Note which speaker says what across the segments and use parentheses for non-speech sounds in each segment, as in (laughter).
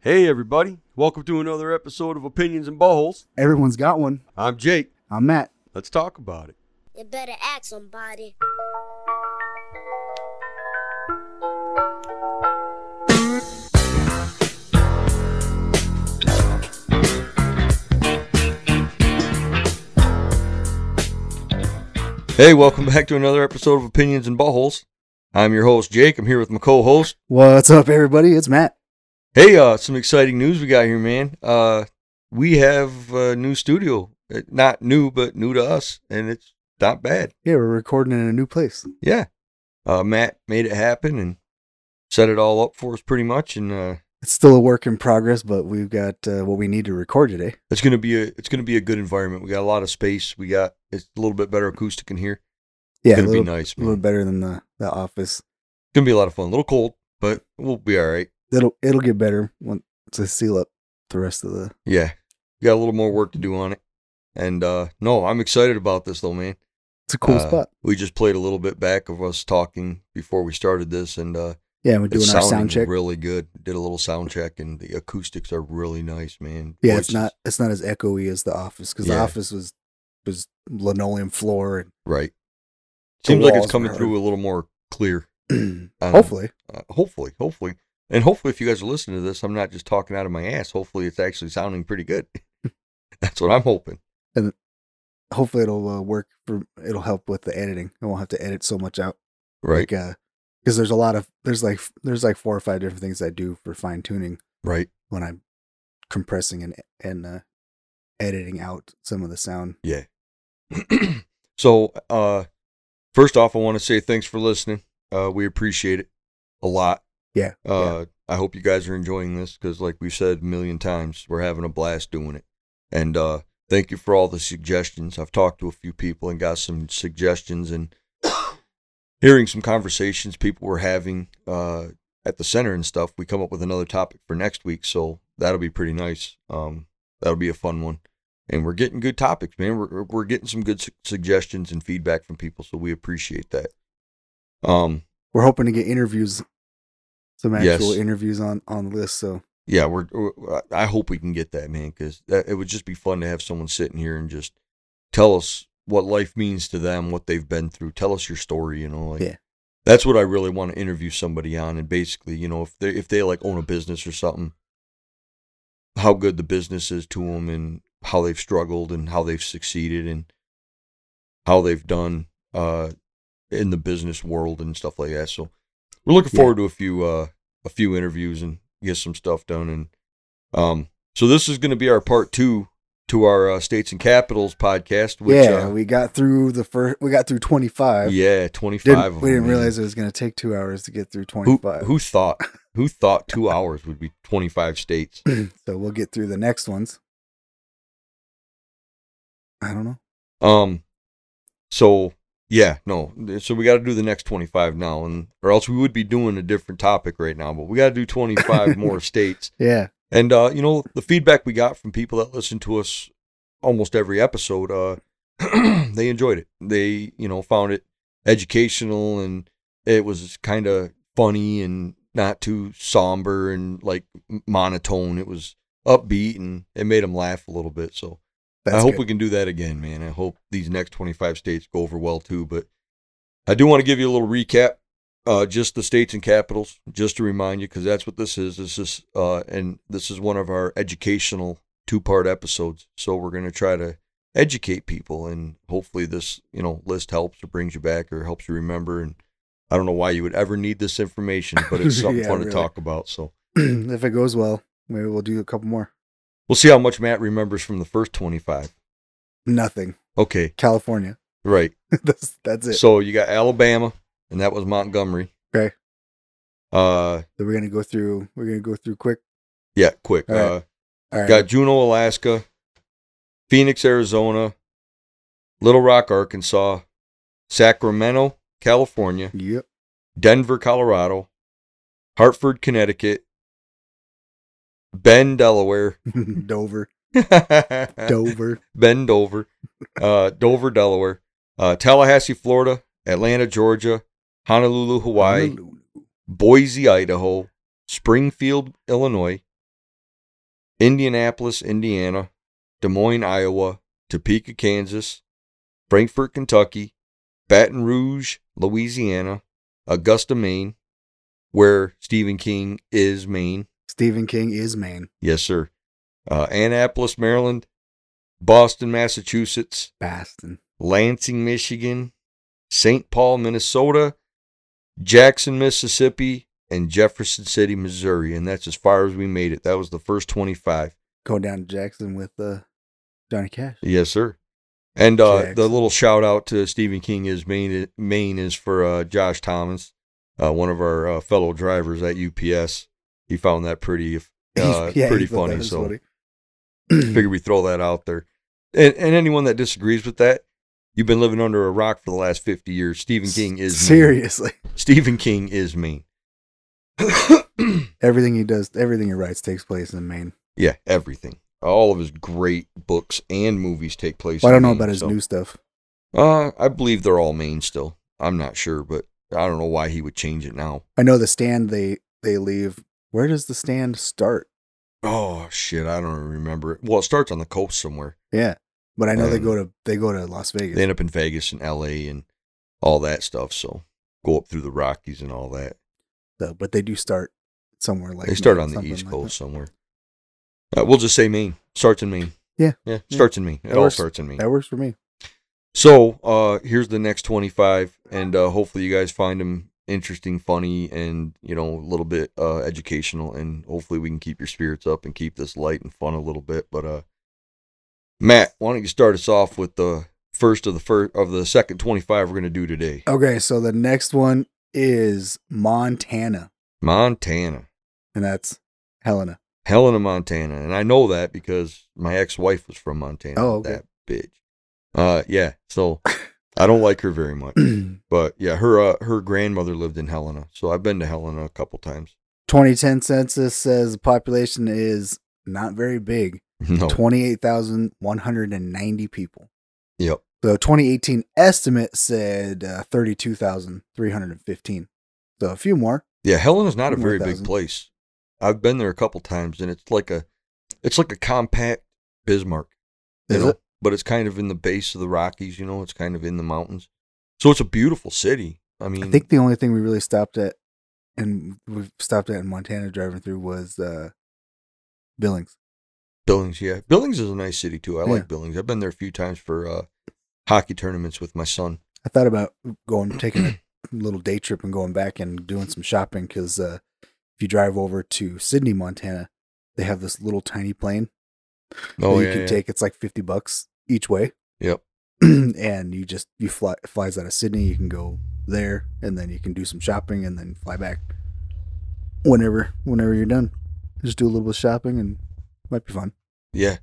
Speaker 1: Hey, everybody. Welcome to another episode of Opinions and Buttholes.
Speaker 2: Everyone's got one.
Speaker 1: I'm Jake.
Speaker 2: I'm Matt.
Speaker 1: Let's talk about it.
Speaker 3: You better ask somebody.
Speaker 1: Hey, welcome back to another episode of Opinions and Buttholes. I'm your host, Jake. I'm here with my co host.
Speaker 2: What's up, everybody? It's Matt.
Speaker 1: Hey, uh, some exciting news we got here, man. Uh, we have a new studio. Uh, Not new, but new to us, and it's not bad.
Speaker 2: Yeah, we're recording in a new place.
Speaker 1: Yeah. Uh, Matt made it happen and set it all up for us pretty much, and uh,
Speaker 2: It's still a work in progress, but we've got uh, what we need to record today.
Speaker 1: it's gonna be a it's gonna be a good environment. We got a lot of space. We got it's a little bit better acoustic in here.
Speaker 2: Yeah, a
Speaker 1: it's gonna
Speaker 2: little,
Speaker 1: be nice,
Speaker 2: a
Speaker 1: man.
Speaker 2: little better than the, the office.
Speaker 1: It's gonna be a lot of fun. A little cold, but we'll be all right.
Speaker 2: It'll it'll get better once I seal up the rest of the.
Speaker 1: Yeah, got a little more work to do on it. And uh no, I'm excited about this though, man.
Speaker 2: It's a cool
Speaker 1: Uh,
Speaker 2: spot.
Speaker 1: We just played a little bit back of us talking before we started this, and uh,
Speaker 2: Yeah, we're doing
Speaker 1: it's
Speaker 2: our
Speaker 1: sounding
Speaker 2: sound check.
Speaker 1: really good. Did a little sound check, and the acoustics are really nice, man.
Speaker 2: yeah, it's
Speaker 1: Voices-
Speaker 2: not it's not as echoey as the office because the
Speaker 1: Yeah.
Speaker 2: office was was linoleum floor
Speaker 1: right.
Speaker 2: The
Speaker 1: Seems like it's
Speaker 2: walls
Speaker 1: coming
Speaker 2: are- (clears throat)
Speaker 1: through a little more clear.
Speaker 2: and
Speaker 1: I don't know.
Speaker 2: hopefully
Speaker 1: uh, hopefully, hopefully, and hopefully, if you guys are listening to this, I'm not just talking out of my ass. Hopefully, it's actually sounding pretty good. (laughs) That's what I'm hoping.
Speaker 2: hopefully it'll uh, work for it'll help with the editing. I won't have to edit so much out.
Speaker 1: Right,
Speaker 2: like uh because there's a lot of there's like there's like four or five different things I do for fine tuning
Speaker 1: right.
Speaker 2: when I'm compressing and and uh, editing out some of the sound.
Speaker 1: so, uh, first off, I want to say thanks for listening. Uh, we appreciate it a lot.
Speaker 2: Yeah,
Speaker 1: Uh, I hope you guys are enjoying this because, like we've said a million times, we're having a blast doing it. And uh, thank you for all the suggestions. I've talked to a few people and got some suggestions and (coughs) hearing some conversations people were having uh, at the center and stuff. We come up with another topic for next week, so that'll be pretty nice. Um, that'll be a fun one. And we're getting good topics, man. We're, we're getting some good su- suggestions and feedback from people, so we appreciate that. Um,
Speaker 2: We're hoping to get interviews, some
Speaker 1: Yes.
Speaker 2: actual interviews on on the list. So
Speaker 1: Yeah, we're. we're- I I hope we can get that, man, because it would just be fun to have someone sitting here and just tell us what life means to them, what they've been through. Tell us your story, you know. Like,
Speaker 2: Yeah.
Speaker 1: That's what I really want to interview somebody on, and basically, you know, if they if they like own a business or something, how good the business is to them, and how they've struggled, and how they've succeeded, and how they've done uh, in the business world and stuff like that. So, we're looking
Speaker 2: Yeah.
Speaker 1: forward to a few uh, a few interviews and get some stuff done. And um, so this is going to be our part two to our uh, states and capitals podcast. Which,
Speaker 2: yeah,
Speaker 1: uh,
Speaker 2: we got through the first. We got through twenty five.
Speaker 1: yeah, twenty five.
Speaker 2: Didn't, we didn't realize it was going to take two hours to get through
Speaker 1: who,
Speaker 2: 25.
Speaker 1: who thought (laughs) who thought two hours would be twenty five states.
Speaker 2: so we'll get through the next ones. I don't know.
Speaker 1: Um, so yeah, no, so we got to do the next twenty five now, and or else we would be doing a different topic right now. But we got to do twenty five more states.
Speaker 2: Yeah.
Speaker 1: And uh, you know, the feedback we got from people that listen to us almost every episode, uh, (clears throat) they enjoyed it. They, you know, found it educational and it was kind of funny and not too somber and like m- monotone. It was upbeat and it made them laugh a little bit. So I hope
Speaker 2: good.
Speaker 1: we can do that again, man. I hope these next 25 states go over well too. But I do want to give you a little recap, uh, just the states and capitals, just to remind you, because that's what this is. This is, uh, and this is one of our educational two-part episodes. So we're going to try to educate people, and hopefully this, you know, list helps or brings you back or helps you remember. And I don't know why you would ever need this information,
Speaker 2: (laughs)
Speaker 1: but it's something
Speaker 2: Yeah,
Speaker 1: fun to
Speaker 2: really.
Speaker 1: talk about. So
Speaker 2: (clears throat) if it goes well, maybe we'll do a couple more.
Speaker 1: we'll see how much Matt remembers from the first 25.
Speaker 2: Nothing.
Speaker 1: Okay,
Speaker 2: California. (laughs)
Speaker 1: right.
Speaker 2: that's that's it. So,
Speaker 1: So you got Alabama, and that was Montgomery.
Speaker 2: Okay.
Speaker 1: Uh,
Speaker 2: we're gonna go through. We're gonna go through quick.
Speaker 1: yeah, quick.
Speaker 2: All right.
Speaker 1: Uh,
Speaker 2: All right.
Speaker 1: got Juneau, Alaska, Phoenix, Arizona, Little Rock, Arkansas, Sacramento, California,
Speaker 2: Yep. (laughs)
Speaker 1: Denver, Colorado, Hartford, Connecticut, Bend, Delaware, (laughs)
Speaker 2: Dover. Dover.
Speaker 1: Bend, Dover, uh, Dover, Delaware, uh, Tallahassee, Florida, Atlanta, Georgia, Honolulu, Hawaii.
Speaker 2: Honolulu.
Speaker 1: Boise, Idaho, Springfield, Illinois, Indianapolis, Indiana, Des Moines, Iowa, Topeka, Kansas, Frankfort, Kentucky, Baton Rouge, Louisiana, Augusta, Maine, where Stephen King is Maine.
Speaker 2: Stephen King is Maine.
Speaker 1: Yes, sir. Uh, Annapolis, Maryland, Boston, Massachusetts,
Speaker 2: Bastin.
Speaker 1: Lansing, Michigan, St. Paul, Minnesota, Jackson, Mississippi, and Jefferson City, Missouri. And that's as far as we made it. That was the first 25.
Speaker 2: Going down to Jackson with uh, Johnny Cash. (laughs)
Speaker 1: Yes, sir. And uh, the
Speaker 2: Jackson.
Speaker 1: little shout out to Stephen King is Maine, Maine is for uh, Josh Thomas, uh, one of our uh, fellow drivers at UPS. He found that pretty, uh,
Speaker 2: (laughs) Yeah,
Speaker 1: pretty
Speaker 2: he thought that
Speaker 1: funny.
Speaker 2: was
Speaker 1: So
Speaker 2: funny.
Speaker 1: (clears throat) figure we throw that out there. And, and anyone that disagrees with that, you've been living under a rock for the last 50 years. Stephen King is Maine.
Speaker 2: seriously
Speaker 1: Stephen King is Maine.
Speaker 2: everything he does, everything he writes takes place in Maine.
Speaker 1: yeah, everything. All of his great books and movies take place.
Speaker 2: Well, I
Speaker 1: in
Speaker 2: don't know
Speaker 1: Maine,
Speaker 2: about his
Speaker 1: so-
Speaker 2: new stuff.
Speaker 1: Uh, I believe they're all Maine still. I'm not sure, but I don't know why he would change it now.
Speaker 2: I know the stand they they leave. Where does the stand start?
Speaker 1: Oh shit, I don't remember. it. Well, it starts on the coast somewhere.
Speaker 2: Yeah, but I know they
Speaker 1: Um,
Speaker 2: go to they go to Las Vegas.
Speaker 1: They end up in Vegas and L.A. and all that stuff. So go up through the Rockies and all that.
Speaker 2: though, but they do start somewhere like
Speaker 1: they start
Speaker 2: Maine,
Speaker 1: on the
Speaker 2: something
Speaker 1: East
Speaker 2: like
Speaker 1: Coast somewhere. Uh, we'll just say Maine. Starts in Maine.
Speaker 2: Yeah.
Speaker 1: Yeah.
Speaker 2: Yeah.
Speaker 1: Starts in Maine. It
Speaker 2: That
Speaker 1: all
Speaker 2: works.
Speaker 1: starts in Maine.
Speaker 2: That. that works for me.
Speaker 1: So uh, here's the next 25, and uh, hopefully you guys find them interesting, funny, and you know a little bit uh, educational, and hopefully we can keep your spirits up and keep this light and fun a little bit. But uh, Matt, why don't you start us off with the first of the first of the second 25 we're gonna do today?
Speaker 2: Okay, so the next one is Montana,
Speaker 1: Montana,
Speaker 2: and that's Helena.
Speaker 1: Helena, Montana, and I know that because my ex-wife was from Montana.
Speaker 2: Oh, okay.
Speaker 1: that bitch. Uh, yeah. So I don't like her very much.
Speaker 2: (clears throat)
Speaker 1: But yeah, her uh, her grandmother lived in Helena, so I've been to Helena a couple times. (laughs)
Speaker 2: 2010 census says the population is not very big,
Speaker 1: No,
Speaker 2: 28,190 people.
Speaker 1: yep,
Speaker 2: The 2018 estimate said uh, 32,315. So a few more.
Speaker 1: yeah, Helena's not a very big
Speaker 2: 1,000.
Speaker 1: place. I've been there a couple times, and it's like a it's like a compact Bismarck, you
Speaker 2: Is
Speaker 1: know.
Speaker 2: it?
Speaker 1: But it's kind of in the base of the Rockies, you know. It's kind of in the mountains, so it's a beautiful city. I mean,
Speaker 2: I think the only thing we really stopped at and we stopped at in Montana driving through was uh, Billings.
Speaker 1: Billings, yeah, Billings is a nice city too. I
Speaker 2: Yeah.
Speaker 1: like Billings. I've been there a few times for uh, hockey tournaments with my son.
Speaker 2: I thought about going, taking a little day trip and going back and doing some shopping because uh, if you drive over to Sydney, Montana, they have this little tiny plane
Speaker 1: Oh
Speaker 2: that you
Speaker 1: yeah,
Speaker 2: can
Speaker 1: yeah.
Speaker 2: take. It's like 50 bucks each way. (clears throat)
Speaker 1: Yep.
Speaker 2: and you just, you fly, it flies out of Sydney. You can go there and then you can do some shopping and then fly back whenever, whenever you're done. Just do a little bit of shopping and might be fun.
Speaker 1: yeah.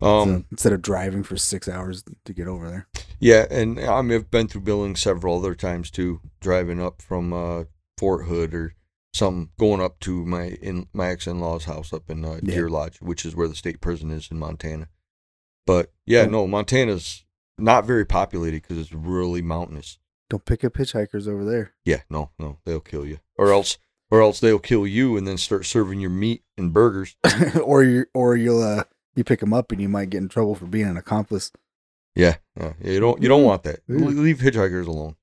Speaker 1: Um,
Speaker 2: So instead of driving for six hours to get over there.
Speaker 1: Yeah, and I mean, I've been through Billings several other times too, driving up from uh, Fort Hood or some going up to my in my ex in law's house up in uh,
Speaker 2: Yeah.
Speaker 1: Deer Lodge, which is where the state prison is in Montana. But yeah,
Speaker 2: Oh.
Speaker 1: no, Montana's not very populated because it's really mountainous.
Speaker 2: Don't pick up hitchhikers over there.
Speaker 1: Yeah, no, no, they'll kill you, or else, or else they'll kill you and then start serving your meat and burgers.
Speaker 2: (laughs) or you or you'll uh you pick them up and you might get in trouble for being an accomplice.
Speaker 1: Yeah, yeah you don't you don't want that.
Speaker 2: Yeah.
Speaker 1: Le- Leave hitchhikers alone.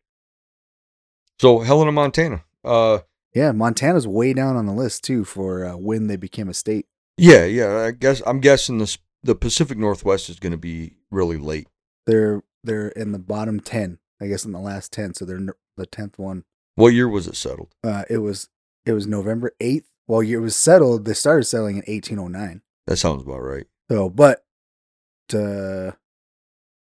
Speaker 1: So Helena, Montana. Uh,
Speaker 2: Yeah, Montana's way down on the list too for uh, when they became a state.
Speaker 1: Yeah, yeah. I guess I'm guessing the s- the Pacific Northwest is going to be really late.
Speaker 2: They're they're in the bottom ten, I guess, in the last ten. So they're n- the tenth one.
Speaker 1: What year was it settled?
Speaker 2: Uh, it was it was November eighth. Well, it was settled. They started settling in eighteen oh nine.
Speaker 1: That sounds about right.
Speaker 2: So, but uh,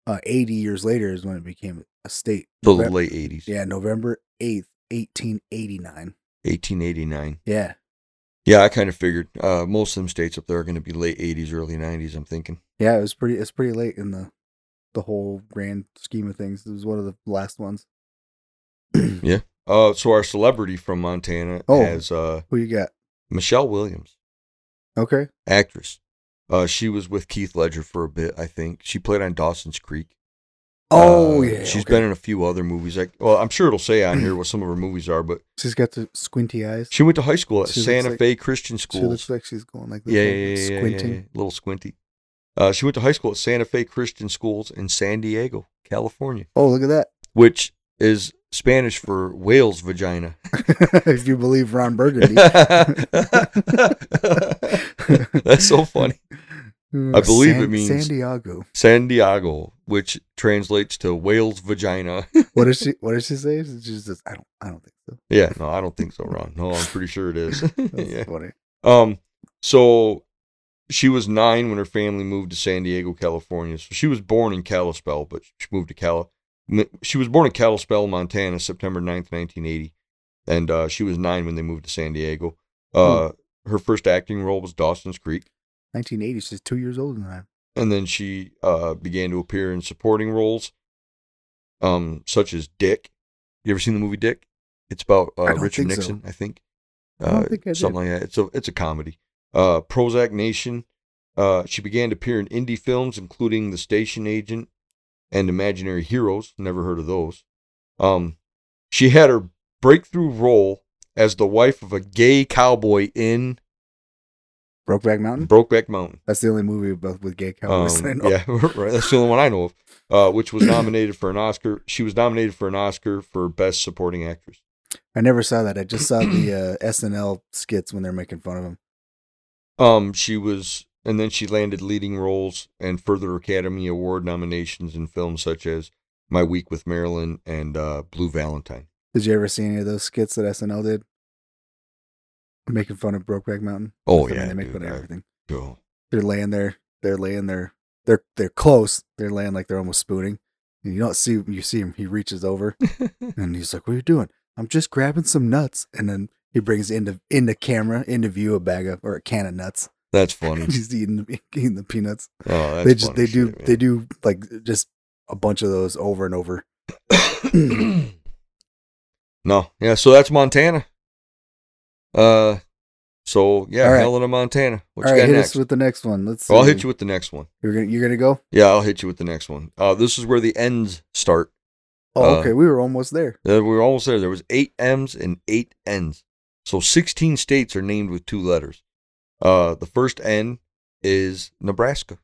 Speaker 2: uh, eighty years later is when it became a state.
Speaker 1: So the
Speaker 2: Novem-
Speaker 1: late 80s,
Speaker 2: Yeah, November 8th, 1889.
Speaker 1: 1889.
Speaker 2: Yeah.
Speaker 1: Yeah, I kind of figured uh, most of them states up there are going to be late 80s, early 90s. I'm thinking.
Speaker 2: Yeah, it was pretty it's pretty late in the the whole grand scheme of things. It was one of the last (clears throat) ones. Who
Speaker 1: Uh, so our celebrity from Montana
Speaker 2: Oh.
Speaker 1: has uh,
Speaker 2: you got?
Speaker 1: Michelle Williams,
Speaker 2: Okay.
Speaker 1: actress. Uh, she was with Keith Ledger for a bit, I think. She played on Dawson's Creek.
Speaker 2: Oh
Speaker 1: Uh,
Speaker 2: yeah,
Speaker 1: she's
Speaker 2: okay.
Speaker 1: been in a few other movies. Like, well, I'm sure it'll say on
Speaker 2: (clears throat)
Speaker 1: here what some of her movies are, but
Speaker 2: She's got the squinty eyes.
Speaker 1: she went to high school at
Speaker 2: She looks
Speaker 1: Santa
Speaker 2: like-
Speaker 1: Fe Christian
Speaker 2: She looks
Speaker 1: Schools.
Speaker 2: like she's going like this,
Speaker 1: yeah, yeah,
Speaker 2: like,
Speaker 1: yeah, yeah, yeah,
Speaker 2: squinting.
Speaker 1: yeah, little squinty. Uh, she went to high school at Santa Fe Christian Schools in San Diego, California,
Speaker 2: Oh, look at
Speaker 1: which is Spanish for whale's vagina.
Speaker 2: (laughs)
Speaker 1: (laughs)
Speaker 2: that! if you believe Ron Burgundy, (laughs)
Speaker 1: That's so funny. I believe it means-
Speaker 2: San Diego.
Speaker 1: San Diego, which translates to whale's vagina.
Speaker 2: What does she? What does she say? She just says, I don't. I don't think so.
Speaker 1: yeah, no, I don't think so, Ron. No, I'm pretty sure it
Speaker 2: (laughs)
Speaker 1: is.
Speaker 2: That's
Speaker 1: (laughs) yeah.
Speaker 2: funny.
Speaker 1: Um, so she was nine when her family moved to San Diego, California. So she was born in Kalispell, but she moved to Cal. M- She was born in Kalispell, Montana, September 9th, 1980. And uh, she was nine when they moved to San Diego. Uh,
Speaker 2: Hmm.
Speaker 1: Her first acting role was Dawson's Creek.
Speaker 2: 1980. She's two years older than I. am.
Speaker 1: And then she uh, began to appear in supporting roles, um, such as Dick. You ever seen the movie Dick? It's about
Speaker 2: I
Speaker 1: uh,
Speaker 2: don't
Speaker 1: Richard
Speaker 2: think so.
Speaker 1: Nixon, I think.
Speaker 2: I don't
Speaker 1: Uh,
Speaker 2: think I did.
Speaker 1: something like that. It's a it's a comedy. Uh, Prozac Nation. Uh, she began to appear in indie films, including The Station Agent and Imaginary Heroes. Never heard of those. Um, she had her breakthrough role as the wife of a gay cowboy in
Speaker 2: Brokeback Mountain.
Speaker 1: Brokeback Mountain.
Speaker 2: That's the only movie about with gay cowboys. Hmm? that I
Speaker 1: Um,
Speaker 2: know.
Speaker 1: yeah, (laughs) right, that's the only one I know of. Uh,
Speaker 2: (coughs)
Speaker 1: which was nominated for an Oscar. She was nominated for an Oscar for Best Supporting Actress.
Speaker 2: I never saw that. I just saw
Speaker 1: (clears throat)
Speaker 2: the uh, SNL skits when they're making fun of him.
Speaker 1: Um, she was, and then she landed leading roles and further Academy Award nominations in films such as My Week with Marilyn and uh, Blue Valentine.
Speaker 2: Did you ever see any of those skits that SNL did? Making fun of Brokeback Mountain.
Speaker 1: Oh,
Speaker 2: I mean,
Speaker 1: yeah,
Speaker 2: they make
Speaker 1: dude,
Speaker 2: fun of
Speaker 1: I-
Speaker 2: everything.
Speaker 1: Cool.
Speaker 2: They're laying there. They're laying there. They're they're close. They're laying like they're almost spooning. And you don't see you see him. He reaches
Speaker 1: (laughs)
Speaker 2: over and he's like, "What are you doing?" I'm just grabbing some nuts. And then he brings into into camera into view a bag of or a can of nuts.
Speaker 1: That's
Speaker 2: (laughs)
Speaker 1: funny.
Speaker 2: he's eating the eating the peanuts.
Speaker 1: Oh, that's
Speaker 2: they just
Speaker 1: funny
Speaker 2: they do
Speaker 1: shit,
Speaker 2: they do like just a bunch of those over and over.
Speaker 1: man. no, yeah. So that's Montana. Uh, so yeah,
Speaker 2: All right.
Speaker 1: Helena, Montana. What
Speaker 2: All
Speaker 1: you
Speaker 2: right,
Speaker 1: got
Speaker 2: hit
Speaker 1: next?
Speaker 2: us with the next one. Let's.
Speaker 1: Or I'll
Speaker 2: see.
Speaker 1: hit you with the next one.
Speaker 2: You're gonna you're gonna go.
Speaker 1: Yeah, I'll hit you with the next one. Uh, this is where the ends start.
Speaker 2: Oh,
Speaker 1: Uh,
Speaker 2: okay. We were almost there.
Speaker 1: Uh, we were almost there. There was eight M's and eight N's. So 16 states are named with two letters. Uh, the first N is Nebraska.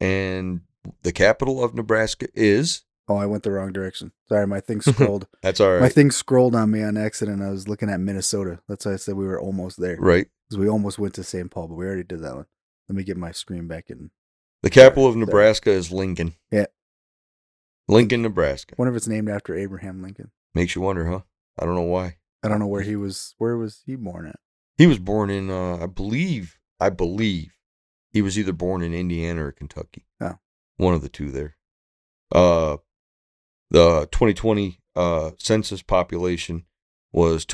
Speaker 1: And the capital of Nebraska is.
Speaker 2: Oh, I went the wrong direction. Sorry, my thing scrolled.
Speaker 1: That's (laughs) all
Speaker 2: My
Speaker 1: right.
Speaker 2: thing scrolled on me on accident. I was looking at Minnesota. That's why I said we were almost there.
Speaker 1: right.
Speaker 2: 'Cause we almost went to St. Paul, but we already did that one. Let me get my screen back in.
Speaker 1: The capital of
Speaker 2: Sorry.
Speaker 1: Nebraska is Lincoln.
Speaker 2: Yeah.
Speaker 1: Lincoln, Nebraska.
Speaker 2: Wonder if it's named after Abraham Lincoln.
Speaker 1: Makes you wonder, huh? I don't know why.
Speaker 2: I don't know where he was. Where was he born at?
Speaker 1: He was born in, uh, I believe, I believe he was either born in Indiana or Kentucky.
Speaker 2: Oh.
Speaker 1: One of the two there. Uh, the 2020 uh, census population was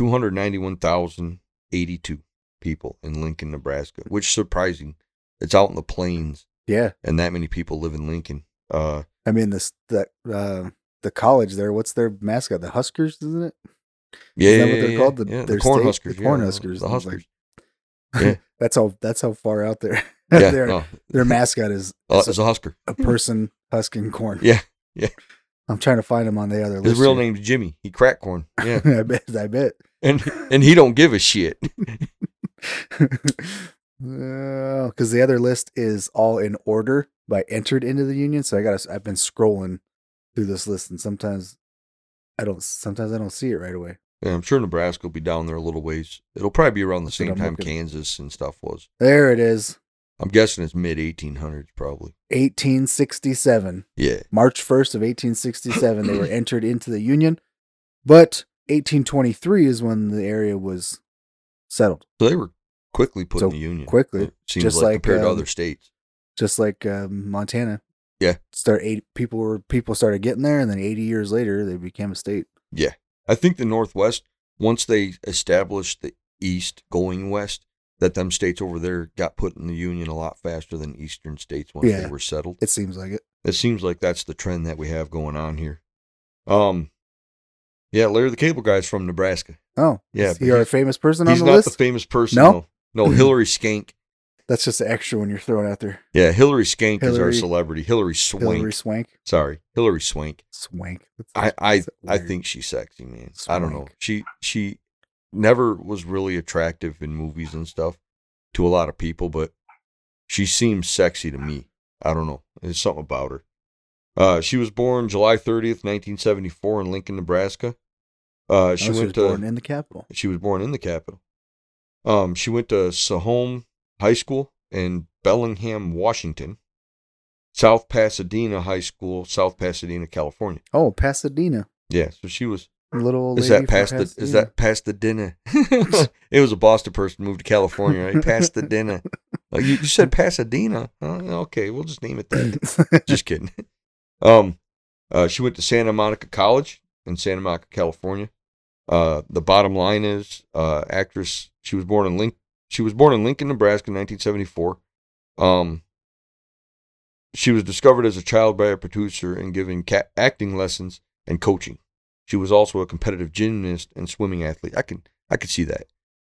Speaker 1: 291,082 people in Lincoln, Nebraska, which is surprising. It's out in the plains,
Speaker 2: Yeah,
Speaker 1: and that many people live in Lincoln. Uh,
Speaker 2: I mean this that uh, the college there. What's their mascot? The Huskers, isn't it?
Speaker 1: yeah,
Speaker 2: that what
Speaker 1: yeah,
Speaker 2: they're
Speaker 1: yeah,
Speaker 2: called? The-
Speaker 1: yeah, the
Speaker 2: their
Speaker 1: corn
Speaker 2: state-
Speaker 1: huskers.
Speaker 2: the corn
Speaker 1: yeah,
Speaker 2: huskers,
Speaker 1: The
Speaker 2: like- (laughs)
Speaker 1: huskers. Yeah.
Speaker 2: that's how that's how far out there.
Speaker 1: yeah,
Speaker 2: their (laughs)
Speaker 1: no,
Speaker 2: their mascot
Speaker 1: (laughs)
Speaker 2: is,
Speaker 1: uh,
Speaker 2: is
Speaker 1: it's
Speaker 2: a,
Speaker 1: a husker.
Speaker 2: a person husking corn.
Speaker 1: Yeah, yeah.
Speaker 2: I'm trying to find him on the other list.
Speaker 1: His real
Speaker 2: here.
Speaker 1: name's Jimmy. He crack corn. Yeah.
Speaker 2: (laughs) I bet. I bet.
Speaker 1: and and he don't give a shit.
Speaker 2: Because Uh, the other list is all in order by entered into the union. So I got. to I've been scrolling through this list, and sometimes I don't. Sometimes I don't see it right away.
Speaker 1: Yeah, I'm sure Nebraska will be down there a little ways. It'll probably be around the
Speaker 2: That's what
Speaker 1: same
Speaker 2: I'm
Speaker 1: time
Speaker 2: looking-
Speaker 1: Kansas and stuff was.
Speaker 2: There it is.
Speaker 1: I'm guessing it's mid 1800s probably.
Speaker 2: 1867.
Speaker 1: Yeah.
Speaker 2: March 1st of 1867 they were entered into the Union, but 1823 is when the area was settled.
Speaker 1: So they were quickly put
Speaker 2: So
Speaker 1: in the union.
Speaker 2: quickly,
Speaker 1: It seems
Speaker 2: just
Speaker 1: like,
Speaker 2: like,
Speaker 1: compared to
Speaker 2: um,
Speaker 1: other states.
Speaker 2: Just like um, Montana.
Speaker 1: Yeah.
Speaker 2: Start eight people were people started getting there and then 80 years later they became a state.
Speaker 1: I think the Northwest once they established the east going west that them states over there got put in the union a lot faster than eastern states once
Speaker 2: Yeah.
Speaker 1: they were settled.
Speaker 2: It seems like it.
Speaker 1: It seems like that's the trend that we have going on here. Um yeah, Larry the Cable Guy's from Nebraska.
Speaker 2: Oh.
Speaker 1: Yeah,
Speaker 2: is
Speaker 1: but
Speaker 2: he our
Speaker 1: he's-
Speaker 2: famous person on
Speaker 1: He's
Speaker 2: the
Speaker 1: not
Speaker 2: list? (clears throat)
Speaker 1: the famous person.
Speaker 2: No?
Speaker 1: No, no Hillary Skank.
Speaker 2: That's just the extra one you're throwing out there.
Speaker 1: Yeah, Hillary Skank is our
Speaker 2: Hillary-
Speaker 1: celebrity. Hillary Swank.
Speaker 2: Hillary Swank.
Speaker 1: Sorry, Hillary Swank.
Speaker 2: Swank. That's-
Speaker 1: I I,
Speaker 2: that's
Speaker 1: I
Speaker 2: weird.
Speaker 1: think she's sexy, man. I don't know.
Speaker 2: Swank.
Speaker 1: She she never was really attractive in movies and stuff to a lot of people, but she seems sexy to me. I don't know. There's something about her. Uh, she was born July 30th, 1974, in Lincoln, Nebraska. Uh, she
Speaker 2: Oh,
Speaker 1: went
Speaker 2: was
Speaker 1: to
Speaker 2: born in the capital.
Speaker 1: She was born in the capital. Um, she went to Sahome High School in Bellingham, Washington. South Pasadena High School, South Pasadena, California.
Speaker 2: Oh, Pasadena.
Speaker 1: Yeah, so she was.
Speaker 2: Little old
Speaker 1: Is
Speaker 2: lady
Speaker 1: that past
Speaker 2: from
Speaker 1: the? Is that past the dinner?
Speaker 2: (laughs)
Speaker 1: (laughs) it was a Boston person moved to California. Right? Past the dinner. Like you, you said Pasadena. Huh? Okay, we'll just name it that.
Speaker 2: Pasadena. (coughs)
Speaker 1: (laughs) Just kidding. Um, uh, she went to Santa Monica College in Santa Monica, California. Uh, the bottom line is, uh, actress. She was born in Link. She was born in Lincoln, Nebraska, in 1974. Um, she was discovered as a child by a producer and given ca- acting lessons and coaching. She was also a competitive gymnast and swimming athlete. I can I could see that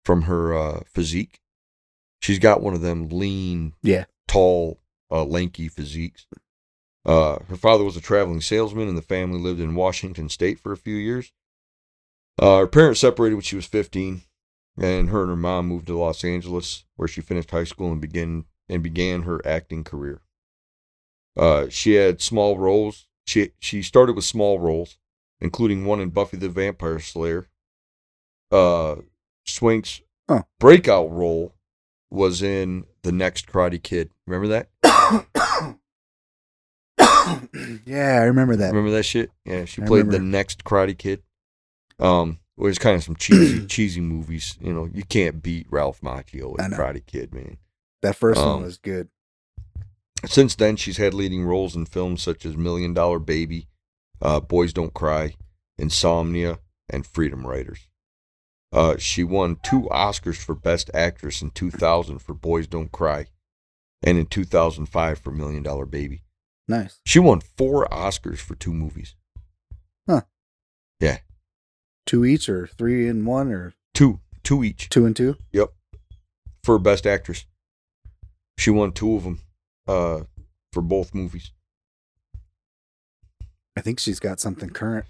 Speaker 1: from her uh, physique. She's got one of them lean,
Speaker 2: Yeah. (coughs)
Speaker 1: tall, uh, lanky physiques. Uh, her father was a traveling salesman, and the family lived in Washington State for a few years. Uh, her parents separated when she was 15, and her and her mom moved to Los Angeles, where she finished high school and began and began her acting career. Uh, she had small roles. She she started with small roles, including one in Buffy the Vampire Slayer. Uh, Swink's
Speaker 2: Huh.
Speaker 1: breakout role was in The Next Karate Kid. Remember that?
Speaker 2: yeah, I remember that.
Speaker 1: Remember that shit? Yeah, she
Speaker 2: I
Speaker 1: played the
Speaker 2: remember.
Speaker 1: next Karate Kid. Um, it was kind of
Speaker 2: (clears throat)
Speaker 1: some cheesy, cheesy movies. You know, you can't beat Ralph Macchio
Speaker 2: I
Speaker 1: in
Speaker 2: know.
Speaker 1: Karate Kid, man.
Speaker 2: That first
Speaker 1: Um,
Speaker 2: one was good.
Speaker 1: Since then, she's had leading roles in films such as Million Dollar Baby, uh, Boys Don't Cry, Insomnia, and Freedom Riders. Uh, she won two Oscars for Best Actress in 2000 for Boys Don't Cry, and in 2005 for Million Dollar Baby.
Speaker 2: Nice.
Speaker 1: She won four Oscars for two movies.
Speaker 2: Two each or three and one or
Speaker 1: Two, two each.
Speaker 2: two and two?
Speaker 1: Yep. For Best Actress. She won two of them uh, for both movies.
Speaker 2: I think she's got something current.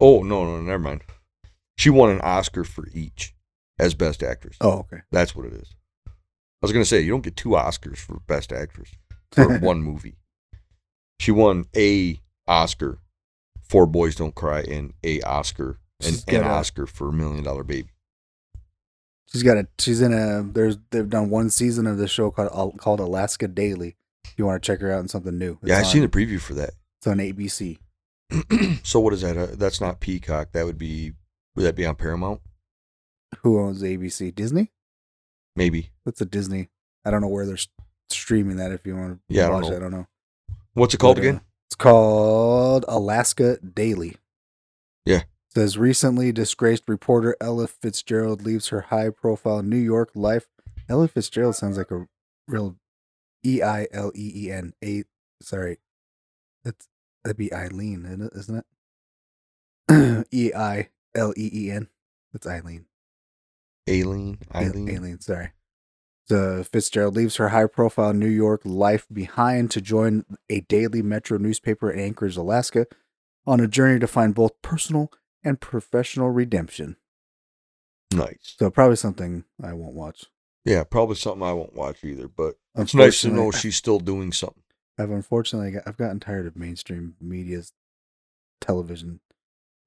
Speaker 1: Oh, no, no, never mind. She won an Oscar for each as Best Actress.
Speaker 2: Oh, okay.
Speaker 1: That's what it is. I was going to say, you don't get two Oscars for Best Actress for one movie. She won a Oscar for Boys Don't Cry and a Oscar, and
Speaker 2: She's
Speaker 1: an
Speaker 2: got a-
Speaker 1: Oscar for Million Dollar Baby.
Speaker 2: She's got a. She's in a. There's. They've done one season of this show called uh, called Alaska Daily. If you want to check her out in something new,
Speaker 1: yeah, I've
Speaker 2: It's
Speaker 1: seen
Speaker 2: on-
Speaker 1: the preview for that.
Speaker 2: It's on ABC.
Speaker 1: so what is that? Uh, that's not Peacock. That would be, would that be on Paramount?
Speaker 2: Who owns ABC? Disney.
Speaker 1: Maybe.
Speaker 2: That's a Disney. I don't know where they're s- streaming that. If you want to
Speaker 1: Yeah, I don't
Speaker 2: watch
Speaker 1: know.
Speaker 2: it, I don't know.
Speaker 1: What's it called
Speaker 2: But, uh,
Speaker 1: again?
Speaker 2: It's called Alaska Daily.
Speaker 1: Yeah.
Speaker 2: Says recently disgraced reporter Ella Fitzgerald leaves her high profile New York life. Ella Fitzgerald sounds like a real E I L E E N. A sorry. That's that'd be Eileen, isn't it- isn't it? (clears throat) E I L E E N. That's Eileen.
Speaker 1: Aileen.
Speaker 2: Yeah,
Speaker 1: Eileen.
Speaker 2: Aileen, sorry. The Fitzgerald leaves her high profile New York life behind to join a daily metro newspaper in Anchorage, Alaska, on a journey to find both personal and professional redemption.
Speaker 1: Nice.
Speaker 2: So, probably something I won't watch.
Speaker 1: Yeah, probably something I won't watch either, but it's nice to know
Speaker 2: Unfortunately,
Speaker 1: she's still doing something.
Speaker 2: I've unfortunately got, I've gotten tired of mainstream media's television.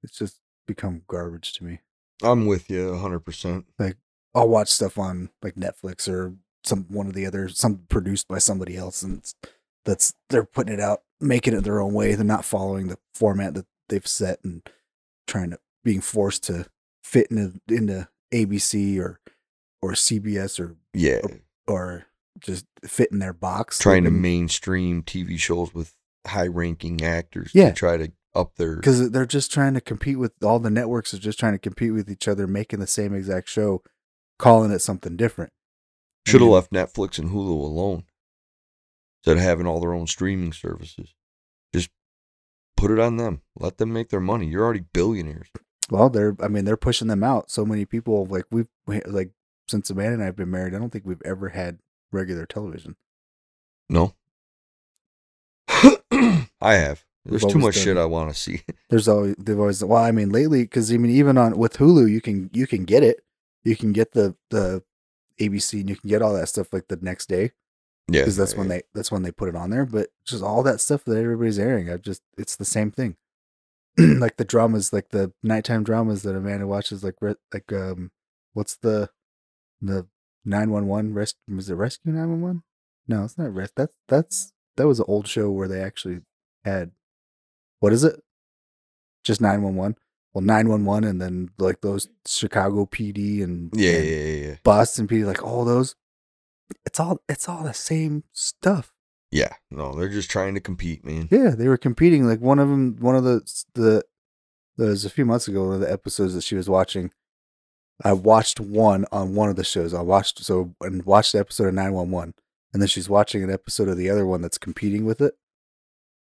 Speaker 2: It's just become garbage to me.
Speaker 1: I'm with you 100%.
Speaker 2: I'll watch stuff on like Netflix or some one of the other some produced by somebody else, and it's, that's they're putting it out, making it their own way. They're not following the format that they've set and trying to being forced to fit into into ABC or or CBS or
Speaker 1: Yeah.
Speaker 2: or just fit in their box.
Speaker 1: Trying to mainstream TV shows with high ranking actors
Speaker 2: Yeah.
Speaker 1: to try to up their.
Speaker 2: because they're just trying to compete with all the networks are just trying to compete with each other, making the same exact show, calling it something different.
Speaker 1: Should have
Speaker 2: Yeah.
Speaker 1: left Netflix and Hulu alone instead of having all their own streaming services. Just put it on them. Let them make their money. You're already billionaires.
Speaker 2: Well, they're I mean they're pushing them out. So many people like we've we- like since Amanda and I've been married, I don't think we've ever had regular television.
Speaker 1: No. (coughs) I have.
Speaker 2: We've
Speaker 1: There's too much
Speaker 2: always
Speaker 1: shit
Speaker 2: done-
Speaker 1: I want to see. (laughs)
Speaker 2: There's always they've always well, I mean lately because I mean even on with Hulu you can you can get it, you can get the the ABC and you can get all that stuff like the next day
Speaker 1: yeah.
Speaker 2: because that's when they that's when they put it on there. But just all that stuff that everybody's airing, I just it's the same thing. (clears throat) like the dramas, like the nighttime dramas that Amanda watches, like re- like um, what's the the nine one one rescue? Was it Rescue Nine One One? No, it's not res. That's that's that was an old show where they actually had what is it? Just nine one one. Well, nine one one, and then like those Chicago PD and
Speaker 1: Yeah,
Speaker 2: and
Speaker 1: yeah, yeah, yeah.
Speaker 2: Boston PD, like all those. It's all it's all the same stuff.
Speaker 1: Yeah. No, they're just trying to
Speaker 2: (coughs)
Speaker 1: compete, man.
Speaker 2: Yeah, they were competing. Like one of them, one of the the there was a few months ago. One of the episodes that she was watching, I watched one on one of the shows. I watched so and watched the episode of nine one one, and then she's watching an episode of the other one that's competing with it.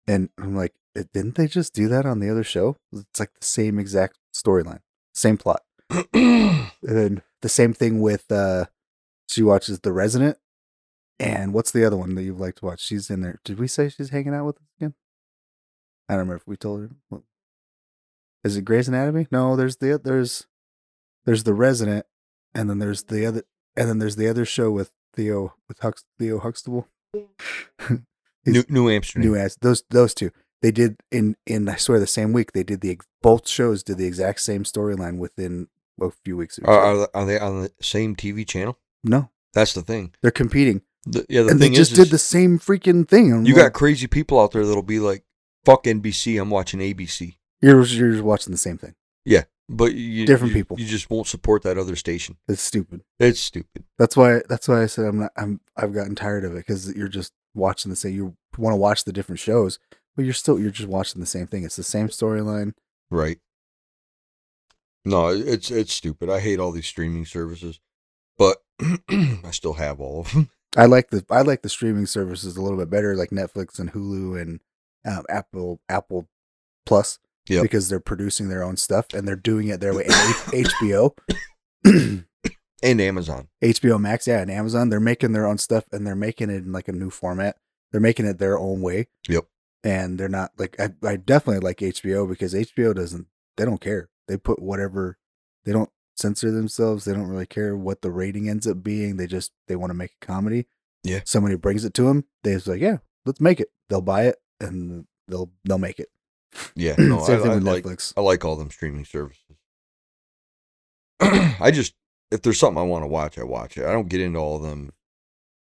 Speaker 2: And I'm like, "Eh, didn't they just do that on the other show? It's like the same exact storyline, same plot. And then the same thing with uh she watches The Resident. And what's the other one that you like to watch? She's in there. Did we say she's hanging out with us again? I don't remember if we told her. What- Is it Grey's Anatomy? No, there's the there's there's The Resident, and then there's the other and then there's the other show with Theo with Hux, Theo Huxtable.
Speaker 1: New, New Amsterdam.
Speaker 2: New ass those those two. They did in in I swear the same week they did the ex- both shows did the exact same storyline within a few weeks. Of each
Speaker 1: are,
Speaker 2: other.
Speaker 1: are, are they on the same TV channel?
Speaker 2: no,
Speaker 1: That's the thing.
Speaker 2: they're competing.
Speaker 1: The, yeah, the
Speaker 2: and they
Speaker 1: thing
Speaker 2: just
Speaker 1: is,
Speaker 2: did
Speaker 1: is
Speaker 2: the same freaking thing. I'm
Speaker 1: you
Speaker 2: like,
Speaker 1: got crazy people out there that'll be like, "Fuck NBC, I'm watching ABC."
Speaker 2: you're you're just watching the same thing.
Speaker 1: Yeah, but you,
Speaker 2: Different
Speaker 1: you-
Speaker 2: people.
Speaker 1: You just won't support that other station.
Speaker 2: It's stupid.
Speaker 1: It's stupid.
Speaker 2: That's why that's why I said I'm not I'm I've gotten tired of it because you're just watching the same. You want to watch the different shows, but you're still you're just watching the same thing. It's the same storyline.
Speaker 1: Right. No, it- it's it's stupid. I hate all these streaming services, but (clears throat) I still have all of them.
Speaker 2: I like the I like the streaming services a little bit better, like Netflix and Hulu and um, Apple Apple Plus,
Speaker 1: Yep.
Speaker 2: because they're producing their own stuff and they're doing it their way.
Speaker 1: (coughs)
Speaker 2: And HBO.
Speaker 1: (laughs) And Amazon.
Speaker 2: HBO Max, yeah, and Amazon, they're making their own stuff and they're making it in like a new format. They're making it their own way.
Speaker 1: Yep.
Speaker 2: And they're not like I, I definitely like HBO because HBO doesn't they don't care. They put whatever they don't censor themselves. They don't really care what the rating ends up being. They just they want to make a comedy.
Speaker 1: Yeah.
Speaker 2: Somebody brings it to them. They just like, yeah, let's make it. They'll buy it and they'll they'll make it.
Speaker 1: Yeah. No, I,
Speaker 2: (clears throat) Same thing
Speaker 1: I
Speaker 2: with
Speaker 1: like
Speaker 2: Netflix.
Speaker 1: I like all them streaming services. (clears throat) I just if there's something I want to watch, I watch it. I don't get into all them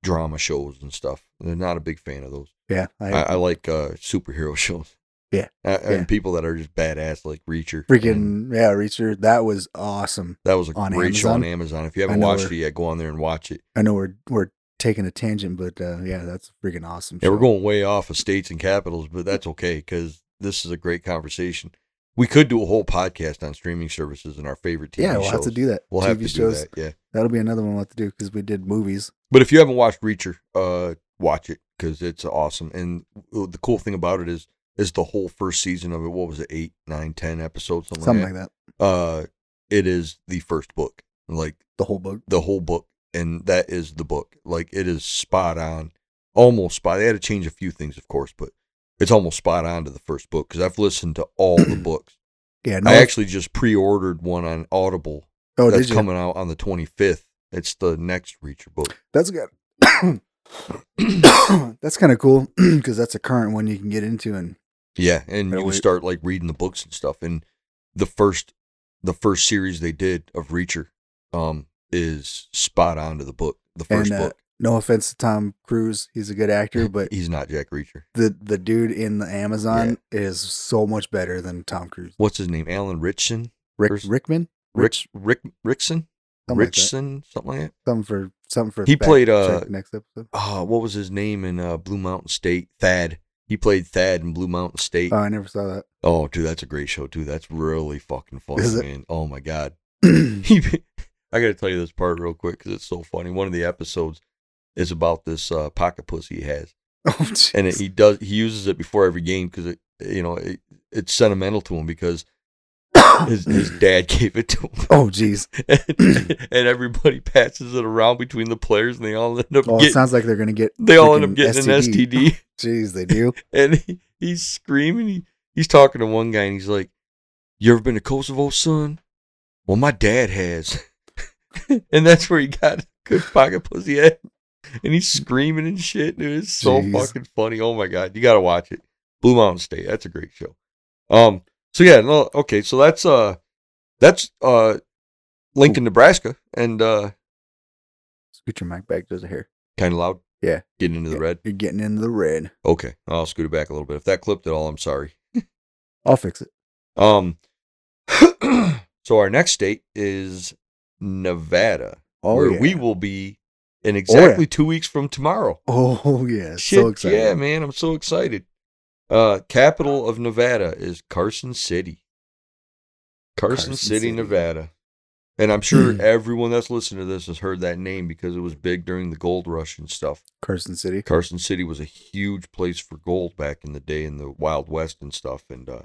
Speaker 1: drama shows and stuff. They're not a big fan of those.
Speaker 2: Yeah. I,
Speaker 1: I, I like uh, superhero (laughs) shows.
Speaker 2: Yeah,
Speaker 1: Uh, and
Speaker 2: yeah.
Speaker 1: people that are just badass like Reacher. And
Speaker 2: freaking yeah, Reacher. That was awesome.
Speaker 1: that was a
Speaker 2: on
Speaker 1: great show on
Speaker 2: Amazon.
Speaker 1: Amazon. If you
Speaker 2: I
Speaker 1: haven't
Speaker 2: know
Speaker 1: watched
Speaker 2: her.
Speaker 1: it yet, go on there and watch it.
Speaker 2: I know we're we're taking a tangent, but uh, yeah, that's freaking awesome.
Speaker 1: Yeah, we're
Speaker 2: show.
Speaker 1: going way off of states and capitals, but that's okay because this is a great conversation. We could do a whole podcast on streaming services and our favorite TV
Speaker 2: yeah, we'll
Speaker 1: shows.
Speaker 2: have to do that.
Speaker 1: We'll
Speaker 2: TV
Speaker 1: have to
Speaker 2: shows.
Speaker 1: do that. Yeah,
Speaker 2: will be another one we'll have to do because we did movies.
Speaker 1: but if you haven't watched Reacher, uh, watch it because it's awesome. And the cool thing about it is, is the whole first season of it. What was it? Eight, nine, ten episodes, something,
Speaker 2: Something
Speaker 1: like
Speaker 2: like that.
Speaker 1: that. Uh, it is the first book. Like
Speaker 2: The whole book.
Speaker 1: the whole book, and that is the book. Like it is spot on, almost spot. They had to change a few things, of course, but it's almost spot on to the first book because I've listened to all
Speaker 2: (clears throat)
Speaker 1: the books.
Speaker 2: Yeah, no,
Speaker 1: I actually just pre-ordered one on Audible
Speaker 2: oh, did
Speaker 1: that's
Speaker 2: you?
Speaker 1: coming out on the 25th. It's the next Reacher book.
Speaker 2: That's good. (coughs) that's kind of cool because that's a current one you can get into, and
Speaker 1: Yeah, and
Speaker 2: Better
Speaker 1: you
Speaker 2: wait.
Speaker 1: start like reading the books and stuff. And the first, the first series they did of Reacher, um, is spot on to the book. The
Speaker 2: And,
Speaker 1: first
Speaker 2: uh,
Speaker 1: book.
Speaker 2: no offense to Tom Cruise, he's a good actor,
Speaker 1: (laughs)
Speaker 2: but
Speaker 1: He's not Jack Reacher.
Speaker 2: the the dude in the Amazon is so much better than Tom Cruise.
Speaker 1: What's his name? Alan Richson.
Speaker 2: Rick
Speaker 1: There's-
Speaker 2: Rickman,
Speaker 1: Rich Rick Rickson.
Speaker 2: something like that.
Speaker 1: Richson, something like that.
Speaker 2: something for something for
Speaker 1: uh, He played, uh,
Speaker 2: check next episode.
Speaker 1: Oh, what was his name in uh, Blue Mountain State? Thad. He played Thad in Blue Mountain State.
Speaker 2: Oh, I never saw that.
Speaker 1: oh, dude, that's a great show too. That's really fucking funny,
Speaker 2: Is it?
Speaker 1: man. Oh
Speaker 2: (clears throat)
Speaker 1: my god. (laughs) He, I gotta tell you this part real quick because it's so funny. One of the episodes is about this uh, pocket pussy he has,
Speaker 2: (laughs) oh,
Speaker 1: and it,
Speaker 2: jeez.
Speaker 1: he does he uses it before every game because it you know it, it's sentimental to him because
Speaker 2: (clears throat)
Speaker 1: His, his dad gave it to him,
Speaker 2: (coughs)
Speaker 1: (laughs)
Speaker 2: Oh, jeez.
Speaker 1: and, and everybody (laughs) passes it around between the players, and they all end up
Speaker 2: Oh, it
Speaker 1: getting
Speaker 2: sounds like they're gonna get.
Speaker 1: they all end up
Speaker 2: freaking
Speaker 1: getting an STD.
Speaker 2: Jeez, they do.
Speaker 1: (laughs) and he, he's screaming. He, he's talking to one guy, and he's like, "You ever been to Kosovo, son?" Well, my dad has, (laughs) and that's where he got good pocket pussy at. And he's screaming and shit, dude. It's so
Speaker 2: Jeez.
Speaker 1: fucking funny. Oh my god, you gotta watch it. Blue Mountain State. That's a great show. Um. So yeah. No. Okay. So that's uh, that's uh, Lincoln, Nebraska, and uh,
Speaker 2: Scoot your mic back just here.
Speaker 1: kind of loud.
Speaker 2: Yeah.
Speaker 1: Getting into the red.
Speaker 2: You're getting into the red.
Speaker 1: Okay. I'll scoot it back a little bit. If that clipped at all, I'm sorry.
Speaker 2: I'll fix it.
Speaker 1: Um, (clears throat) so our next state is Nevada,
Speaker 2: Oh
Speaker 1: where
Speaker 2: yeah.
Speaker 1: we will be in exactly two weeks from tomorrow.
Speaker 2: Oh (laughs) yeah.
Speaker 1: Shit,
Speaker 2: so excited.
Speaker 1: yeah, man, I'm so excited. Uh, capital of Nevada is Carson City. Carson,
Speaker 2: Carson
Speaker 1: City,
Speaker 2: City. Hmm.
Speaker 1: Nevada. And I'm sure everyone that's listening to this has heard that name because it was big during the gold rush and stuff.
Speaker 2: Carson City.
Speaker 1: Carson City was a huge place for gold back in the day in the Wild West and stuff. And uh,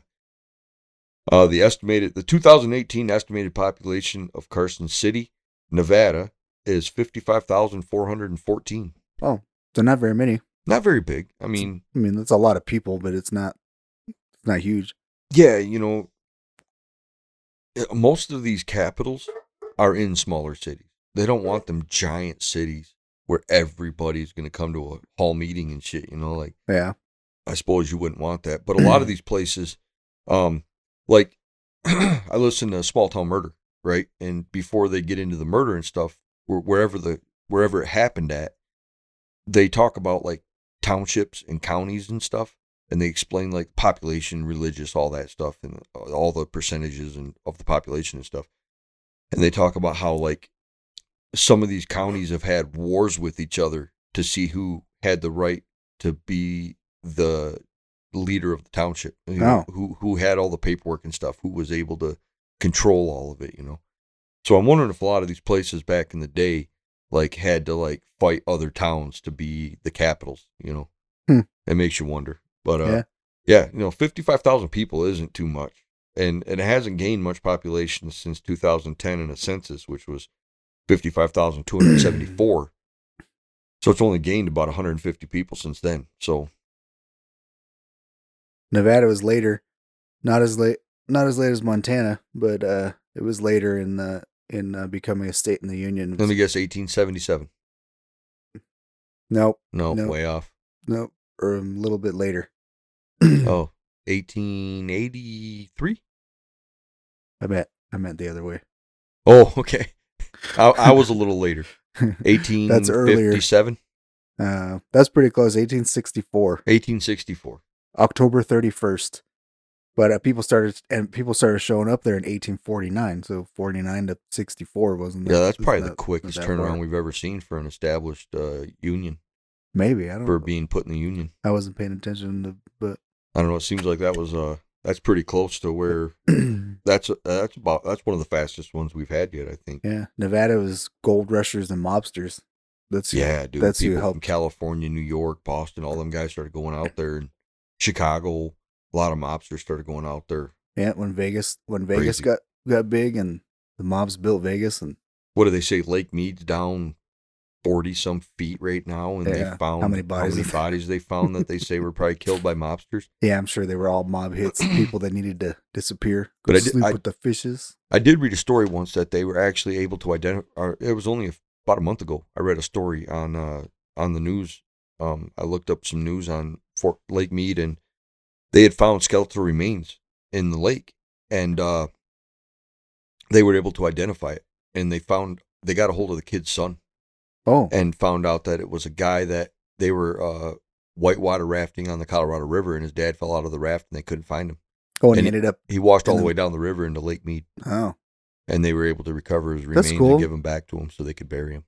Speaker 1: uh, the estimated the 2018 estimated population of Carson City, Nevada, is 55,414.
Speaker 2: Oh, So not very many.
Speaker 1: Not very big. I mean,
Speaker 2: I mean, that's a lot of people, but it's not. It's not huge.
Speaker 1: yeah, you know, uh, most of these capitals are in smaller cities. They don't want them giant cities where everybody's going to come to a hall meeting and shit. You know, like.
Speaker 2: Yeah.
Speaker 1: I suppose you wouldn't want that. But a lot of these places, um, like (clears throat) I listen to Small Town Murder, right? And before they get into the murder and stuff, where- wherever the wherever it happened at, they talk about like townships and counties and stuff, and they explain like population, religious, all that stuff, and all the percentages and of the population and stuff. And they talk about how like some of these counties have had wars with each other to see who had the right to be the leader of the township. You know, Who who had all the paperwork and stuff, who was able to control all of it, you know. So I'm wondering if a lot of these places back in the day like had to like fight other towns to be the capitals, you know.
Speaker 2: Hmm.
Speaker 1: It makes you wonder. But uh yeah,
Speaker 2: Yeah.
Speaker 1: you know, 55,000 people isn't too much. And and it hasn't gained much population since 2010 in a census which was
Speaker 2: (clears throat)
Speaker 1: 55,274. so it's only gained about 150 people since then. So
Speaker 2: Nevada was later, not as late, not as late as Montana, but uh, it was later in the in uh, becoming a state in the union.
Speaker 1: Let me guess, 1877.
Speaker 2: nope,
Speaker 1: No,
Speaker 2: No. (clears throat)
Speaker 1: way off.
Speaker 2: nope, or a little bit later. (clears throat)
Speaker 1: Oh, 1883?
Speaker 2: I meant I meant the other way. (laughs)
Speaker 1: Oh, (laughs) okay. I, I was a little
Speaker 2: (laughs)
Speaker 1: later. 1857?
Speaker 2: Uh, that's pretty close. 1864,
Speaker 1: 1864.
Speaker 2: October 31st. But uh, people started and people started showing up there in 1849. So 49 to 64 wasn't.
Speaker 1: Yeah,
Speaker 2: that-
Speaker 1: that's
Speaker 2: wasn't
Speaker 1: probably
Speaker 2: that-
Speaker 1: the
Speaker 2: wasn't
Speaker 1: quickest
Speaker 2: that
Speaker 1: turnaround
Speaker 2: far.
Speaker 1: we've ever seen for an established uh, union,
Speaker 2: Maybe I don't.
Speaker 1: for being put in the union.
Speaker 2: I wasn't paying attention to, but (clears throat)
Speaker 1: I don't know. It seems like that was, uh, that's pretty close to where that's, uh, that's about, that's one of the fastest ones we've had yet, I think.
Speaker 2: yeah, Nevada was gold rushers and mobsters. That's
Speaker 1: Yeah, dude.
Speaker 2: that's who
Speaker 1: people from
Speaker 2: helped.
Speaker 1: California, New York, Boston, all them guys started going out there, and Chicago. A lot of mobsters started going out there.
Speaker 2: Yeah, when Vegas when Vegas
Speaker 1: Crazy.
Speaker 2: got got big and the mobs built Vegas and
Speaker 1: What do they say? Lake Mead's down forty some feet right now, and
Speaker 2: Yeah.
Speaker 1: they found
Speaker 2: How many bodies
Speaker 1: many
Speaker 2: they-
Speaker 1: bodies they found that they say were probably killed by mobsters.
Speaker 2: yeah, I'm sure they were all mob hits, people that needed to
Speaker 1: (clears throat)
Speaker 2: disappear.
Speaker 1: But
Speaker 2: Go
Speaker 1: I
Speaker 2: to
Speaker 1: did-
Speaker 2: sleep
Speaker 1: I-
Speaker 2: with the fishes.
Speaker 1: I did read a story once that they were actually able to identify. Or it was only about a month ago. I read a story on uh, on the news. Um, I looked up some news on Fort Lake Mead, and they had found skeletal remains in the lake, and uh, they were able to identify it. And they found they got a hold of the kid's son
Speaker 2: Oh,
Speaker 1: and found out that it was a guy that they were uh, whitewater rafting on the Colorado River, and his dad fell out of the raft, and they couldn't find him.
Speaker 2: oh, and,
Speaker 1: and
Speaker 2: he ended up.
Speaker 1: He washed all
Speaker 2: And
Speaker 1: the
Speaker 2: then-
Speaker 1: way down the river into Lake Mead
Speaker 2: Oh,
Speaker 1: and they were able to recover his
Speaker 2: That's
Speaker 1: remains
Speaker 2: cool.
Speaker 1: and give them back to him so they could bury him.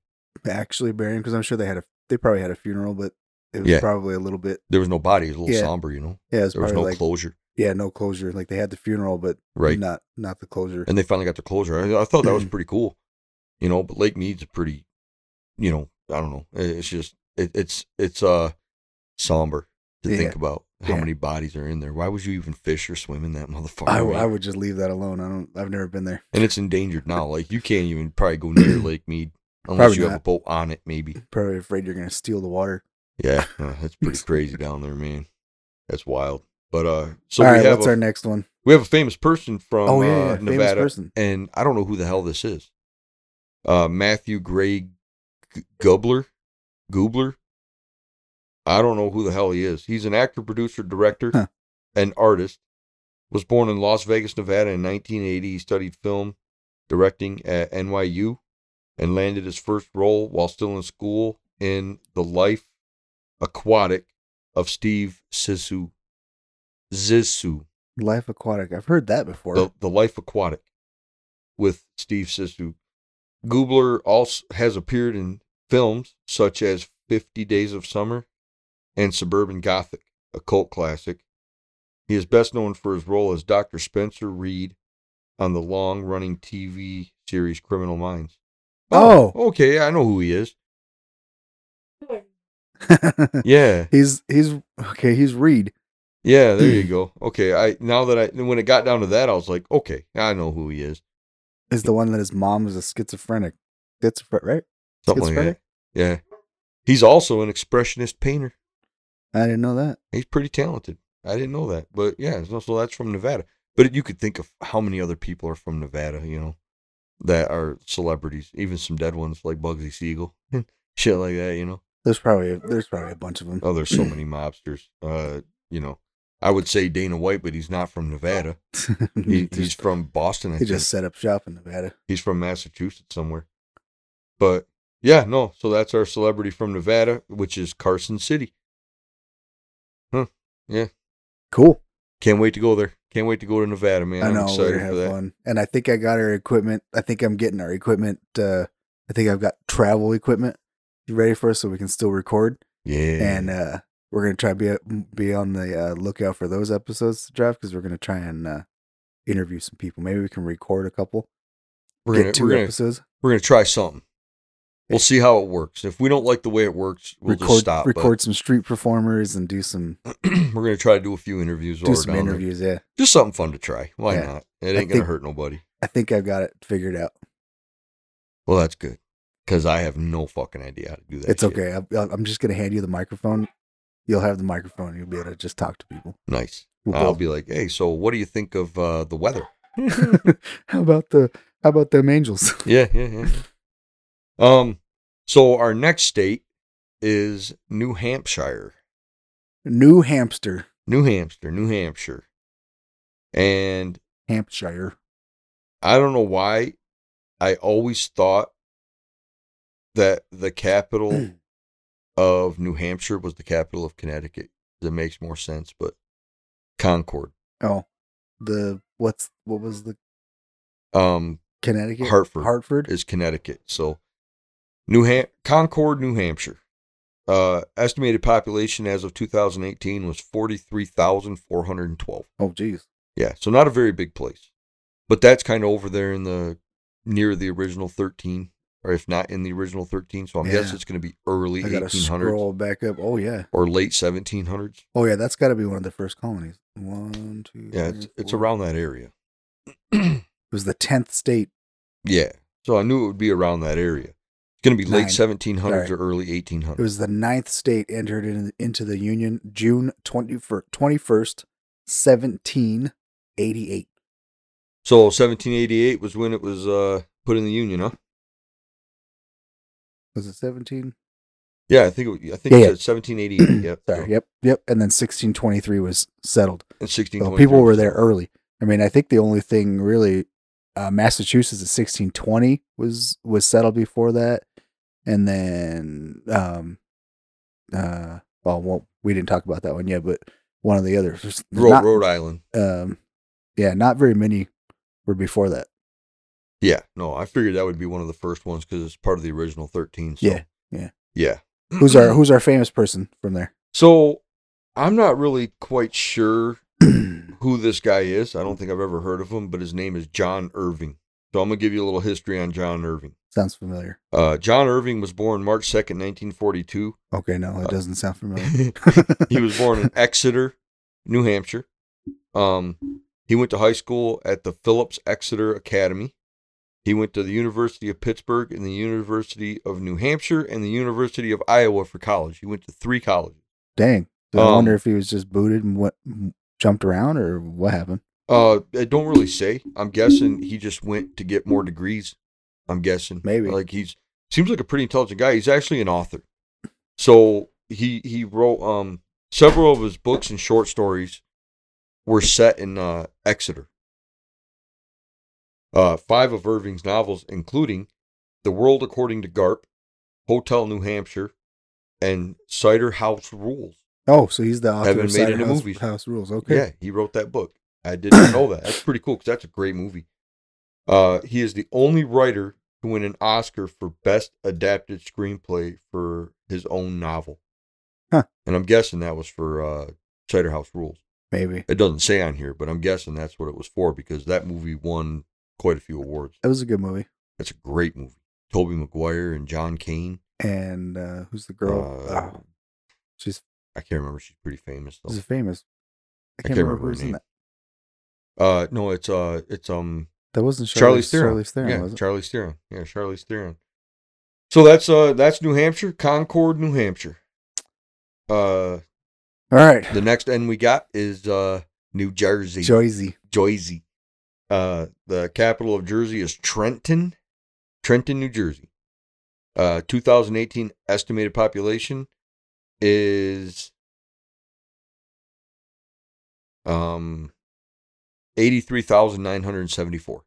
Speaker 2: actually burying because I'm sure they had a they probably had a funeral, but it was
Speaker 1: Yeah.
Speaker 2: probably a little bit
Speaker 1: There was no body; it was a little
Speaker 2: Yeah.
Speaker 1: somber, you know.
Speaker 2: yeah, it was
Speaker 1: There was
Speaker 2: probably
Speaker 1: no
Speaker 2: like
Speaker 1: closure,
Speaker 2: yeah, no closure. Like they had the funeral, but
Speaker 1: right?
Speaker 2: not not the closure.
Speaker 1: And they finally got the closure. I, I thought
Speaker 2: (clears throat)
Speaker 1: that was pretty cool, you know. But Lake Mead's a pretty, you know, I don't know. It- It's just it, it's it's uh somber to
Speaker 2: Yeah.
Speaker 1: think about. How
Speaker 2: Yeah.
Speaker 1: many bodies are in there? Why would you even fish or swim in that motherfucker?
Speaker 2: I, I would just leave that alone. I don't. I've never been there.
Speaker 1: and it's endangered now. Like you can't even probably go
Speaker 2: (clears throat)
Speaker 1: near Lake Mead unless
Speaker 2: Probably
Speaker 1: you have
Speaker 2: not.
Speaker 1: a boat on it. Maybe.
Speaker 2: Probably afraid you're gonna steal the water. (laughs)
Speaker 1: Yeah, uh, that's pretty crazy down there, man. That's wild. But uh, so
Speaker 2: All
Speaker 1: we
Speaker 2: right,
Speaker 1: have
Speaker 2: what's
Speaker 1: a,
Speaker 2: our next one?
Speaker 1: we have a famous person from
Speaker 2: oh yeah,
Speaker 1: uh,
Speaker 2: yeah, famous
Speaker 1: Nevada,
Speaker 2: person.
Speaker 1: and I don't know who the hell this is. Uh, Matthew Gray G- Gubler, Gubler. I don't know who the hell he is. He's an actor, producer, director,
Speaker 2: Huh.
Speaker 1: and artist. Was born in Las Vegas, Nevada, in 1980. He studied film directing at NYU, and landed his first role while still in school in The Life Aquatic of Steve Zissou. Zissou
Speaker 2: Life Aquatic. I've heard that before.
Speaker 1: the, the Life Aquatic with Steve Sisu. Goobler also has appeared in films such as 50 Days of Summer and Suburban Gothic, a cult classic. He is best known for his role as Dr. Spencer Reed on the long running TV series Criminal Minds.
Speaker 2: Oh.
Speaker 1: okay. I know who he is. Yeah.
Speaker 2: (laughs) he's he's okay. He's Reed.
Speaker 1: Yeah, there you go. Okay, I now that I when it got down to that, I was like, okay, I know who he is.
Speaker 2: Is the one that his mom is a schizophrenic. That's right.
Speaker 1: Something like that.
Speaker 2: Schizophrenic?
Speaker 1: Yeah. He's also an expressionist painter.
Speaker 2: I didn't know that.
Speaker 1: He's pretty talented. I didn't know that. But yeah, so so that's from Nevada. But you could think of how many other people are from Nevada, you know, that are celebrities, even some dead ones like Bugsy Siegel, (laughs) shit like that, you know.
Speaker 2: There's probably a, there's probably a bunch of (laughs) them.
Speaker 1: Oh, there's so many mobsters. Uh, you know, I would say Dana White, but he's not from Nevada. He, he's
Speaker 2: just,
Speaker 1: from Boston, I
Speaker 2: he
Speaker 1: think.
Speaker 2: just set up shop in Nevada.
Speaker 1: He's from Massachusetts somewhere. But yeah, no. So that's our celebrity from Nevada, which is Carson City.
Speaker 2: Cool.
Speaker 1: Can't wait to go there. Can't wait to go to Nevada, man.
Speaker 2: I
Speaker 1: I'm
Speaker 2: know. We're
Speaker 1: excited
Speaker 2: gonna
Speaker 1: for
Speaker 2: have
Speaker 1: that.
Speaker 2: fun. And I think I got our equipment. I think I'm getting our equipment. Uh, I think I've got travel equipment ready for us so we can still record.
Speaker 1: Yeah.
Speaker 2: and uh, we're gonna try to be be on the uh, lookout for those episodes to drive because we're gonna try and uh, interview some people. Maybe we can record a couple,
Speaker 1: we're
Speaker 2: get
Speaker 1: gonna,
Speaker 2: 2
Speaker 1: we're gonna
Speaker 2: episodes,
Speaker 1: we're gonna try something. We'll see how it works. If we don't like the way it works, we'll
Speaker 2: record
Speaker 1: just stop. but
Speaker 2: record some street performers, and do some
Speaker 1: (clears throat) we're gonna try to do a few interviews. while
Speaker 2: do
Speaker 1: we're
Speaker 2: some
Speaker 1: down there.
Speaker 2: interviews. Yeah,
Speaker 1: Just something fun to try. Why
Speaker 2: Yeah.
Speaker 1: not? It ain't
Speaker 2: I
Speaker 1: gonna
Speaker 2: think-
Speaker 1: hurt nobody.
Speaker 2: I think I've got it figured out.
Speaker 1: Well, that's good because I have no fucking idea how to do that.
Speaker 2: it's
Speaker 1: shit.
Speaker 2: okay. I, I'm just gonna hand you the microphone. You'll have the microphone. You'll be able to just talk to people.
Speaker 1: Nice.
Speaker 2: We'll
Speaker 1: I'll
Speaker 2: both-
Speaker 1: be like, hey, so what do you think of uh, the weather?
Speaker 2: (laughs) how about the how about them angels? (laughs)
Speaker 1: Yeah, yeah, yeah. um, so our next state is New Hampshire.
Speaker 2: New hamster,
Speaker 1: New Hampshire, New Hampshire. And
Speaker 2: Hampshire.
Speaker 1: I don't know why I always thought that the capital of New Hampshire was the capital of Connecticut. That makes more sense, but Concord.
Speaker 2: Oh, the what's what was the
Speaker 1: Um
Speaker 2: Connecticut
Speaker 1: Hartford.
Speaker 2: Hartford.
Speaker 1: is Connecticut. So New Ham- Concord, New Hampshire. Uh estimated population as of 2018 was 43,412.
Speaker 2: Oh, geez.
Speaker 1: Yeah, so not a very big place. But that's kind of over there in the near the original 13 or if not in the original 13, so I'm
Speaker 2: Yeah.
Speaker 1: guessing it's going to be early
Speaker 2: I gotta
Speaker 1: 1800s
Speaker 2: scroll back up. Oh yeah.
Speaker 1: or late 1700s.
Speaker 2: Oh yeah. That's got to be one of the first colonies. One, two.
Speaker 1: Yeah, it's
Speaker 2: three,
Speaker 1: it's
Speaker 2: four.
Speaker 1: around that area.
Speaker 2: It was the tenth state.
Speaker 1: Yeah. So I knew it would be around that area. It's going to be late
Speaker 2: Nine.
Speaker 1: 1700s
Speaker 2: Sorry.
Speaker 1: or early
Speaker 2: It
Speaker 1: 1800s.
Speaker 2: was the ninth state entered in, into the Union June twenty first, seventeen eighty eight.
Speaker 1: so 1788 was when it was uh put in the union, huh?
Speaker 2: Was it seventeen?
Speaker 1: Yeah, I think it, was- I think
Speaker 2: Yeah,
Speaker 1: it said 1788. yep.
Speaker 2: (clears throat) Sorry. Yep. Yep. And then sixteen twenty three was settled.
Speaker 1: And
Speaker 2: So
Speaker 1: 1623
Speaker 2: people were
Speaker 1: was
Speaker 2: there
Speaker 1: settled.
Speaker 2: early. I mean, I think the only thing really, uh, Massachusetts at sixteen twenty was was settled before that, and then um, uh, well, well, we didn't talk about that one yet, but one of the others,
Speaker 1: Ro-
Speaker 2: not,
Speaker 1: Rhode Island.
Speaker 2: um, yeah, not very many were before that.
Speaker 1: Yeah, no, I figured that would be one of the first ones because it's part of the original thirteen. So.
Speaker 2: Yeah, yeah.
Speaker 1: yeah.
Speaker 2: Who's
Speaker 1: Mm-hmm.
Speaker 2: our Who's our famous person from there?
Speaker 1: (clears throat)
Speaker 2: (clears throat)
Speaker 1: So I'm not really quite sure who this guy is. I don't think I've ever heard of him, but his name is John Irving. So I'm gonna give you a little history on John Irving.
Speaker 2: Sounds familiar.
Speaker 1: Uh, John Irving was born March 2nd, 1942. Uh, (laughs)
Speaker 2: Okay, no, it doesn't sound familiar. (laughs)
Speaker 1: he was born in Exeter, New Hampshire. Um, he went to high school at the Phillips Exeter Academy. He went to the University of Pittsburgh and the University of New Hampshire and the University of Iowa for college. He went to three colleges.
Speaker 2: Dang. So I
Speaker 1: Um,
Speaker 2: wonder if he was just booted and what jumped around or what happened.
Speaker 1: Uh, I don't really say. I'm guessing he just went to get more degrees. I'm guessing
Speaker 2: Maybe.
Speaker 1: like he's seems like a pretty intelligent guy. He's actually an author, so he he wrote um several of his books and short stories were set in uh, Exeter. Uh, five of Irving's novels, including The World According to Garp, Hotel New Hampshire, and Cider House Rules.
Speaker 2: Oh, so he's the author
Speaker 1: Haven't
Speaker 2: of
Speaker 1: made
Speaker 2: Cider
Speaker 1: any
Speaker 2: House,
Speaker 1: movies.
Speaker 2: House Rules. Okay.
Speaker 1: Yeah, he wrote that book. I did not know that. That's pretty cool because that's a great movie. Uh, he is the only writer to win an Oscar for Best Adapted Screenplay for his own novel.
Speaker 2: Huh.
Speaker 1: And I'm guessing that was for uh, Cider House Rules.
Speaker 2: Maybe.
Speaker 1: It doesn't say on here, but I'm guessing that's what it was for because that movie won quite a few awards.
Speaker 2: That was a good movie.
Speaker 1: That's a great movie. Toby Maguire and John Cain.
Speaker 2: And uh, who's the girl?
Speaker 1: Uh,
Speaker 2: Oh, she's
Speaker 1: I can't remember. She's pretty famous though.
Speaker 2: she's famous. I can't, remember, who's
Speaker 1: her
Speaker 2: in
Speaker 1: name.
Speaker 2: that.
Speaker 1: Uh, no, it's uh, it's um,
Speaker 2: That wasn't Charlie Charlie
Speaker 1: Charlie Theron.
Speaker 2: Theron,
Speaker 1: yeah,
Speaker 2: was it?
Speaker 1: Charlie Theron. Yeah, Charlie Theron. So that's uh that's New Hampshire, Concord, New Hampshire. Uh
Speaker 2: All right.
Speaker 1: the next end we got is uh New Jersey.
Speaker 2: Joyzy.
Speaker 1: Jersey. Uh the capital of Jersey is Trenton. Trenton, New Jersey. Uh 2018 estimated population is um 83,974.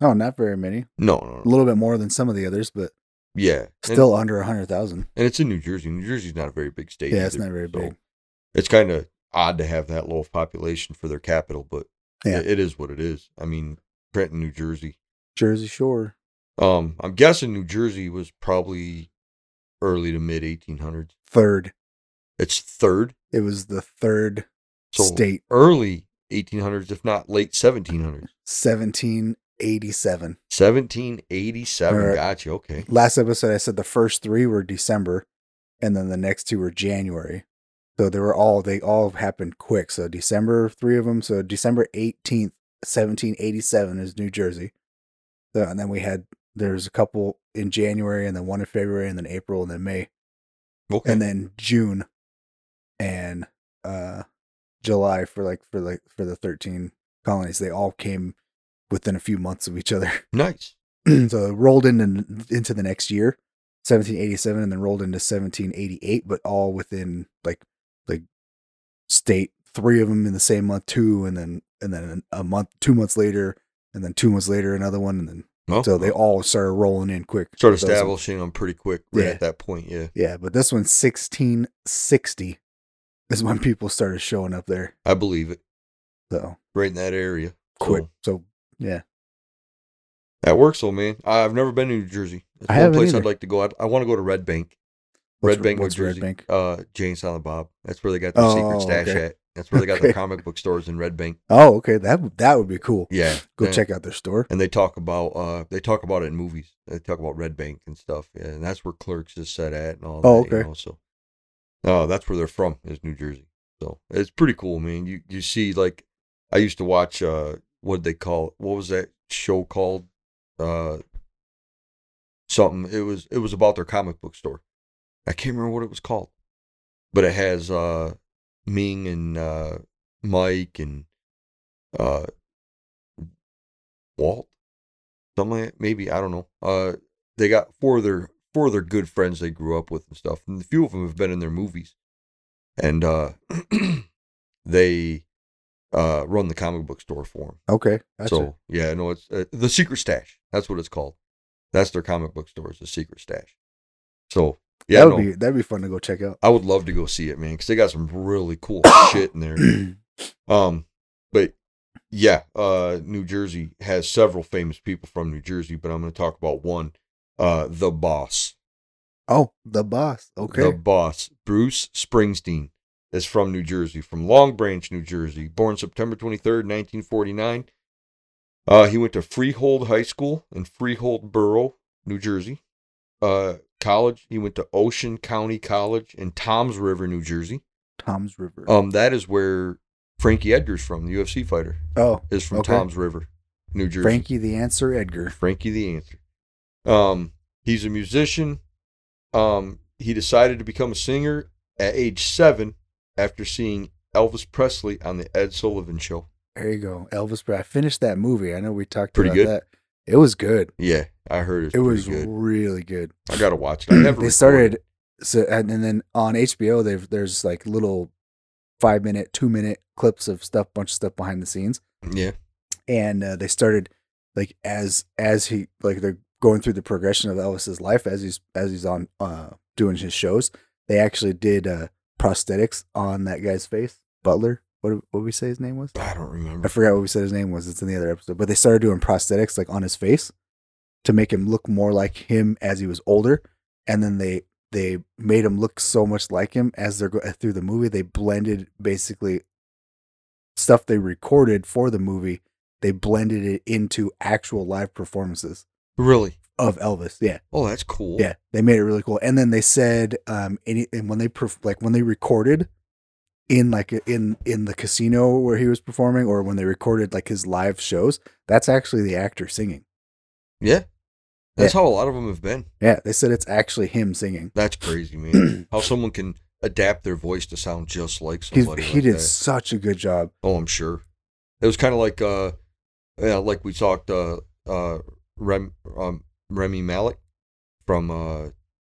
Speaker 2: Oh, not very many.
Speaker 1: No, no,
Speaker 2: A
Speaker 1: no.
Speaker 2: little bit more than some of the others, but
Speaker 1: Yeah. And-
Speaker 2: still under a hundred thousand.
Speaker 1: And it's in New Jersey. New Jersey's not a very big state.
Speaker 2: Yeah, it's
Speaker 1: either,
Speaker 2: not very
Speaker 1: so
Speaker 2: big.
Speaker 1: It's kind of odd to have that low of population for their capital, but
Speaker 2: Yeah.
Speaker 1: it- it is what it is. I mean, Trenton, New Jersey.
Speaker 2: Jersey Shore.
Speaker 1: Um, I'm guessing New Jersey was probably early to mid 1800s.
Speaker 2: Third.
Speaker 1: It's third,
Speaker 2: It was the third
Speaker 1: so
Speaker 2: state.
Speaker 1: early 1800s, if not late 1700s.
Speaker 2: Seventeen eighty seven.
Speaker 1: 1787.
Speaker 2: Alright.
Speaker 1: Gotcha. Okay.
Speaker 2: Last episode I said the first three were December and then the next two were January. So they were all they all happened quick. So December three of them. So December eighteenth, seventeen eighty seven is New Jersey. So, and then we had there's a couple in January and then one in February and then April and then May.
Speaker 1: Okay.
Speaker 2: and then June and uh July for like for like for the 13 colonies they all came within a few months of each other (clears throat)
Speaker 1: nice.
Speaker 2: so it rolled into into the next year 1787 and then rolled into 1788 but all within like like state three of them in the same month two and then and then a month two months later and then two months later another one and then
Speaker 1: Well,
Speaker 2: so they all started rolling in quick
Speaker 1: start
Speaker 2: with those ones.
Speaker 1: establishing them pretty quick right
Speaker 2: Yeah.
Speaker 1: at that point. Yeah.
Speaker 2: Yeah, but this one's 1660 is when people started showing up there.
Speaker 1: I believe it.
Speaker 2: So
Speaker 1: Right in that area.
Speaker 2: quick. So
Speaker 1: So- That works though, man. I've never been to New Jersey. It's
Speaker 2: I
Speaker 1: one
Speaker 2: haven't
Speaker 1: place I'd
Speaker 2: either.
Speaker 1: like to go. I'd, I want to go to Red Bank.
Speaker 2: what's-
Speaker 1: Red Bank, New
Speaker 2: what's
Speaker 1: Jersey.
Speaker 2: Bank?
Speaker 1: Uh, Jane Silent Bob. That's where they got their
Speaker 2: Oh,
Speaker 1: secret stash
Speaker 2: okay.
Speaker 1: at. That's where they got their
Speaker 2: Okay.
Speaker 1: comic book stores in Red Bank.
Speaker 2: Oh, okay. That would- that would be cool.
Speaker 1: Yeah,
Speaker 2: Go
Speaker 1: yeah.
Speaker 2: check out their store.
Speaker 1: And they talk about uh, they talk about it in movies. They talk about Red Bank and stuff. Yeah, and that's where Clerks is set at and all.
Speaker 2: Oh,
Speaker 1: that, you
Speaker 2: okay.
Speaker 1: know, so, uh, that's where they're from is New Jersey. So it's pretty cool, man. You you see like I used to watch uh what they call what was that show called uh something it was it was about their comic book store. I can't remember what it was called, but it has uh Ming and uh Mike and uh Walt, something like that, maybe I don't know. Uh, they got four of their four of their good friends they grew up with and stuff, and a few of them have been in their movies, and uh, (clears throat) they uh run the comic book store for them.
Speaker 2: Okay. Gotcha.
Speaker 1: So yeah, no, it's uh, the Secret Stash. That's what it's called. That's their comic book store. It's the Secret Stash. So yeah,
Speaker 2: that would
Speaker 1: no,
Speaker 2: be that'd be fun to go check out.
Speaker 1: I would love to go see it, man, because they got some really
Speaker 2: (coughs)
Speaker 1: cool shit in there. Um, but yeah, uh, New Jersey has several famous people from New Jersey, but I'm going to talk about one, uh, the boss.
Speaker 2: (clears throat) oh, the boss.
Speaker 1: The
Speaker 2: Okay.
Speaker 1: boss, Bruce Springsteen, is from New Jersey, from Long Branch, New Jersey, born September 23rd, 1949. Uh, he went to Freehold High School in Freehold Borough, New Jersey. Uh, college, he went to Ocean County College in Toms River, New Jersey. Oh,
Speaker 2: Tom's River.
Speaker 1: Um, that is where Frankie Edgar's from, the UFC fighter,
Speaker 2: Oh,
Speaker 1: is from
Speaker 2: Okay.
Speaker 1: Tom's River, New Jersey.
Speaker 2: Frankie the Answer Edgar.
Speaker 1: Frankie the Answer. Um, he's a musician. Um, he decided to become a singer at age seven after seeing Elvis Presley on the Ed Sullivan Show.
Speaker 2: There you go, Elvis. But I finished that movie. I know we talked
Speaker 1: Pretty
Speaker 2: about
Speaker 1: good?
Speaker 2: that. It was good.
Speaker 1: Yeah, I heard it.
Speaker 2: It was
Speaker 1: good.
Speaker 2: really good.
Speaker 1: I gotta watch
Speaker 2: (clears throat)
Speaker 1: it. I never
Speaker 2: they
Speaker 1: recorded
Speaker 2: started
Speaker 1: it.
Speaker 2: so and, and then on HBO they've there's like little five minute, two minute clips of stuff, bunch of stuff behind the scenes,
Speaker 1: Yeah,
Speaker 2: and uh, they started like as as he like they're going through the progression of Elvis's life as he's as he's on uh doing his shows. They actually did uh prosthetics on that guy's face, Butler. What what we say his name was?
Speaker 1: I don't
Speaker 2: I
Speaker 1: remember.
Speaker 2: forgot what we said his name was. It's in the other episode, but they started doing prosthetics like on his face to make him look more like him as he was older, and then they they made him look so much like him as they're go- through the movie. They blended basically stuff they recorded for the movie. They blended it into actual live performances
Speaker 1: Really?
Speaker 2: of Elvis. Yeah.
Speaker 1: Oh, that's cool.
Speaker 2: Yeah, they made it really cool. And then they said, um, any and when they perf- like when they recorded in like in in the casino where he was performing, or when they recorded like his live shows, that's actually the actor singing.
Speaker 1: yeah. That's how a lot of them have been.
Speaker 2: Yeah, they said it's actually him singing.
Speaker 1: That's
Speaker 2: (clears throat)
Speaker 1: crazy, man. how someone can adapt their voice to sound just like
Speaker 2: He's,
Speaker 1: somebody.
Speaker 2: he
Speaker 1: like
Speaker 2: did
Speaker 1: that.
Speaker 2: such a good job.
Speaker 1: Oh, I'm sure. It was kind of like uh, yeah, like we talked uh, uh, Rem, um, Remy Malik from uh,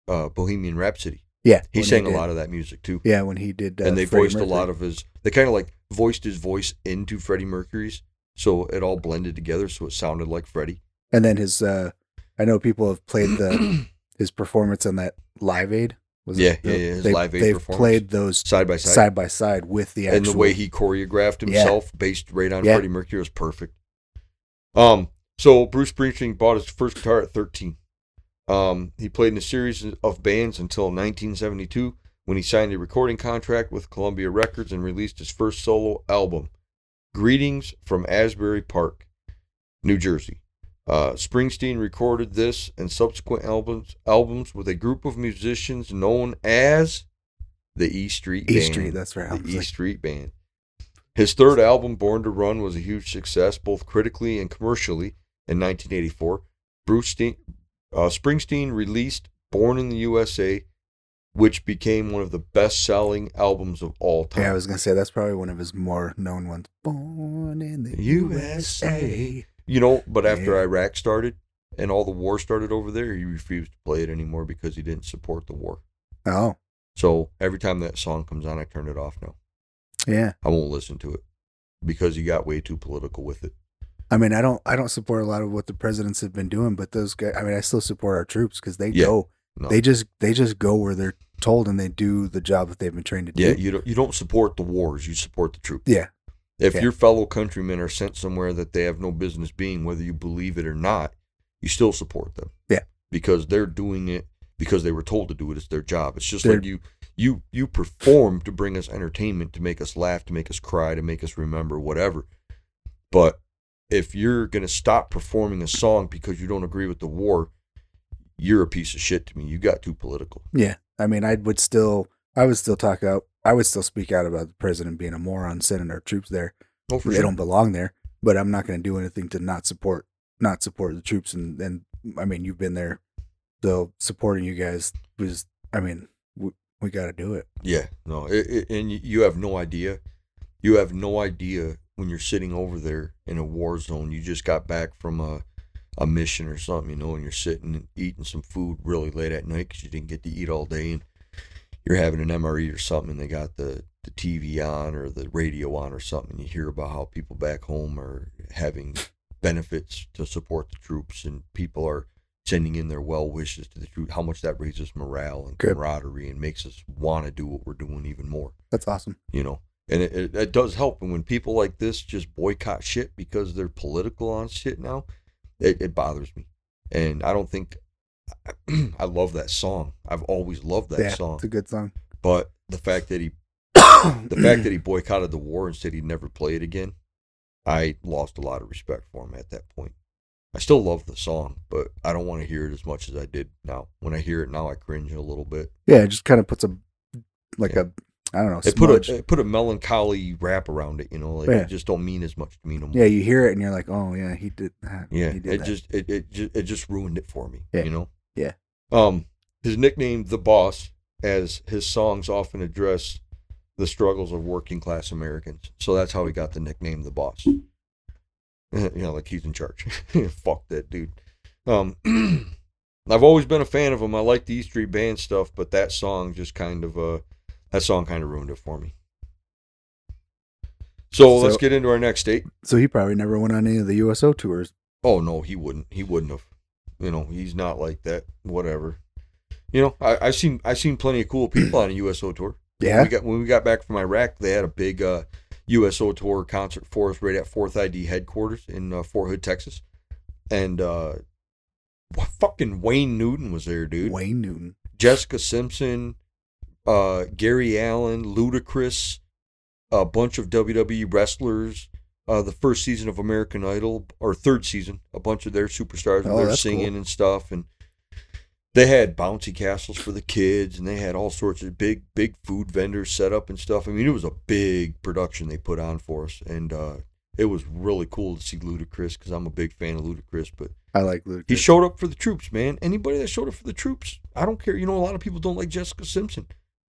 Speaker 1: uh, Bohemian Rhapsody.
Speaker 2: Yeah,
Speaker 1: He
Speaker 2: when
Speaker 1: sang a
Speaker 2: Oh, did-
Speaker 1: lot of that music too,
Speaker 2: Yeah, when he did, uh,
Speaker 1: and they
Speaker 2: Freddie
Speaker 1: voiced a lot of his. They kind of like voiced his voice into Freddie Mercury's, so it all blended together, so it sounded like Freddie.
Speaker 2: And then his, uh, I know people have played
Speaker 1: (clears throat)
Speaker 2: the his performance on that Live Aid. Was
Speaker 1: Yeah, yeah, yeah, his
Speaker 2: they,
Speaker 1: Live Aid
Speaker 2: They've
Speaker 1: performance.
Speaker 2: played those
Speaker 1: Side by side,
Speaker 2: side by side with the actual.
Speaker 1: and the way he choreographed
Speaker 2: Yeah.
Speaker 1: himself based right on
Speaker 2: Yeah.
Speaker 1: Freddie Mercury was perfect. Um, so Bruce Springsteen bought his first guitar at 13. Um, he played in a series of bands until 1972 when he signed a recording contract with Columbia Records and released his first solo album, Greetings from Asbury Park, New Jersey. Uh, Springsteen recorded this and subsequent albums albums with a group of musicians known as the E Street
Speaker 2: E
Speaker 1: Band
Speaker 2: Street, that's right. I
Speaker 1: the
Speaker 2: was
Speaker 1: E
Speaker 2: like,
Speaker 1: Street Band. His third album, Born to Run, was a huge success both critically and commercially in 1984. Bruce Ste- uh, Springsteen released Born in the USA, which became one of the best selling albums of all time.
Speaker 2: Yeah, I was gonna say that's probably one of his more known ones. Born in the
Speaker 1: USA.
Speaker 2: USA.
Speaker 1: you know, but after
Speaker 2: Yeah.
Speaker 1: Iraq started and all the war started over there, he refused to play it anymore because he didn't support the war.
Speaker 2: Oh,
Speaker 1: So every time that song comes on, I turn it off now.
Speaker 2: yeah.
Speaker 1: I won't listen to it because he got way too political with it.
Speaker 2: I mean, I don't, I don't support a lot of what the presidents have been doing, but those guys. I mean, I still support our troops because they
Speaker 1: Yeah.
Speaker 2: go,
Speaker 1: No.
Speaker 2: they just, they just go where they're told and they do the job that they've been trained to do.
Speaker 1: Yeah, you don't you don't support the wars, you support the troops.
Speaker 2: yeah,
Speaker 1: If
Speaker 2: yeah.
Speaker 1: your fellow countrymen are sent somewhere that they have no business being, whether you believe it or not, you still support them.
Speaker 2: Yeah.
Speaker 1: Because they're doing it because they were told to do it. It's their job. It's just
Speaker 2: They're-
Speaker 1: like you you you perform to bring us entertainment, to make us laugh, to make us cry, to make us remember whatever. But if you're gonna stop performing a song because you don't agree with the war, you're a piece of shit to me. You got too political.
Speaker 2: yeah. I mean, I would still, I would still talk out, I would still speak out about the president being a moron sending our troops there.
Speaker 1: Oh, for
Speaker 2: they
Speaker 1: sure.
Speaker 2: don't belong there. But I'm not going to do anything to not support not support the troops. And and I mean, you've been there, so supporting you guys was. I mean, we, we got to do it.
Speaker 1: Yeah, no, it, it, and y- you have no idea. You have no idea when you're sitting over there in a war zone. You just got back from a a mission or something, you know, and you're sitting and eating some food really late at night because you didn't get to eat all day, and you're having an MRE or something, and they got the the TV on or the radio on or something, and you hear about how people back home are having benefits to support the troops, and people are sending in their well wishes to the troops. How much that raises morale and
Speaker 2: Good.
Speaker 1: camaraderie and makes us want to do what we're doing even more,
Speaker 2: That's awesome.
Speaker 1: you know. And it, it, it does help. And when people like this just boycott shit because they're political on shit now, it, it bothers me. And I don't think (clears throat) I love that song. I've always loved that
Speaker 2: yeah,
Speaker 1: song.
Speaker 2: it's a good song.
Speaker 1: But the fact that he (coughs) the
Speaker 2: (coughs)
Speaker 1: fact that he boycotted the war and said he'd never play it again, I lost a lot of respect for him at that point. I still love the song, but I don't want to hear it as much as I did now. When I hear it now, I cringe a little bit.
Speaker 2: yeah, it just kind of puts a like
Speaker 1: Yeah.
Speaker 2: a I don't know.
Speaker 1: It put
Speaker 2: smudged.
Speaker 1: a it put a melancholy wrap around it, you know, like
Speaker 2: Yeah.
Speaker 1: it just don't mean as much to me no more.
Speaker 2: yeah, you hear it and you're like, oh yeah, he did that.
Speaker 1: Yeah,
Speaker 2: he
Speaker 1: it
Speaker 2: did that.
Speaker 1: just it, it just it just ruined it for me.
Speaker 2: Yeah.
Speaker 1: You know.
Speaker 2: Yeah.
Speaker 1: Um, his nickname, the Boss, as his songs often address the struggles of working class Americans. So that's how he got the nickname, the Boss. (laughs) you know, like he's in charge. (laughs) Fuck that dude. Um, (clears throat) I've always been a fan of him. I like the East Street Band stuff, but that song just kind of uh, that song kind of ruined it for me. so let's
Speaker 2: So-
Speaker 1: get into our next state.
Speaker 2: so he probably never went on any of the USO tours.
Speaker 1: Oh no, he wouldn't. He wouldn't have. You know, he's not like that. Whatever. You know, I, I've seen I've seen plenty of cool people on a USO tour.
Speaker 2: Yeah,
Speaker 1: We got when we got back from Iraq, they had a big uh, USO tour concert for us right at Fourth ID headquarters in uh, Fort Hood, Texas, and uh, wa- fucking Wayne Newton was there, dude.
Speaker 2: Wayne Newton.
Speaker 1: Jessica Simpson, uh, Gary Allen, Ludacris, a bunch of WWE wrestlers. Uh, the first season of American Idol or third season, a bunch of their superstars
Speaker 2: Oh,
Speaker 1: were there
Speaker 2: that's
Speaker 1: singing
Speaker 2: cool.
Speaker 1: and stuff, and they had bouncy castles for the kids, and they had all sorts of big, big food vendors set up and stuff. I mean, it was a big production they put on for us, and uh, it was really cool to see Ludacris because I'm a big fan of Ludacris, but
Speaker 2: I like Ludacris.
Speaker 1: he showed up for the troops, man. Anybody that showed up for the troops, I don't care. You know, a lot of people don't like Jessica Simpson.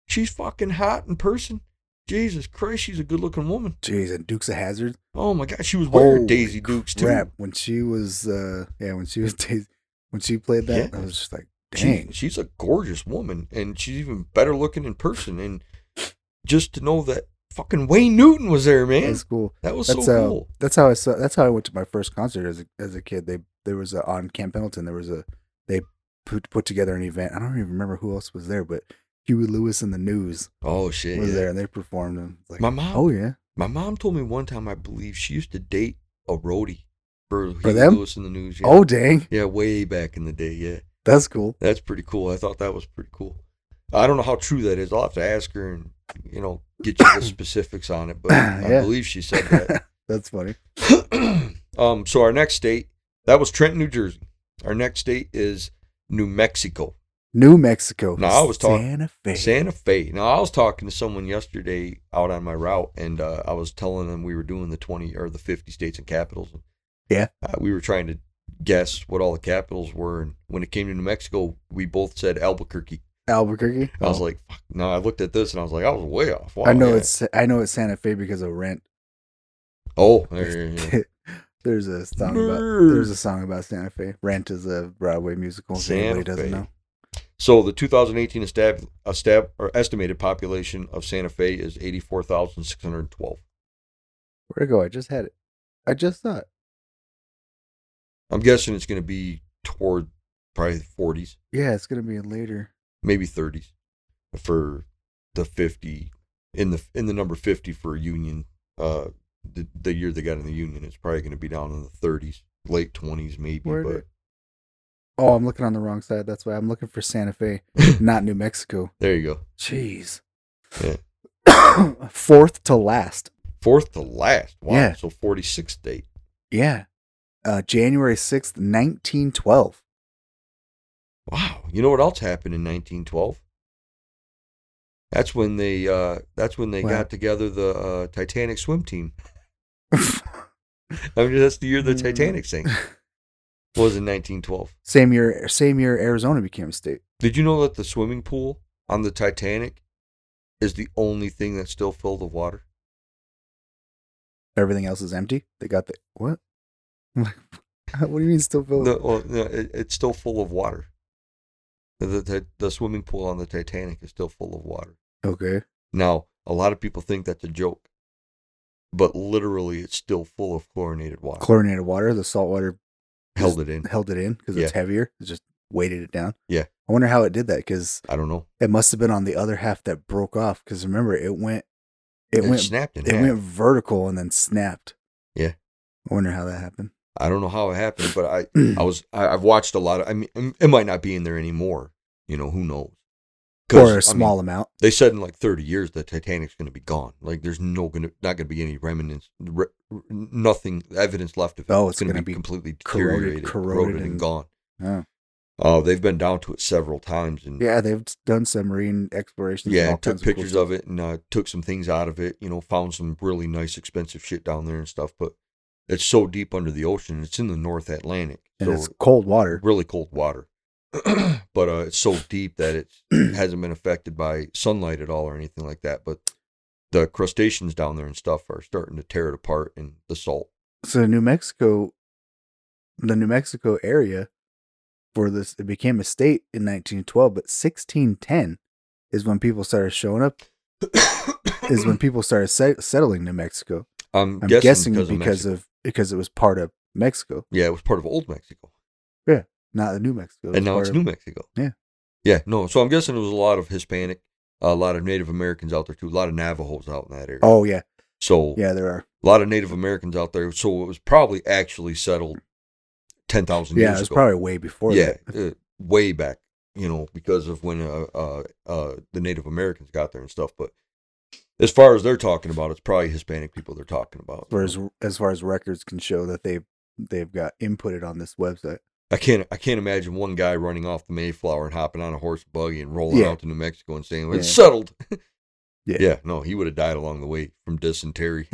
Speaker 1: She's fucking hot in person. Jesus Christ, she's a good-looking woman.
Speaker 2: Jeez, and Dukes of Hazard.
Speaker 1: Oh my God, she was wearing
Speaker 2: Holy
Speaker 1: Daisy Dukes too.
Speaker 2: Rap when she was, uh yeah, when she was (laughs) when she played that, I
Speaker 1: Yeah.
Speaker 2: was just like,
Speaker 1: She,
Speaker 2: dang,
Speaker 1: she's a gorgeous woman, and she's even better looking in person. And just to know that fucking Wayne Newton was there, man,
Speaker 2: that's cool.
Speaker 1: that was
Speaker 2: That's uh,
Speaker 1: so
Speaker 2: how
Speaker 1: cool.
Speaker 2: that's how I saw. That's how I went to my first concert as a, as a kid. They there was a, on Camp Pendleton. There was a they put put together an event. I don't even remember who else was there, but Huey Lewis and the News
Speaker 1: Oh shit,
Speaker 2: was
Speaker 1: yeah.
Speaker 2: there and they performed. And it's like,
Speaker 1: My mom-
Speaker 2: Oh yeah,
Speaker 1: My mom told me one time, I believe she used to date a roadie for,
Speaker 2: For
Speaker 1: Huey
Speaker 2: them?
Speaker 1: Lewis in the news. Yeah.
Speaker 2: Oh dang,
Speaker 1: yeah, way back in the day, yeah.
Speaker 2: that's cool.
Speaker 1: That's pretty cool. I thought that was pretty cool. I don't know how true that is. I'll have to ask her and you know get you
Speaker 2: (coughs)
Speaker 1: the specifics on it, but I
Speaker 2: Yeah.
Speaker 1: believe she said that.
Speaker 2: That's funny.
Speaker 1: (coughs) um, so our next state that was Trenton, New Jersey. Our next state is New Mexico,
Speaker 2: New Mexico.
Speaker 1: No, I was talking-
Speaker 2: Santa Fe.
Speaker 1: Santa Fe. Now I was talking to someone yesterday out on my route, and uh, I was telling them we were doing the twenty or the fifty states and capitals.
Speaker 2: Yeah.
Speaker 1: uh, we were trying to guess what all the capitals were, and when it came to New Mexico, we both said Albuquerque.
Speaker 2: Albuquerque.
Speaker 1: I was like, Fuck. no, I looked at this and I was like, I was way off. Wow,
Speaker 2: Oh. I know
Speaker 1: yeah.
Speaker 2: it's I know it's Santa Fe because of Rent.
Speaker 1: Oh, there, yeah,
Speaker 2: (laughs)
Speaker 1: yeah.
Speaker 2: there's a song about
Speaker 1: Nerd.
Speaker 2: there's a song about Santa Fe. Rent is a Broadway musical. If
Speaker 1: Santa
Speaker 2: anybody doesn't
Speaker 1: Fe.
Speaker 2: know,
Speaker 1: so the 2018 estab- estab- or estimated population of Santa Fe is 84,612.
Speaker 2: where'd it go? I just had it. I just saw it.
Speaker 1: I'm guessing it's going to be toward probably the 40s,
Speaker 2: Yeah, it's gonna be later.
Speaker 1: maybe 30s for the 50 in the in the number 50 for Union. Uh, the, the year they got in the Union, it's probably going to be down in the 30s, late 20s maybe.
Speaker 2: Where'd
Speaker 1: but
Speaker 2: it? Oh, I'm looking on the wrong side. That's why I'm looking for Santa
Speaker 1: (laughs)
Speaker 2: Fe, not New Mexico.
Speaker 1: there you go.
Speaker 2: Jeez. (coughs) Fourth to last.
Speaker 1: Fourth to last. Wow.
Speaker 2: Yeah.
Speaker 1: So 46th state.
Speaker 2: Yeah. Uh, January 6th, 1912.
Speaker 1: Wow. You know what else happened in 1912? That's when they uh, that's when they
Speaker 2: What?
Speaker 1: got together the uh, Titanic swim team. (laughs) I mean, that's the year the
Speaker 2: Mm.
Speaker 1: Titanic
Speaker 2: (laughs)
Speaker 1: sank. Was in 1912.
Speaker 2: (laughs) same year, same year Arizona became a state.
Speaker 1: Did you know that the swimming pool on the Titanic is the only thing that's still filled with water?
Speaker 2: Everything else is empty. They got the what? (laughs) what do you mean still filled?
Speaker 1: No, well, no it, it's still full of water. The, the the swimming pool on the Titanic is still full of water.
Speaker 2: Okay.
Speaker 1: Now, a lot of people think that's a joke, but literally, it's still full of chlorinated water.
Speaker 2: Chlorinated water. The salt water
Speaker 1: Held it in.
Speaker 2: held it in because it's heavier. It just weighted it down.
Speaker 1: Mm. Yeah.
Speaker 2: I wonder how it did that because
Speaker 1: I don't know.
Speaker 2: it must have been on the other half that broke off. Because remember, it went, it,
Speaker 1: It,
Speaker 2: went,
Speaker 1: snapped in
Speaker 2: it
Speaker 1: half.
Speaker 2: went vertical and then snapped.
Speaker 1: Yeah.
Speaker 2: I wonder how that happened.
Speaker 1: I don't know how it happened, but I,
Speaker 2: (clears throat)
Speaker 1: I was, I, I've watched a lot of. I mean, it might not be in there anymore. You know, who knows? 'Cause,
Speaker 2: or
Speaker 1: I
Speaker 2: a small
Speaker 1: mean,
Speaker 2: amount.
Speaker 1: they said in like 30 years the Titanic's going to be gone. Like, there's no going to, not going to be any remnants, re, nothing, evidence left of it.
Speaker 2: Oh, it's
Speaker 1: gonna
Speaker 2: gonna be
Speaker 1: completely
Speaker 2: corroded-
Speaker 1: deteriorated, corroded,
Speaker 2: corroded
Speaker 1: and
Speaker 2: and-
Speaker 1: gone.
Speaker 2: Oh.
Speaker 1: Uh, they've been down to it several times and
Speaker 2: Yeah, they've done submarine explorations.
Speaker 1: yeah, took pictures of it and uh, took some things out of it. You know, found some really nice, expensive shit down there and stuff. But it's so deep under the ocean. It's in the North Atlantic,
Speaker 2: And
Speaker 1: so
Speaker 2: it's cold water.
Speaker 1: really cold water. (clears throat) but uh, it's so deep that (clears throat) it hasn't been affected by sunlight at all or anything like that. But the crustaceans down there and stuff are starting to tear it apart in the salt.
Speaker 2: So New Mexico, the New Mexico area for this, it became a state in 1912, but 1610 is when people started showing up, is when people started set, settling New Mexico.
Speaker 1: I'm,
Speaker 2: I'm
Speaker 1: guessing,
Speaker 2: guessing, because,
Speaker 1: because of,
Speaker 2: of because it was part of Mexico,
Speaker 1: Mexico. yeah, it was part of old Mexico.
Speaker 2: not New Mexico. It was
Speaker 1: and now
Speaker 2: part
Speaker 1: it's
Speaker 2: of-
Speaker 1: New Mexico.
Speaker 2: Yeah.
Speaker 1: Yeah. No. So I'm guessing it was a lot of Hispanic, a lot of Native Americans out there too, a lot of Navajos out in that area.
Speaker 2: Oh yeah,
Speaker 1: So
Speaker 2: yeah, there are.
Speaker 1: a lot of Native Americans out there. So it was probably actually settled ten thousand
Speaker 2: Yeah, it
Speaker 1: years
Speaker 2: was
Speaker 1: ago.
Speaker 2: probably way before
Speaker 1: yeah,
Speaker 2: that.
Speaker 1: uh, way back, you know, because of when uh, uh, uh, the Native Americans got there and stuff. But as far as they're talking about, it's probably Hispanic people they're talking about.
Speaker 2: Or as as far as records can show that they they've got inputted on this website. (laughs)
Speaker 1: I can't I can't imagine one guy running off the Mayflower and hopping on a horse buggy and rolling
Speaker 2: Yeah.
Speaker 1: out to New Mexico and saying, It's
Speaker 2: Yeah.
Speaker 1: settled. (laughs)
Speaker 2: Yeah.
Speaker 1: yeah, no, he would have died along the way
Speaker 2: (laughs)
Speaker 1: from dysentery. (laughs)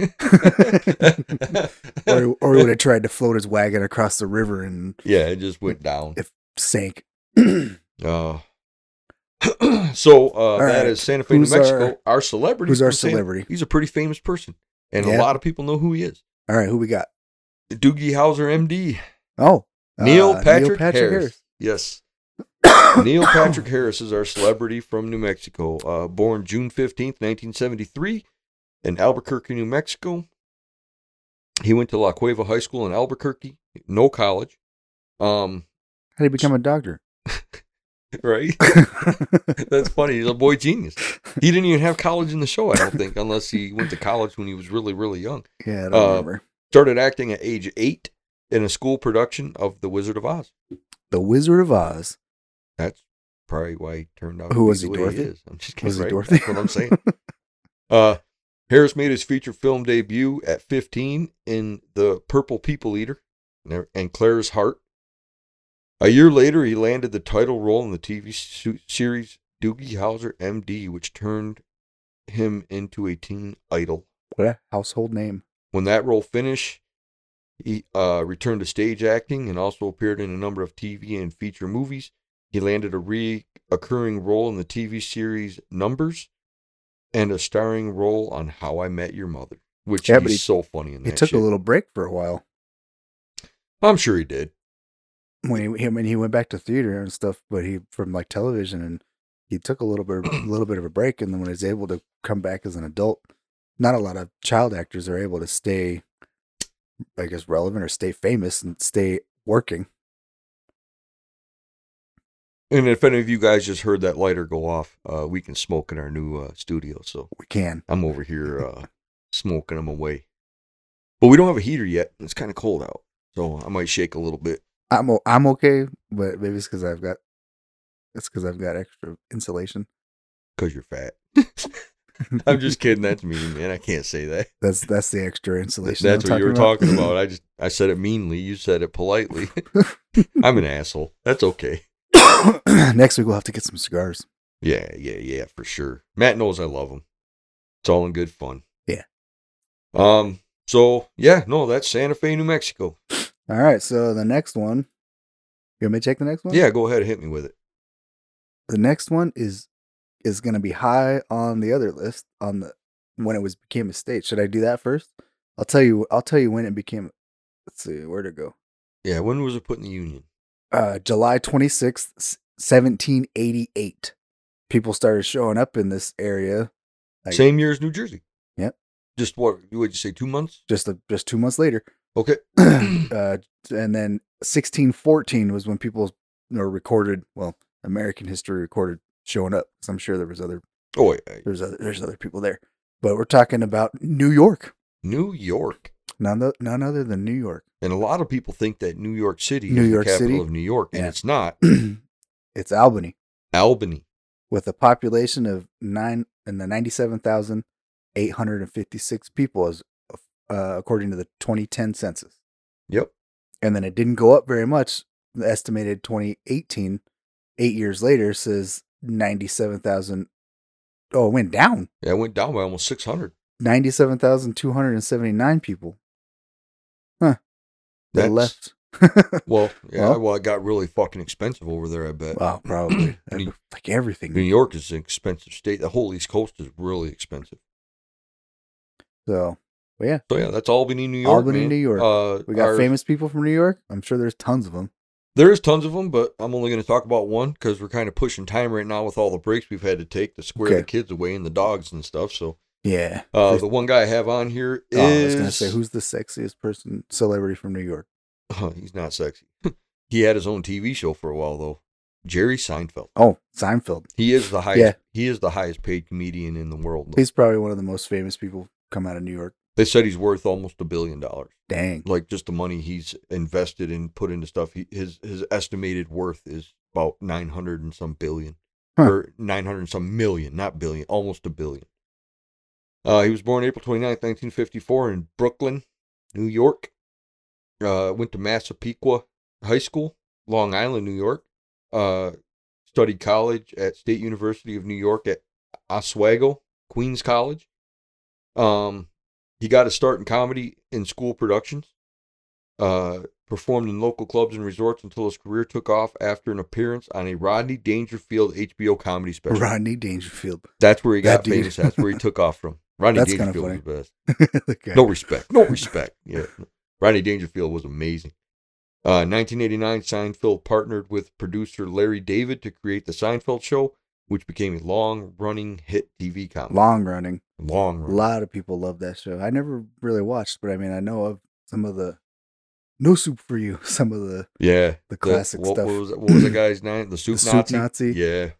Speaker 2: or he- or he would have tried to float his wagon across the river and
Speaker 1: yeah, it just went down.
Speaker 2: (clears throat) sank.
Speaker 1: Uh, so uh, (clears throat) that is
Speaker 2: right.
Speaker 1: Santa Fe, New
Speaker 2: Who's
Speaker 1: Mexico.
Speaker 2: our-
Speaker 1: Our, celebrity.
Speaker 2: who's our
Speaker 1: from Santa-
Speaker 2: celebrity?
Speaker 1: he's a pretty famous person, and a
Speaker 2: Yeah.
Speaker 1: lot of people know who he is.
Speaker 2: All right, who we got?
Speaker 1: Doogie Howser, M.D.
Speaker 2: Oh, uh,
Speaker 1: Neil Patrick, Harris.
Speaker 2: (coughs)
Speaker 1: Yes, Neil Patrick Harris is our celebrity from New Mexico. Uh, born June fifteenth, nineteen seventy-three, in Albuquerque, New Mexico. He went to La Cueva High School in Albuquerque. No college. Um,
Speaker 2: How did he become a doctor? (laughs)
Speaker 1: right. That's funny. He's a boy genius. He didn't even have college in the show, I don't think, unless he went to college when he was really, really young.
Speaker 2: yeah, I don't
Speaker 1: Uh,
Speaker 2: remember.
Speaker 1: Started acting at age eight in a school production of The Wizard of Oz.
Speaker 2: The Wizard of Oz.
Speaker 1: That's probably why he turned out.
Speaker 2: Who
Speaker 1: to be
Speaker 2: was
Speaker 1: the
Speaker 2: he,
Speaker 1: way
Speaker 2: Dorothy?
Speaker 1: is. I'm just kidding.
Speaker 2: Was he
Speaker 1: right?
Speaker 2: Dorothy? (laughs)
Speaker 1: That's what I'm saying. Uh, Harris made his feature film debut at 15 in The Purple People Eater and- and Claire's Heart. A year later, he landed the title role in the TV su- series Doogie Howser MD, which turned him into a teen idol.
Speaker 2: What a household name.
Speaker 1: When that role finished, he uh, returned to stage acting and also appeared in a number of TV and feature movies. He landed a reoccurring role in the TV series Numbers and a starring role on How I Met Your Mother, which
Speaker 2: Yeah,
Speaker 1: is
Speaker 2: but he-
Speaker 1: so funny in that
Speaker 2: He took
Speaker 1: shit.
Speaker 2: a little break for a while
Speaker 1: I'm sure he did.
Speaker 2: when he, he when he went back to theater and stuff, but he from like television and he took a little
Speaker 1: (clears throat)
Speaker 2: bit of, a little bit of a break, and then when he's able to come back as an adult, not a lot of child actors are able to stay, I guess, relevant or stay famous and stay working.
Speaker 1: And if any of you guys just heard that lighter go off, uh, we can smoke in our new uh, studio. So
Speaker 2: We can.
Speaker 1: I'm over here uh, smoking them away. But we don't have a heater yet. and It's kind of cold out. So I might shake a little bit.
Speaker 2: I'm o- I'm okay, but maybe it's because I've got it's because I've got extra insulation.
Speaker 1: Cause you're fat. I'm just kidding. That's mean, man. I can't say that.
Speaker 2: (laughs) that's that's the extra insulation.
Speaker 1: That's
Speaker 2: I'm
Speaker 1: what you were
Speaker 2: about.
Speaker 1: talking about. I just I said it meanly. You said it
Speaker 2: (laughs)
Speaker 1: politely. I'm an asshole. That's okay.
Speaker 2: (coughs) Next week we'll have to get some cigars.
Speaker 1: Yeah, yeah, yeah, for sure. Matt knows I love him. It's all in good fun.
Speaker 2: Yeah.
Speaker 1: Um. So yeah, no, that's Santa Fe, New Mexico.
Speaker 2: All right, so the next one. You want me to take the next one?
Speaker 1: Yeah, go ahead, hit me with it.
Speaker 2: The next one is is gonna be high on the other list on the when it was became a state. Should I do that first? I'll tell you I'll tell you when it became let's see, where'd it go?
Speaker 1: Yeah. When was it put in the union?
Speaker 2: Uh July twenty sixth, seventeen eighty eight. People started showing up in this area Like-
Speaker 1: Same year as New Jersey.
Speaker 2: Yep.
Speaker 1: Just what? Would you say two months?
Speaker 2: just a, just two months later.
Speaker 1: Okay.
Speaker 2: (clears throat) uh, and then 1614 was when people you know, recorded well american history recorded showing up 'cause i'm sure there was other
Speaker 1: Oh, yeah.
Speaker 2: there's other there's other people there but we're talking about new york
Speaker 1: New York.
Speaker 2: none, tho- none other than new york (clears throat)
Speaker 1: And a lot of people think that New York City
Speaker 2: New
Speaker 1: is
Speaker 2: York
Speaker 1: the capital
Speaker 2: City?
Speaker 1: of New York, and
Speaker 2: Yeah.
Speaker 1: it's not.
Speaker 2: it's albany
Speaker 1: Albany.
Speaker 2: with a population of nine and the 97,856 people as uh, according to the 2010 census
Speaker 1: Yep.
Speaker 2: and then it didn't go up very much the estimated 2018, eight years later, says 97,000. Oh, it went down.
Speaker 1: Yeah, it went down by
Speaker 2: (laughs)
Speaker 1: almost 600.
Speaker 2: 97,279 people. Huh. They
Speaker 1: That's- uh,
Speaker 2: left.
Speaker 1: Well, yeah,
Speaker 2: Well-
Speaker 1: well, it got really fucking expensive over there, I bet. (clears throat)
Speaker 2: well, probably.
Speaker 1: New-
Speaker 2: like everything.
Speaker 1: New York is an expensive state. The whole East Coast is really expensive.
Speaker 2: So, but yeah,
Speaker 1: So yeah, that's Albany, New York.
Speaker 2: Albany,
Speaker 1: man.
Speaker 2: New York.
Speaker 1: Uh,
Speaker 2: we got
Speaker 1: our-
Speaker 2: famous people from New York. I'm sure there's tons of them.
Speaker 1: There is tons of them, but I'm only going to talk about one because we're kind of pushing time right now with all the breaks we've had to take to square
Speaker 2: Okay.
Speaker 1: the kids away and the dogs and stuff. So
Speaker 2: Yeah.
Speaker 1: uh,
Speaker 2: There's-
Speaker 1: the one guy I have on here is.
Speaker 2: oh, I was going to say, who's the sexiest person, celebrity from New York?
Speaker 1: Oh, (laughs) he's not sexy. (laughs) he had his own TV show for a while though. Jerry Seinfeld.
Speaker 2: Oh, Seinfeld.
Speaker 1: He is the highest.
Speaker 2: Yeah.
Speaker 1: He is the highest paid comedian in the world.
Speaker 2: He's probably one of the most famous people come out of New York.
Speaker 1: They said he's worth almost a billion dollars.
Speaker 2: Dang.
Speaker 1: Like just the money he's invested and put into stuff. He, his his estimated worth is about nine hundred and some billion,
Speaker 2: Huh.
Speaker 1: or nine hundred and some million, not billion, almost a billion. Uh, he was born April 29th, 1954, in Brooklyn, New York. Uh, went to Massapequa High School, Long Island, New York. Uh, studied college at State University of New York at Oswego, Queens College. Um, he got a start in comedy in school productions. Uh, performed in local clubs and resorts until his career took off after an appearance on a Rodney Dangerfield HBO comedy special.
Speaker 2: Rodney Dangerfield. (laughs)
Speaker 1: That's where he
Speaker 2: That
Speaker 1: got
Speaker 2: dude.
Speaker 1: famous. That's where he took off
Speaker 2: (laughs)
Speaker 1: from. Ronnie
Speaker 2: That's kinda
Speaker 1: Dangerfield was the best.
Speaker 2: The guy.
Speaker 1: No respect. No respect. Yeah. Ronnie Dangerfield was amazing. Uh, 1989, Seinfeld partnered with producer Larry David to create The Seinfeld Show, which became a long running hit TV comedy.
Speaker 2: Long running.
Speaker 1: long
Speaker 2: A
Speaker 1: run.
Speaker 2: lot of people love that show. I never really watched, but I mean, I know of some of the no soup for you, (laughs) some of the
Speaker 1: Yeah.
Speaker 2: the
Speaker 1: The-
Speaker 2: classic
Speaker 1: what,
Speaker 2: stuff.
Speaker 1: What was, what was the
Speaker 2: (clears throat)
Speaker 1: guy's name? The Soup
Speaker 2: the
Speaker 1: Nazi?
Speaker 2: soup Nazi.
Speaker 1: Yeah.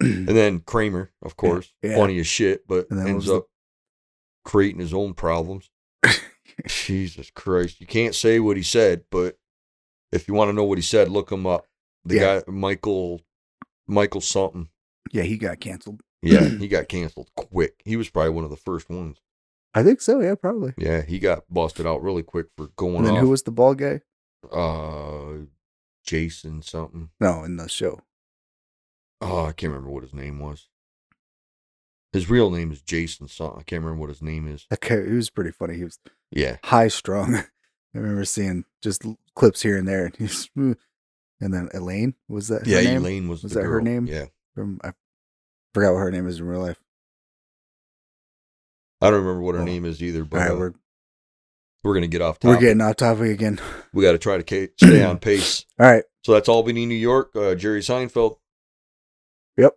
Speaker 1: And then Kramer, of course.
Speaker 2: Yeah.
Speaker 1: Funny as shit, but
Speaker 2: And then what was
Speaker 1: ends
Speaker 2: the-
Speaker 1: up creating his own
Speaker 2: (laughs)
Speaker 1: problems. Jesus Christ. You can't say what he said, but if you want to know what he said, look him up. The
Speaker 2: Yeah.
Speaker 1: guy Michael
Speaker 2: (clears throat)
Speaker 1: Michael something.
Speaker 2: (clears throat) yeah, he got canceled.
Speaker 1: Yeah, he got canceled quick. He was probably one of the first ones.
Speaker 2: I think so. Yeah, probably.
Speaker 1: Yeah, he got busted out really quick for going
Speaker 2: And then
Speaker 1: off.
Speaker 2: who was the bald guy?
Speaker 1: uh Jason something.
Speaker 2: No, in the show.
Speaker 1: Oh, I can't remember what his name was. His real name is Jason something. I can't remember what his name is.
Speaker 2: That guy, he was pretty funny. He was
Speaker 1: Yeah.
Speaker 2: high strung. (laughs) I remember seeing just l- clips here and there. And, he's, mm, and then Elaine was that? her
Speaker 1: Yeah,
Speaker 2: name?
Speaker 1: Elaine was,
Speaker 2: Was
Speaker 1: the
Speaker 2: that her
Speaker 1: girl.
Speaker 2: name?
Speaker 1: Yeah,
Speaker 2: From, I forgot what her name is in real life.
Speaker 1: I don't remember what her
Speaker 2: Oh.
Speaker 1: name is either.
Speaker 2: All
Speaker 1: But
Speaker 2: right,
Speaker 1: uh,
Speaker 2: we're
Speaker 1: we're, gonna get off
Speaker 2: we're
Speaker 1: topic.
Speaker 2: getting off topic again. (laughs)
Speaker 1: we got to try to
Speaker 2: (clears throat)
Speaker 1: ca- stay on pace.
Speaker 2: All right.
Speaker 1: So that's Albany, New York. Uh, Jerry Seinfeld.
Speaker 2: Yep.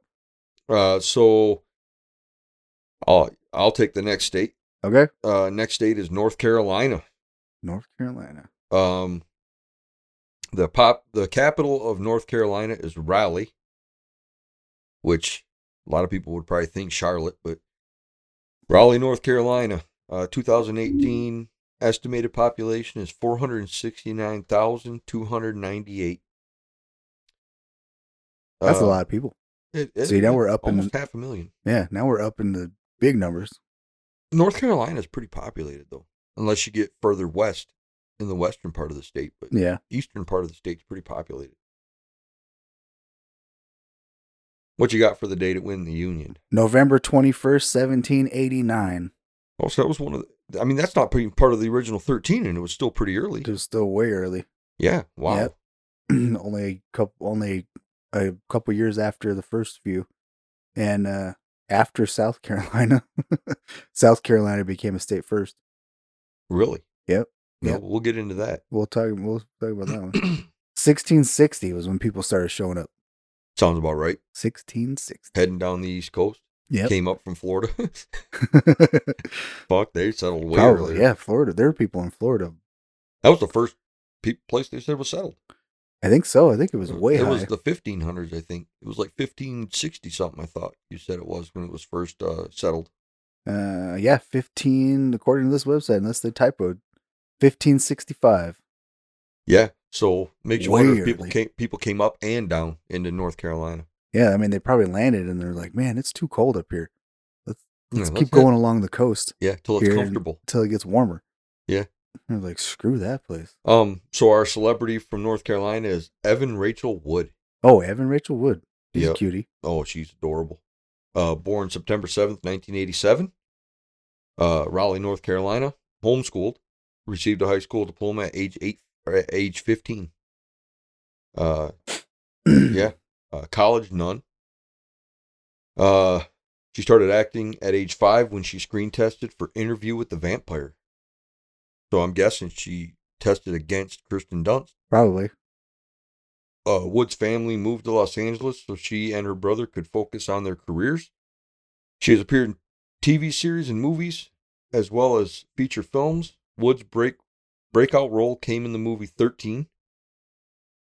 Speaker 1: Uh, so, uh, I'll take the next state.
Speaker 2: Okay.
Speaker 1: Uh, next state is North Carolina.
Speaker 2: North Carolina.
Speaker 1: Um, the pop, the capital of North Carolina is Raleigh, which a lot of people would probably think Charlotte, but Raleigh, North Carolina, uh, 2018 estimated population is 469,298.
Speaker 2: That's
Speaker 1: Uh,
Speaker 2: a lot of people.
Speaker 1: It, it-
Speaker 2: See, now we're up in-
Speaker 1: almost half a million.
Speaker 2: Yeah. Now we're up in the big numbers.
Speaker 1: North Carolina is pretty populated though, unless you get further west in the western part of the state, but
Speaker 2: Yeah.
Speaker 1: eastern part of the state's pretty populated. What you got for the day to win the union?
Speaker 2: November 21st, 1789.
Speaker 1: Also, Mm. Oh, that was one of the. I mean, that's not pretty, part of the original thirteen, and it was still pretty early.
Speaker 2: It was still way early.
Speaker 1: Yeah. Wow.
Speaker 2: Yep. (clears throat) only a couple only a couple years after the first few and uh after South (laughs) Carolina. South Carolina became a state first.
Speaker 1: Really.
Speaker 2: Yep.
Speaker 1: Yeah.
Speaker 2: Yep.
Speaker 1: We'll get into that.
Speaker 2: We'll talk we'll talk about that one.
Speaker 1: (clears throat)
Speaker 2: 1660 was when people started showing up.
Speaker 1: Sounds about right.
Speaker 2: 1660.
Speaker 1: Heading down the East Coast.
Speaker 2: Yep.
Speaker 1: Came up from Florida. (laughs)
Speaker 2: (laughs)
Speaker 1: Fuck, they settled way
Speaker 2: Probably,
Speaker 1: earlier.
Speaker 2: yeah, Florida. There were people in Florida.
Speaker 1: That was the first pe- place they said was settled.
Speaker 2: I think so. I think it was way
Speaker 1: It
Speaker 2: high.
Speaker 1: was the 1500s, I think. It was like 1560 something. I thought you said it was when it was first uh, settled.
Speaker 2: uh yeah, 15 according to this website unless they typoed 1565.
Speaker 1: Yeah. So makes you
Speaker 2: Way
Speaker 1: wonder if people
Speaker 2: early.
Speaker 1: came people came up and down into North Carolina.
Speaker 2: Yeah, I mean they probably landed and they're like, "Man, it's too cold up here. Let's
Speaker 1: Yeah,
Speaker 2: let's
Speaker 1: let's
Speaker 2: keep
Speaker 1: head-
Speaker 2: going along the coast
Speaker 1: Yeah, till it's
Speaker 2: Here in-
Speaker 1: comfortable.
Speaker 2: until it gets warmer."
Speaker 1: Yeah.
Speaker 2: I was like, screw that place.
Speaker 1: Um, so our celebrity from North Carolina is Evan Rachel Wood.
Speaker 2: Oh, Evan Rachel Wood. She's
Speaker 1: Yep.
Speaker 2: a cutie.
Speaker 1: Oh, she's adorable. Uh, born September 7th, 1987. Uh, Raleigh, North Carolina. Homeschooled. Received a high school diploma at age eight or at age 15. Uh, yeah. Uh, college, none. Uh, she started acting at age five when she screen tested for Interview with the Vampire. So I'm guessing she tested against Kristen Dunst
Speaker 2: (clears throat) Probably.
Speaker 1: uh, Wood's family moved to Los Angeles so she and her brother could focus on their careers. She has appeared in TV series and movies, as well as feature films. Wood's break breakout role came in the movie 13,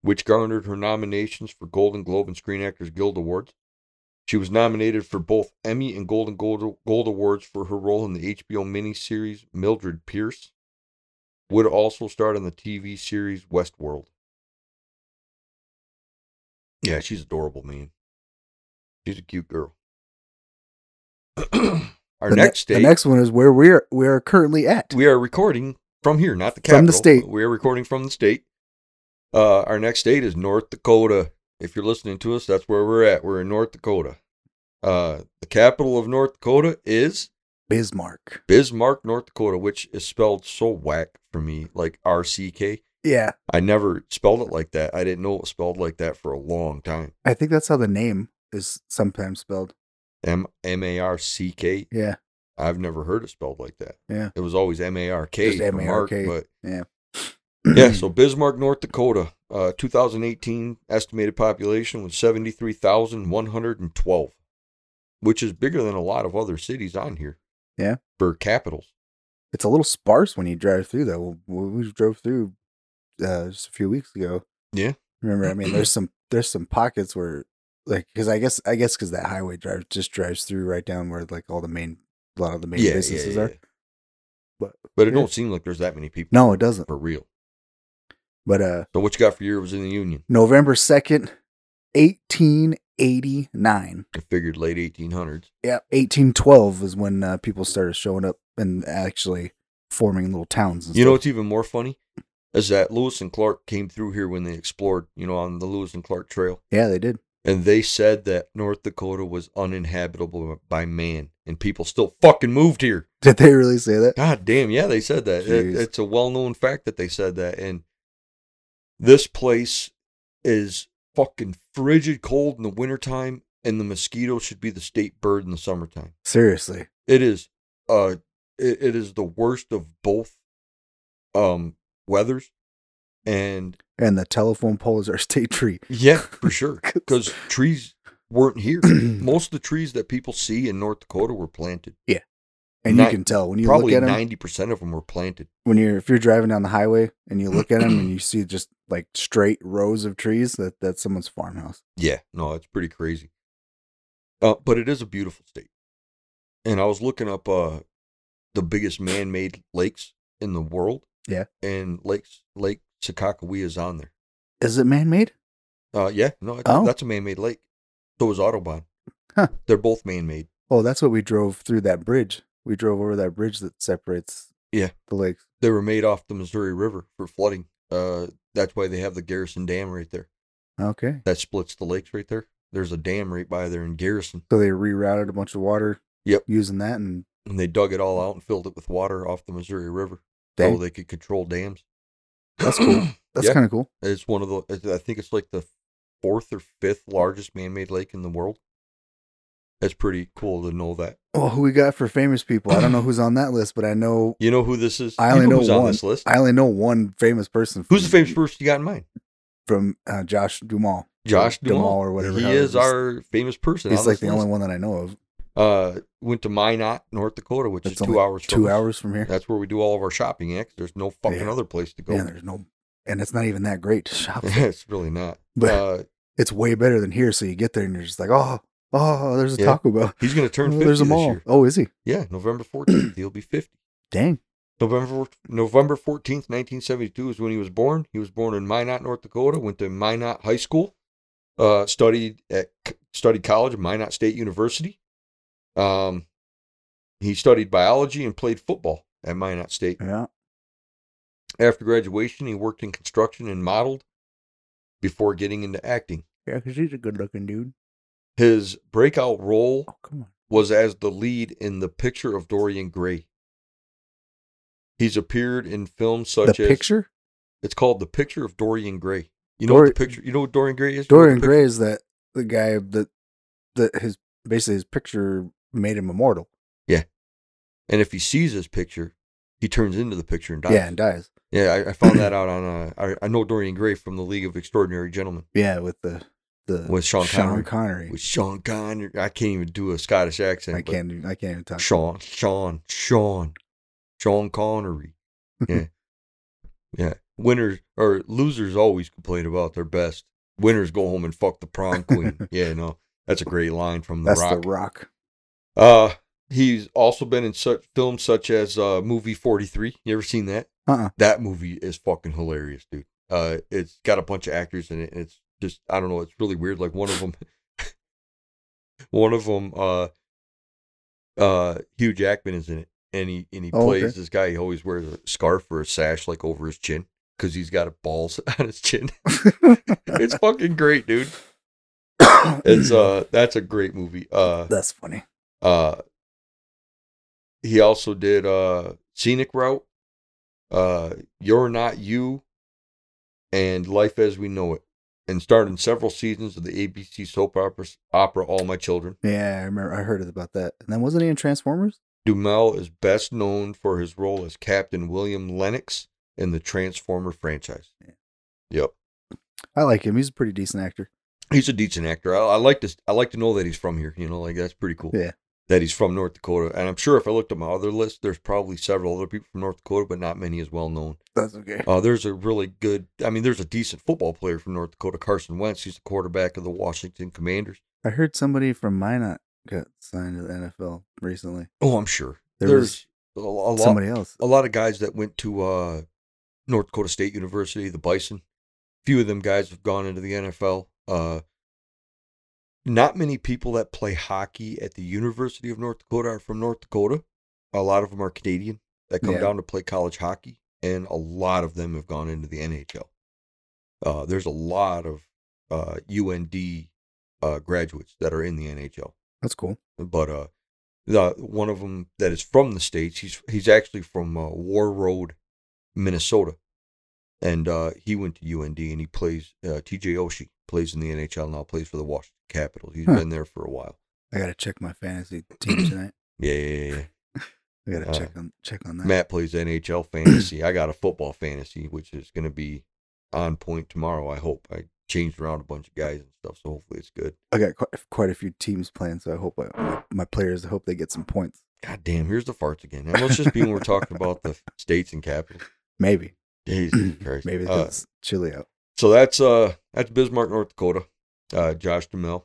Speaker 1: which garnered her nominations for Golden Globe and Screen Actors Guild Awards. She was nominated for both Emmy and Golden Gold, Gold Awards for her role in the HBO miniseries Mildred Pierce. Wood also starred in the TV series Westworld. Yeah, she's adorable, man. She's a cute girl. (clears throat) Our
Speaker 2: the ne-
Speaker 1: next
Speaker 2: The
Speaker 1: date,
Speaker 2: next one is where we are we are currently at.
Speaker 1: we are recording from here, not the capital.
Speaker 2: From the state.
Speaker 1: We are recording from the state. Uh, our next state is North Dakota. If you're listening to us, that's where we're at. We're in North Dakota. Uh, the capital of North Dakota is
Speaker 2: Bismarck.
Speaker 1: Bismarck, North Dakota, which is spelled so whack for me, like R C K.
Speaker 2: Yeah.
Speaker 1: I never spelled it like that. I didn't know it was spelled like that for a long time.
Speaker 2: I think that's how the name is sometimes spelled.
Speaker 1: M M A R C K.
Speaker 2: Yeah.
Speaker 1: I've never heard it spelled like that.
Speaker 2: Yeah.
Speaker 1: It was always M A R K.
Speaker 2: Just M.A.R.K..
Speaker 1: But
Speaker 2: Yeah. (clears throat) Mm-hmm.
Speaker 1: yeah, so Bismarck, North Dakota, uh, 2018 estimated population was 73,112, which is bigger than a lot of other cities on here.
Speaker 2: Yeah.
Speaker 1: For capitals.
Speaker 2: it's a little sparse when you drive through though. We, we drove through uh, just a few weeks ago.
Speaker 1: Yeah.
Speaker 2: Remember, I mean,
Speaker 1: (clears throat)
Speaker 2: there's some there's some pockets where like because I guess I guess because that highway drive just drives through right down where like all the main a lot of the main
Speaker 1: yeah,
Speaker 2: businesses are.
Speaker 1: But,
Speaker 2: But-
Speaker 1: but it
Speaker 2: yeah.
Speaker 1: don't seem like there's that many people
Speaker 2: No, it doesn't.
Speaker 1: for real.
Speaker 2: But uh,
Speaker 1: So what you got for your was in the Union?
Speaker 2: November second, eighteen eighty nine.
Speaker 1: I figured late 1800s.
Speaker 2: Yeah, eighteen twelve is when uh, people started showing up and actually forming little towns. And
Speaker 1: You know
Speaker 2: stuff.
Speaker 1: what's even more funny is that Lewis and Clark came through here when they explored, you know, on the Lewis and Clark Trail,
Speaker 2: yeah, they did.
Speaker 1: and they said that North Dakota was uninhabitable by man, and people still fucking moved here.
Speaker 2: Did they really say that?
Speaker 1: God damn, yeah, they said that. It-
Speaker 2: Jeez.
Speaker 1: it's a well-known fact that they said that, and this place is fucking frigid cold in the wintertime, and the mosquito should be the state bird in the summertime.
Speaker 2: Seriously.
Speaker 1: It is, uh, it, it is the worst of both, um, weathers, and
Speaker 2: And the telephone pole is our (laughs) state tree. (laughs)
Speaker 1: Yeah, for sure. Because trees
Speaker 2: (clears throat)
Speaker 1: weren't here. Most of the trees that people see in North Dakota were planted.
Speaker 2: And
Speaker 1: Ni-
Speaker 2: you can tell when you look
Speaker 1: Probably
Speaker 2: at them
Speaker 1: ninety percent of them were planted.
Speaker 2: when you're if you're driving down the highway and you look at them
Speaker 1: (clears throat)
Speaker 2: and you see just like straight rows of trees that that's someone's farmhouse.
Speaker 1: Yeah, no, it's pretty crazy. Uh, but it is a beautiful state. And I was looking up uh, the biggest man-made lakes in the world.
Speaker 2: Yeah.
Speaker 1: and lakes Lake Sakakawea is on there.
Speaker 2: Is it man made?
Speaker 1: Uh, yeah, no, it's,
Speaker 2: Oh.
Speaker 1: that's a man-made lake. So is Autobahn.
Speaker 2: Huh.
Speaker 1: They're both man-made.
Speaker 2: Oh, that's what we drove through that bridge. We drove over that bridge that separates
Speaker 1: Yeah.
Speaker 2: the lakes.
Speaker 1: They were made off the Missouri River for flooding. Uh, that's why they have the Garrison Dam right there.
Speaker 2: Okay.
Speaker 1: that splits the lakes right there. There's a dam right by there in Garrison,
Speaker 2: So they rerouted a bunch of water
Speaker 1: Yep.
Speaker 2: using that and
Speaker 1: and they dug it all out and filled it with water off the Missouri River, so
Speaker 2: Mm. Dang.
Speaker 1: they could control dams.
Speaker 2: That's (clears throat) cool. that's
Speaker 1: Yeah.
Speaker 2: kinda cool.
Speaker 1: It's one of the. it's- I think it's like the fourth or fifth largest man-made lake in the world. That's pretty cool to know that.
Speaker 2: Well, Oh, who we got for famous people? I don't know who's on that list, but I know
Speaker 1: (clears throat) You know who this is?
Speaker 2: I
Speaker 1: You
Speaker 2: only know
Speaker 1: who's on
Speaker 2: one.
Speaker 1: this list.
Speaker 2: I only know one famous person.
Speaker 1: Who's the
Speaker 2: from-
Speaker 1: famous person you got in mind?
Speaker 2: from uh, Josh Dumal?
Speaker 1: Josh Dumal,
Speaker 2: or whatever.
Speaker 1: He
Speaker 2: how
Speaker 1: is
Speaker 2: he's-
Speaker 1: our famous person.
Speaker 2: He's
Speaker 1: on
Speaker 2: like
Speaker 1: this
Speaker 2: the
Speaker 1: list.
Speaker 2: only one that I know of.
Speaker 1: Uh, went to Minot, North Dakota, which
Speaker 2: That's
Speaker 1: is two
Speaker 2: only
Speaker 1: hours. from
Speaker 2: Two
Speaker 1: us.
Speaker 2: hours from here.
Speaker 1: That's where we do all of our shopping. Yeah, 'cause there's no fucking
Speaker 2: Yeah.
Speaker 1: other place to go. (laughs)
Speaker 2: Yeah, there's no, and it's not even that great to shop.
Speaker 1: Yeah, it's really not.
Speaker 2: But-
Speaker 1: uh,
Speaker 2: it's way better than here. So you get there and you're just like, oh, oh, there's a
Speaker 1: Yeah.
Speaker 2: Taco Bell.
Speaker 1: he's going to turn
Speaker 2: Oh, (laughs)
Speaker 1: 50
Speaker 2: there's a
Speaker 1: this
Speaker 2: mall.
Speaker 1: year.
Speaker 2: Oh, is he?
Speaker 1: Yeah, November 14th, he'll be 50.
Speaker 2: Dang.
Speaker 1: November November 14th, 1972 is when he was born. He was born in Minot, North Dakota, went to Minot High School, uh, studied at studied college at Minot State University. Um, he studied biology and played football at Minot State.
Speaker 2: Yeah.
Speaker 1: After graduation, he worked in construction and modeled before getting into acting.
Speaker 2: Yeah, because he's a good looking dude.
Speaker 1: His breakout role
Speaker 2: Oh, come on.
Speaker 1: was as the lead in The Picture of Dorian Gray. He's appeared in films such
Speaker 2: the
Speaker 1: as
Speaker 2: picture?
Speaker 1: it's called The Picture of Dorian Gray. You know
Speaker 2: Dor-
Speaker 1: what the picture you know what Dorian Gray is? You know what
Speaker 2: Dorian
Speaker 1: the
Speaker 2: Gray is that the guy that that his basically his picture made him immortal.
Speaker 1: pic- And if he sees his picture, he turns into the picture and dies.
Speaker 2: Yeah, and dies.
Speaker 1: Yeah, I, I
Speaker 2: (clears throat)
Speaker 1: found that out on. Uh, I, I know Dorian Gray from the League of Extraordinary Gentlemen
Speaker 2: Yeah, with the the
Speaker 1: With Sean Connery.
Speaker 2: Connery.
Speaker 1: with Sean Connery. I can't even do a Scottish accent.
Speaker 2: I
Speaker 1: but
Speaker 2: can't even I can't even talk.
Speaker 1: Sean, Sean, Sean, Sean Connery. Yeah, yeah. Winners or losers always complain about their best. Winners go home and fuck the prom queen. yeah, no, that's a great line from the
Speaker 2: That's
Speaker 1: Rock.
Speaker 2: the Rock.
Speaker 1: Uh, he's also been in such films such as uh, movie Forty Three. You ever seen that?
Speaker 2: Uh-uh.
Speaker 1: That movie is fucking hilarious, dude. Uh, it's got a bunch of actors in it, and it's just I don't know. It's really weird. Like one of them, (laughs) one of them, uh, uh, Hugh Jackman is in it, and he and he
Speaker 2: Oh,
Speaker 1: plays
Speaker 2: okay.
Speaker 1: this guy. He always wears a scarf or a sash like over his chin because he's got balls (laughs) on his chin. it's fucking great, dude.
Speaker 2: (clears throat) (coughs)
Speaker 1: It's uh, that's a great movie. Uh,
Speaker 2: That's funny.
Speaker 1: uh, he also did uh, Scenic Route, uh, You're Not You, and Life as We Know It, and starred in several seasons of the ABC soap opera, opera All My Children.
Speaker 2: Yeah, I remember I heard about that. And then wasn't he in Transformers?
Speaker 1: Dumel is best known for his role as Captain William Lennox in the Transformer franchise. Yep,
Speaker 2: I like him. He's a pretty decent actor.
Speaker 1: he's a decent actor. I, I like to I like to know that he's from here. You know, like that's pretty cool.
Speaker 2: Yeah.
Speaker 1: That he's from North Dakota, and I'm sure if I looked at my other list, there's probably several other people from North Dakota, but not many as well known.
Speaker 2: That's okay.
Speaker 1: Uh, there's a really good, I mean, there's a decent football player from North Dakota, Carson Wentz. He's the quarterback of the Washington Commanders.
Speaker 2: I heard somebody from Minot got signed to the NFL recently.
Speaker 1: Oh, I'm sure.
Speaker 2: There
Speaker 1: there's a, a lot,
Speaker 2: Somebody else.
Speaker 1: a lot of guys that went to uh, North Dakota State University, the Bison. Few of them guys have gone into the NFL. Uh, not many people that play hockey at the University of North Dakota are from North Dakota. A lot of them are Canadian that come
Speaker 2: Yeah.
Speaker 1: down to play college hockey, and a lot of them have gone into the NHL. Uh, there's a lot of uh, UND uh, graduates that are in the NHL
Speaker 2: That's cool.
Speaker 1: but uh the one of them that is from the states he's he's actually from uh, war road minnesota and uh he went to und and he plays uh tj oshie plays in the nhl now plays for the washington capitals He's
Speaker 2: Huh.
Speaker 1: been there for a while
Speaker 2: I gotta check my
Speaker 1: (clears throat)
Speaker 2: fantasy team tonight.
Speaker 1: yeah, yeah, yeah, yeah.
Speaker 2: I gotta
Speaker 1: Uh,
Speaker 2: check on check on that.
Speaker 1: matt plays nhl fantasy i got a football fantasy which is going to be on point tomorrow i hope i changed around a bunch of guys and stuff so hopefully it's good
Speaker 2: I got quite, quite a few teams playing, so I hope I, my, my players. I hope they get some points.
Speaker 1: god damn here's the farts again and let's just be when we're talking about the states and capitals
Speaker 2: Maybe, (clears throat)
Speaker 1: jesus christ
Speaker 2: maybe
Speaker 1: Uh,
Speaker 2: it's chilly out.
Speaker 1: So that's uh that's Bismarck, North Dakota. Uh, Josh DeMille.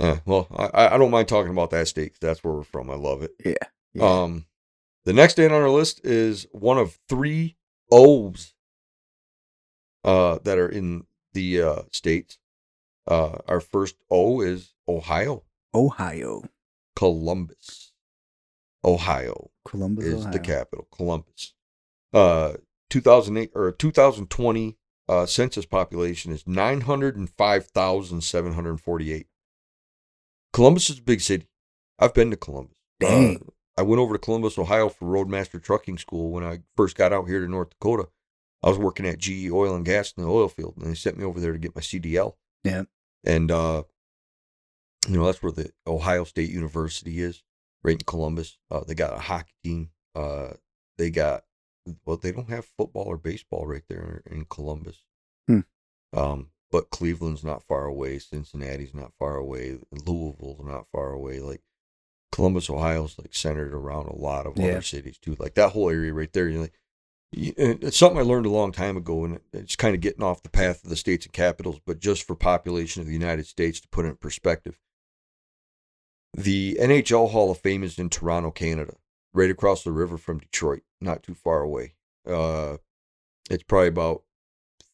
Speaker 1: Uh, well, I- I I don't mind talking about that state 'cause that's where we're from. I love it.
Speaker 2: Yeah.
Speaker 1: Um, the next date on our list is one of three O's uh, that are in the uh, states. Uh, our first O is Ohio,
Speaker 2: Ohio,
Speaker 1: Columbus, Ohio
Speaker 2: Columbus,
Speaker 1: is
Speaker 2: Ohio.
Speaker 1: the capital, Columbus. Uh, 2008 or 2020 uh, census population is 905,748. Columbus is a big city. I've been to Columbus. Uh,
Speaker 2: Dang.
Speaker 1: I went over to Columbus, Ohio for Roadmaster Trucking School when I first got out here to North Dakota. I was working at GE Oil and Gas in the oil field, and they sent me over there to get my CDL.
Speaker 2: Yeah.
Speaker 1: And, uh, you know, that's where the Ohio State University is right in Columbus. Uh, they got a hockey team. Uh, they got well, they don't have football or baseball right there in Columbus.
Speaker 2: Hmm.
Speaker 1: Um, but Cleveland's not far away. Cincinnati's not far away. Louisville's not far away. Like Columbus, Ohio's like centered around a lot of
Speaker 2: Yeah.
Speaker 1: other cities too. Like that whole area right there. You're like, you- and it's something I learned a long time ago, and it's kind of getting off the path of the states and capitals. But just for population of the United States to put it in perspective, the NHL Hall of Fame is in Toronto, Canada, right across the river from Detroit, not too far away. Uh, it's probably about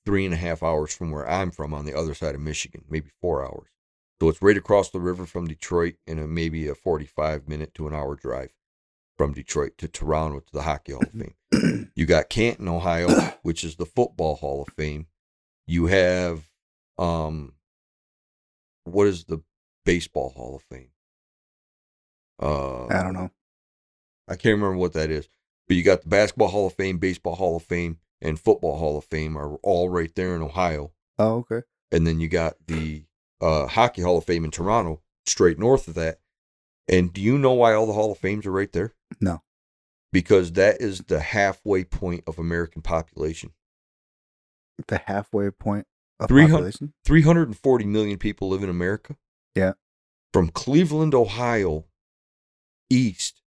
Speaker 1: three and a half hours from where I'm from on the other side of Michigan, maybe four hours. So it's right across the river from Detroit and a, maybe a 45 minute to an hour drive. from Detroit to Toronto to the Hockey Hall of
Speaker 2: Mm-hmm.
Speaker 1: Fame. You got
Speaker 2: (clears throat)
Speaker 1: Canton, Ohio, which is the Football Hall of Fame. You have um what is the Baseball Hall of Fame? Uh
Speaker 2: I don't know.
Speaker 1: I can't remember what that is. But you got the Basketball Hall of Fame, Baseball Hall of Fame, and Football Hall of Fame are all right there in Ohio.
Speaker 2: Oh, okay.
Speaker 1: And then you got the uh, Hockey Hall of Fame in Toronto, straight north of that. And do you know why all the Hall of Fames are right there?
Speaker 2: No.
Speaker 1: Because that is the halfway point of American population.
Speaker 2: The halfway point of
Speaker 1: 300
Speaker 2: population.
Speaker 1: 340 million people live in America.
Speaker 2: Yeah.
Speaker 1: From Cleveland, Ohio, east,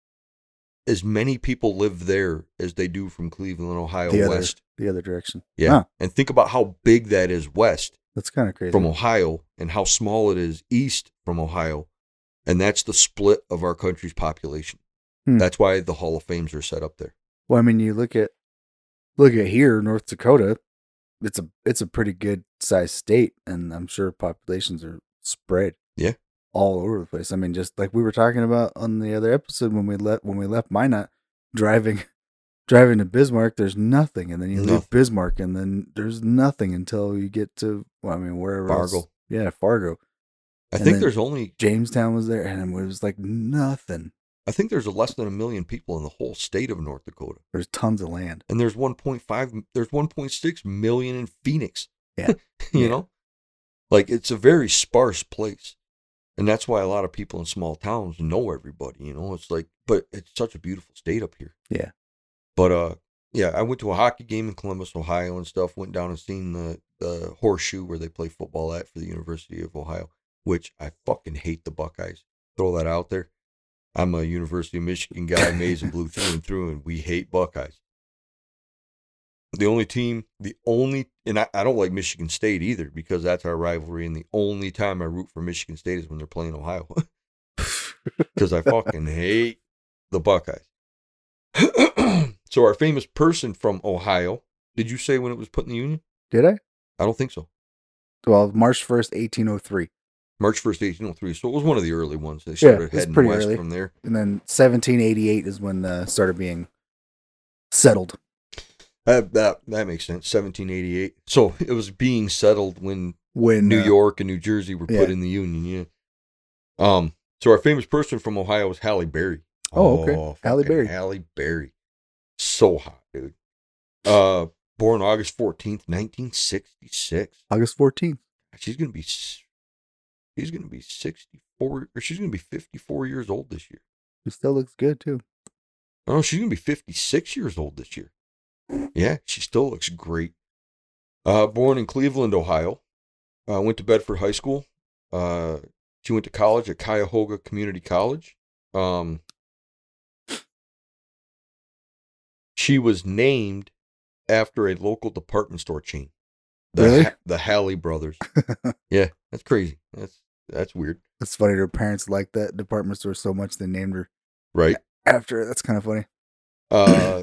Speaker 1: as many people live there as they do from Cleveland, Ohio,
Speaker 2: The other,
Speaker 1: west.
Speaker 2: the other direction.
Speaker 1: Yeah.
Speaker 2: Huh.
Speaker 1: And think about how big that is west
Speaker 2: That's kind of crazy.
Speaker 1: from Ohio and how small it is east from Ohio. And that's the split of our country's population.
Speaker 2: Hmm.
Speaker 1: That's why the Hall of Fames are set up there.
Speaker 2: Well, I mean, you look at look at here, North Dakota. It's a it's a pretty good sized state, and I'm sure populations are spread.
Speaker 1: Yeah.
Speaker 2: all over the place. I mean, just like we were talking about on the other episode when we left when we left Minot, driving (laughs) driving to Bismarck, there's nothing, and then you
Speaker 1: Nothing.
Speaker 2: leave Bismarck, and then there's nothing until you get to well, I mean, wherever else-
Speaker 1: Fargo.
Speaker 2: Yeah, Fargo.
Speaker 1: I
Speaker 2: And
Speaker 1: think
Speaker 2: then-
Speaker 1: there's only
Speaker 2: Jamestown was there, and it was like nothing.
Speaker 1: I think there's less than a million people in the whole state of North Dakota.
Speaker 2: There's tons of land.
Speaker 1: And there's 1.5 there's 1.6 million in Phoenix.
Speaker 2: Yeah.
Speaker 1: (laughs) you
Speaker 2: Yeah.
Speaker 1: know? Like it's a very sparse place. And that's why a lot of people in small towns know everybody, you know? It's like but it's such a beautiful state up here.
Speaker 2: Yeah.
Speaker 1: But uh yeah, I went to a hockey game in Columbus, Ohio and stuff, went down and seen the the horseshoe where they play football at for the University of Ohio, which I fucking hate the Buckeyes. Throw that out there. I'm a University of Michigan guy, maize and blue through and through, and we hate Buckeyes. The only team, the only, and I, I don't like Michigan State either because that's our rivalry. And the only time I root for Michigan State is when they're playing Ohio (laughs) because I fucking hate the Buckeyes. (clears throat) so, our famous person from Ohio, did you say when it was put in the Union?
Speaker 2: Did I?
Speaker 1: I don't think so.
Speaker 2: Well, March first, eighteen oh three.
Speaker 1: March 1st, 1803. So, it was one of the early ones. They
Speaker 2: Yeah,
Speaker 1: started
Speaker 2: it's
Speaker 1: heading
Speaker 2: pretty
Speaker 1: west
Speaker 2: early.
Speaker 1: from there.
Speaker 2: and then 1788 is when uh, started being settled.
Speaker 1: Uh, that that makes sense. 1788. So it was being settled when
Speaker 2: When
Speaker 1: New
Speaker 2: uh,
Speaker 1: York and New Jersey were put
Speaker 2: yeah.
Speaker 1: in the Union. Yeah. Um. So our famous person from Ohio was Halle Berry.
Speaker 2: Oh, okay. Halle
Speaker 1: fucking
Speaker 2: Berry.
Speaker 1: Halle Berry. So hot, dude. Uh, born August 14th, 1966.
Speaker 2: August 14th.
Speaker 1: She's gonna be. s- She's gonna be 64, or she's gonna be 54 years old this year.
Speaker 2: She still looks good too.
Speaker 1: Oh, she's gonna be 56 years old this year. Yeah, she still looks great. Uh, born in Cleveland, Ohio. Uh, went to Bedford High School. Uh, she went to college at Cuyahoga Community College. Um, she was named after a local department store chain, the
Speaker 2: Really?
Speaker 1: Ha- the Halley brothers. yeah, that's crazy. That's that's weird,
Speaker 2: It's funny her parents liked that department store so much they named her
Speaker 1: right?
Speaker 2: after it. That's kind of funny.
Speaker 1: Uh,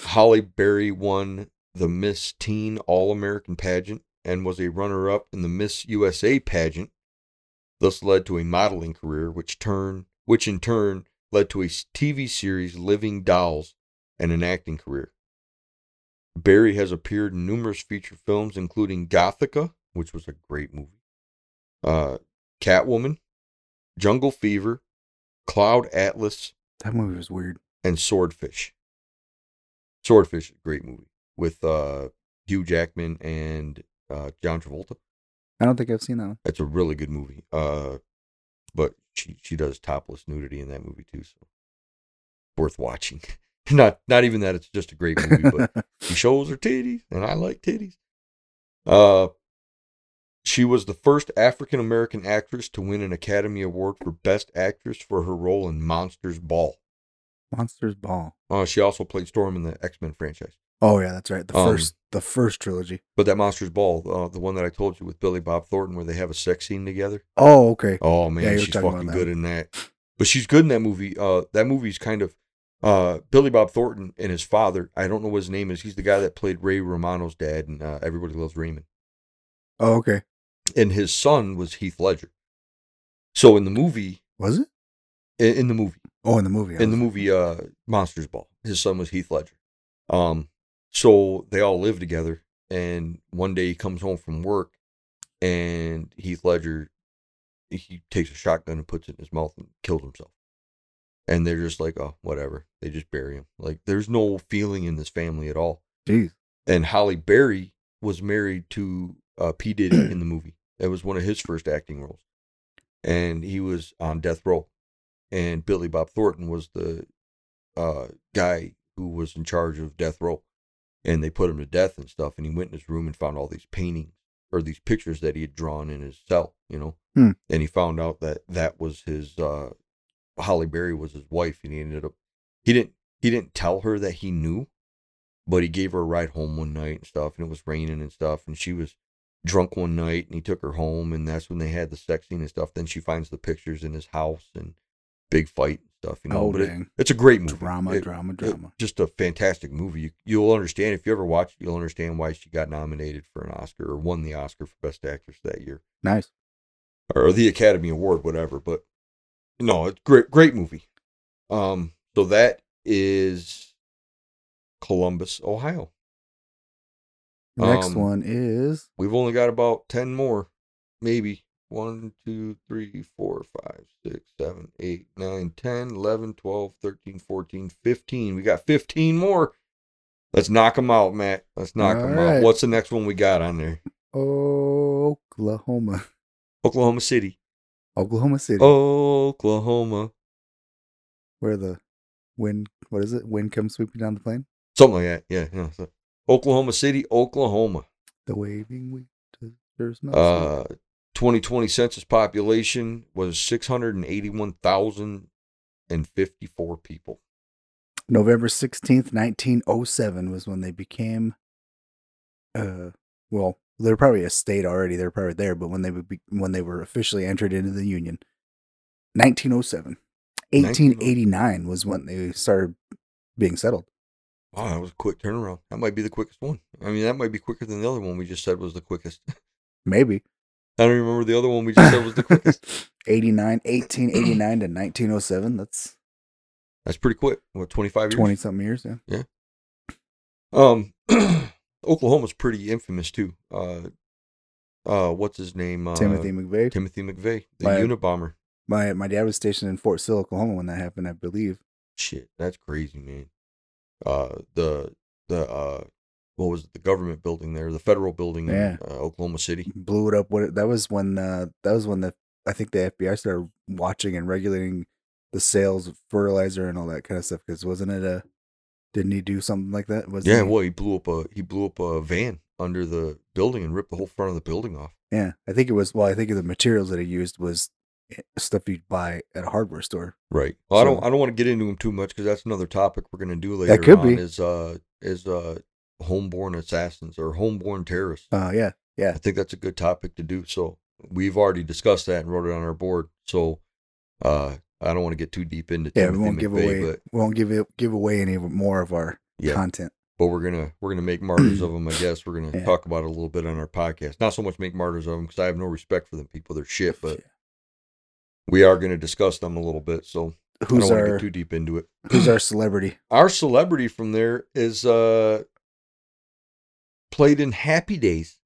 Speaker 1: Holly Berry won the Miss Teen All American pageant and was a runner up in the Miss USA pageant. Thus led to a modeling career, which turn which in turn led to a s- TV series, Living Dolls, and an acting career. Berry has appeared in numerous feature films, including Gothica, which was a great movie, uh, Catwoman, Jungle Fever, Cloud Atlas,
Speaker 2: That movie was weird.
Speaker 1: and Swordfish. Swordfish, is a great movie with uh, Hugh Jackman and uh, John Travolta.
Speaker 2: I don't think I've seen that one.
Speaker 1: That's a really good movie. Uh, but she she does topless nudity in that movie too, so worth watching. (laughs) not not even that it's just a great movie,
Speaker 2: (laughs)
Speaker 1: but she shows her titties, and I like titties. Uh, she was the first African American actress to win an Academy Award for Best Actress for her role in Monsters Ball.
Speaker 2: Monsters Ball.
Speaker 1: Uh, she also played Storm in the X Men franchise.
Speaker 2: Oh yeah, that's right. The
Speaker 1: Um,
Speaker 2: first the first trilogy.
Speaker 1: But that Monsters Ball, uh, the one that I told you with Billy Bob Thornton, where they have a sex scene together.
Speaker 2: Oh, okay.
Speaker 1: Oh
Speaker 2: Yeah,
Speaker 1: man,
Speaker 2: you were
Speaker 1: she's
Speaker 2: talking about
Speaker 1: fucking
Speaker 2: that.
Speaker 1: good in that. But she's good in that movie. Uh, that movie's kind of uh, Billy Bob Thornton and his father. I don't know what his name is. He's the guy that played Ray Romano's dad, and uh, everybody loves Raymond.
Speaker 2: Oh, okay.
Speaker 1: And his son was Heath Ledger. So in the movie,
Speaker 2: Was it?
Speaker 1: in, in the movie.
Speaker 2: Oh, in the movie. I
Speaker 1: In the
Speaker 2: was-
Speaker 1: movie, uh, Monsters Ball, his son was Heath Ledger. Um, so they all live together, and one day he comes home from work, and Heath Ledger, he takes a shotgun and puts it in his mouth and kills himself. And they're just like, oh, whatever. They just bury him. Like, there's no feeling in this family at all.
Speaker 2: Jeez.
Speaker 1: And Holly Berry was married to uh, P. Diddy in the movie. That was one of his first acting roles. And he was on death row. And Billy Bob Thornton was the uh, guy who was in charge of death row. And they put him to death and stuff. And he went in his room and found all these paintings or these pictures that he had drawn in his cell, you know.
Speaker 2: Hmm.
Speaker 1: And he found out that that was his, uh, Holly Berry was his wife. And he ended up, he didn't, he didn't tell her that he knew but he gave her a ride home one night and stuff, and it was raining and stuff, and she was drunk one night, and he took her home, and that's when they had the sex scene and stuff. Then she finds the pictures in his house and big fight and stuff, you know.
Speaker 2: Oh,
Speaker 1: but it-
Speaker 2: dang.
Speaker 1: it's a great movie.
Speaker 2: Drama,
Speaker 1: It-
Speaker 2: drama,
Speaker 1: it-
Speaker 2: drama.
Speaker 1: just a fantastic movie. You, you'll understand if you ever watch it. You'll understand why she got nominated for an Oscar or won the Oscar for Best Actress that year
Speaker 2: Nice.
Speaker 1: or the Academy Award, whatever. But no, it's great, great movie. Um, so that is Columbus, Ohio.
Speaker 2: Next
Speaker 1: Um,
Speaker 2: one is
Speaker 1: We've only got about 10 more, maybe. 1, 2, 3, 4, 5, 6, 7, 8, 9, 10, 11, 12, 13, 14, 15. We got 15 more. Let's knock them out, Matt. Let's knock them out.
Speaker 2: Alright.
Speaker 1: What's the next one we got on there?
Speaker 2: Oklahoma,
Speaker 1: Oklahoma City.
Speaker 2: Oklahoma City,
Speaker 1: Oklahoma.
Speaker 2: where the wind. What is it? Wind comes sweeping down the plain.
Speaker 1: Something like that. Yeah. yeah so- Oklahoma City, Oklahoma.
Speaker 2: The waving wind. to- There's no.
Speaker 1: Uh, 2020 census population was 681,054 people.
Speaker 2: November 16th, 1907 was when they became uh well, they're probably a state already. They're probably there, but when they would be, when they were officially entered into the union, 1907. 1889 was when they started being settled.
Speaker 1: Wow, Oh, that was a quick turnaround. That might be the quickest one. I mean, that might be quicker than the other one we just said was the quickest. (laughs)
Speaker 2: Maybe.
Speaker 1: I don't remember the other one we just said was
Speaker 2: (laughs)
Speaker 1: the quickest.
Speaker 2: 89 1889 to 1907, that's
Speaker 1: That's pretty quick. What, 25 years?
Speaker 2: 20 something years, yeah.
Speaker 1: Um, (clears throat) Oklahoma's pretty infamous, too. Uh, uh, what's his name? Uh,
Speaker 2: Timothy McVeigh.
Speaker 1: Timothy McVeigh, the
Speaker 2: Right.
Speaker 1: Unabomber.
Speaker 2: my my dad was stationed in Fort Sill, Oklahoma when that happened, I believe.
Speaker 1: Shit, that's crazy, man. Uh, the the uh, what was it, the government building there? The federal building
Speaker 2: Yeah.
Speaker 1: in uh, Oklahoma City.
Speaker 2: blew it up. What that was when uh, that was when the I think the FBI started watching and regulating the sales of fertilizer and all that kind of stuff. Because wasn't it a didn't he do something like that? Was
Speaker 1: Yeah,
Speaker 2: he,
Speaker 1: well, he blew up a he blew up a van under the building and ripped the whole front of the building off.
Speaker 2: yeah. I think it was. Well, I think the materials that he used was eh, stuff you'd buy at a hardware store.
Speaker 1: Right. Well, I don't.
Speaker 2: So-
Speaker 1: I don't want to get into him too much because that's another topic we're going to do later.
Speaker 2: could
Speaker 1: on,
Speaker 2: be.
Speaker 1: is uh is uh homeborn assassins or homeborn terrorists.
Speaker 2: Uh, yeah,
Speaker 1: I think that's a good topic to do. So we've already discussed that and wrote it on our board. So uh, I don't want to get too deep into
Speaker 2: yeah.
Speaker 1: Timothy
Speaker 2: we won't give
Speaker 1: McVeigh,
Speaker 2: away.
Speaker 1: but
Speaker 2: we won't give it, give away any more of our
Speaker 1: yeah,
Speaker 2: content.
Speaker 1: but we're gonna we're gonna make martyrs
Speaker 2: (clears throat)
Speaker 1: of them. I guess we're gonna
Speaker 2: Yeah.
Speaker 1: talk about it a little bit on our podcast. Not so much make martyrs of them because I have no respect for them people. They're
Speaker 2: (laughs)
Speaker 1: shit, but we are gonna discuss them a little bit. So I
Speaker 2: who's
Speaker 1: don't want to
Speaker 2: our
Speaker 1: get too deep into it.
Speaker 2: who's
Speaker 1: (clears throat)
Speaker 2: our celebrity?
Speaker 1: Our celebrity from there is uh played in Happy Days.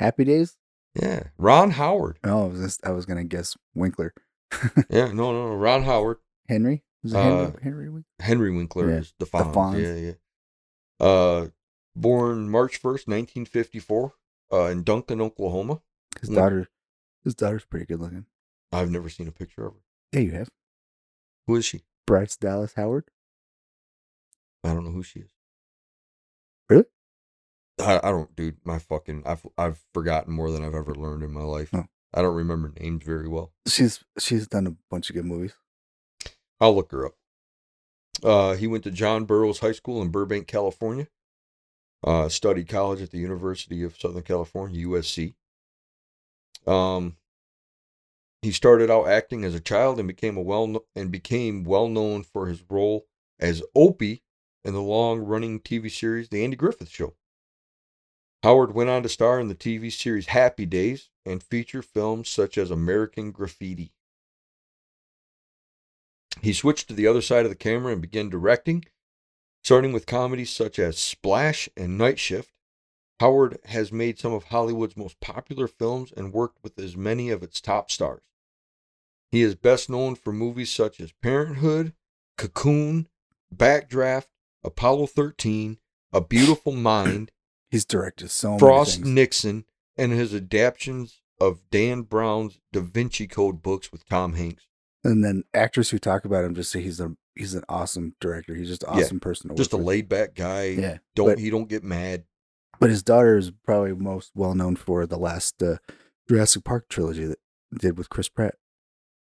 Speaker 2: Happy Days?
Speaker 1: Yeah, Ron
Speaker 2: (laughs)
Speaker 1: Howard.
Speaker 2: Oh, I was just, I was gonna guess Winkler,
Speaker 1: Yeah, no, no, no, Ron Howard.
Speaker 2: Henry. Was it
Speaker 1: Uh,
Speaker 2: Henry, Henry Winkler?
Speaker 1: Henry Winkler
Speaker 2: Yeah,
Speaker 1: is the Fonz.
Speaker 2: Fonz.
Speaker 1: Yeah, yeah. Uh, born March first, nineteen fifty four, uh, in Duncan, Oklahoma.
Speaker 2: His
Speaker 1: Winkler.
Speaker 2: daughter, his daughter's pretty good looking.
Speaker 1: I've never seen a picture of her.
Speaker 2: Yeah, you have
Speaker 1: Who is she?
Speaker 2: Bryce Dallas Howard.
Speaker 1: I don't know who she is.
Speaker 2: Really?
Speaker 1: I, I don't, dude. My fucking, I've I've forgotten more than I've ever learned in my life.
Speaker 2: Oh.
Speaker 1: I don't remember names very well.
Speaker 2: She's she's done a bunch of good movies.
Speaker 1: I'll look her up. Uh, he went to John Burroughs High School in Burbank, California. Uh, studied college at the University of Southern California, USC. Um, he started out acting as a child and became a well kno- and became well known for his role as Opie in the long-running TV series The Andy Griffith Show. Howard went on to star in the TV series Happy Days and feature films such as American Graffiti. He switched to the other side of the camera and began directing, starting with comedies such as Splash and Night Shift. Howard has made some of Hollywood's most popular films and worked with as many of its top stars. He is best known for movies such as Parenthood, Cocoon, Backdraft, Apollo 13,
Speaker 2: (coughs)
Speaker 1: A Beautiful Mind,
Speaker 2: He's directed so
Speaker 1: Frost
Speaker 2: many things.
Speaker 1: Nixon, and his adaptations of Dan Brown's Da Vinci Code books with Tom Hanks.
Speaker 2: and then actors who talk about him just say he's a he's an awesome director. He's just an
Speaker 1: Yeah,
Speaker 2: awesome person to work
Speaker 1: Just a
Speaker 2: with.
Speaker 1: laid back guy.
Speaker 2: Yeah.
Speaker 1: Don't
Speaker 2: but-
Speaker 1: he don't get mad.
Speaker 2: But his daughter is probably most well known for the last uh, Jurassic Park trilogy that he did with Chris Pratt.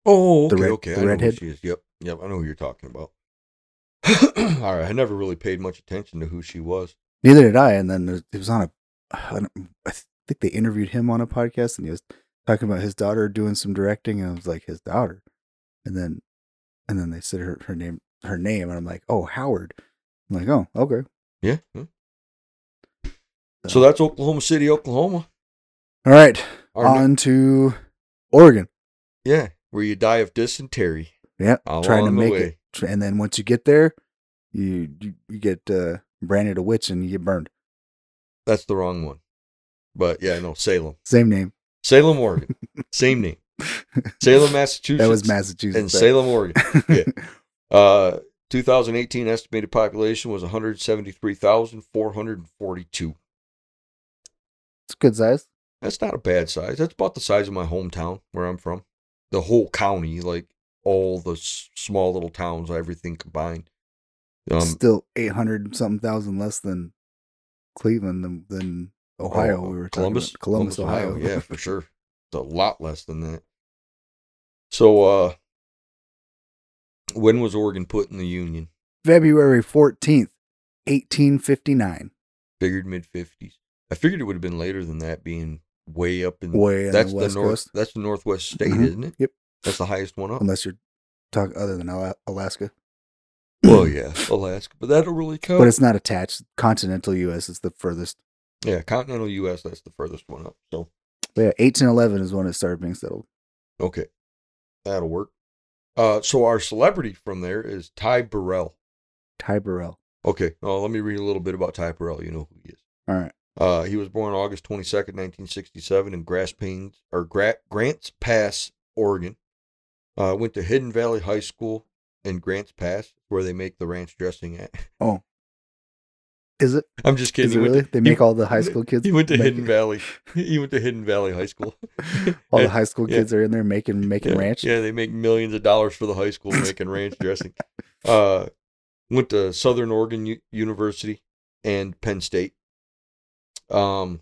Speaker 1: Oh,
Speaker 2: The
Speaker 1: okay,
Speaker 2: red-
Speaker 1: okay.
Speaker 2: the
Speaker 1: I know who
Speaker 2: redhead?
Speaker 1: she is. Yep, yep. I know who you're talking about. (clears throat) All right. I never really paid much attention to who she was.
Speaker 2: Neither did I. And then there- it was on a, I don't- I think they interviewed him on a podcast, and he was talking about his daughter doing some directing, and I was like, his daughter, and then, and then they said her her name her name, and I'm like, oh Howard, I'm like, oh okay,
Speaker 1: Yeah. yeah. So that's Oklahoma City, Oklahoma.
Speaker 2: all right,
Speaker 1: Our ne-
Speaker 2: on to Oregon.
Speaker 1: yeah, where you die of dysentery.
Speaker 2: Yeah,
Speaker 1: Along
Speaker 2: trying to
Speaker 1: the
Speaker 2: make
Speaker 1: way.
Speaker 2: it, Tr- and then once you get there, you you, you get uh, branded a witch and you get burned.
Speaker 1: That's the wrong one. But yeah, no, Salem.
Speaker 2: Same name.
Speaker 1: Salem, Oregon. Same name. Salem, Massachusetts.
Speaker 2: (laughs) That was Massachusetts.
Speaker 1: And Salem, Oregon.
Speaker 2: (laughs)
Speaker 1: Yeah. Uh, 2018 estimated population was 173,442.
Speaker 2: it's good size.
Speaker 1: That's not a bad size. That's about the size of my hometown where I'm from. The whole county, like all the s- small little towns, everything combined. Um,
Speaker 2: Still eight hundred something thousand less than Cleveland than, than Ohio.
Speaker 1: Oh,
Speaker 2: we were
Speaker 1: Columbus,
Speaker 2: talking about. Columbus, Ohio.
Speaker 1: Yeah,
Speaker 2: (laughs)
Speaker 1: for sure. It's a lot less than that. So, uh, when was Oregon put in the Union?
Speaker 2: February fourteenth, eighteen fifty nine.
Speaker 1: Figured mid fifties. I figured it would have been later than that, being way up in
Speaker 2: Way in
Speaker 1: that's
Speaker 2: the West
Speaker 1: north.
Speaker 2: Coast,
Speaker 1: That's the northwest state,
Speaker 2: Mhm.
Speaker 1: isn't it?
Speaker 2: Yep.
Speaker 1: That's the highest one up.
Speaker 2: unless you're talking other than Ala- Alaska.
Speaker 1: well, yeah, Alaska, but that'll really count.
Speaker 2: But it's not attached. Continental U.S. is the furthest.
Speaker 1: yeah, continental U.S. That's the furthest one up. So
Speaker 2: But yeah, eighteen eleven is when it started being settled.
Speaker 1: okay, that'll work. Uh, so our celebrity from there is Ty Burrell.
Speaker 2: Ty Burrell.
Speaker 1: Okay, now let me read a little bit about Ty Burrell. You know who he is.
Speaker 2: All right.
Speaker 1: Uh, he was born August 22nd, 1967, in Grass Pains or Gra- Grants Pass, Oregon. Uh, went to Hidden Valley High School in Grants Pass, where they make the ranch dressing at. (laughs)
Speaker 2: Is it?
Speaker 1: I'm just kidding.
Speaker 2: Is it
Speaker 1: He went
Speaker 2: really?
Speaker 1: to-
Speaker 2: they
Speaker 1: he-
Speaker 2: make all the high school kids.
Speaker 1: He went to
Speaker 2: make- (laughs)
Speaker 1: Hidden Valley. He went to Hidden Valley High School.
Speaker 2: All the
Speaker 1: And-
Speaker 2: high school
Speaker 1: yeah.
Speaker 2: kids are in there making making
Speaker 1: yeah,
Speaker 2: ranch.
Speaker 1: Yeah, they make millions of dollars for the
Speaker 2: (laughs)
Speaker 1: high school making ranch dressing. Uh, went to Southern Oregon U- University and Penn State. Um,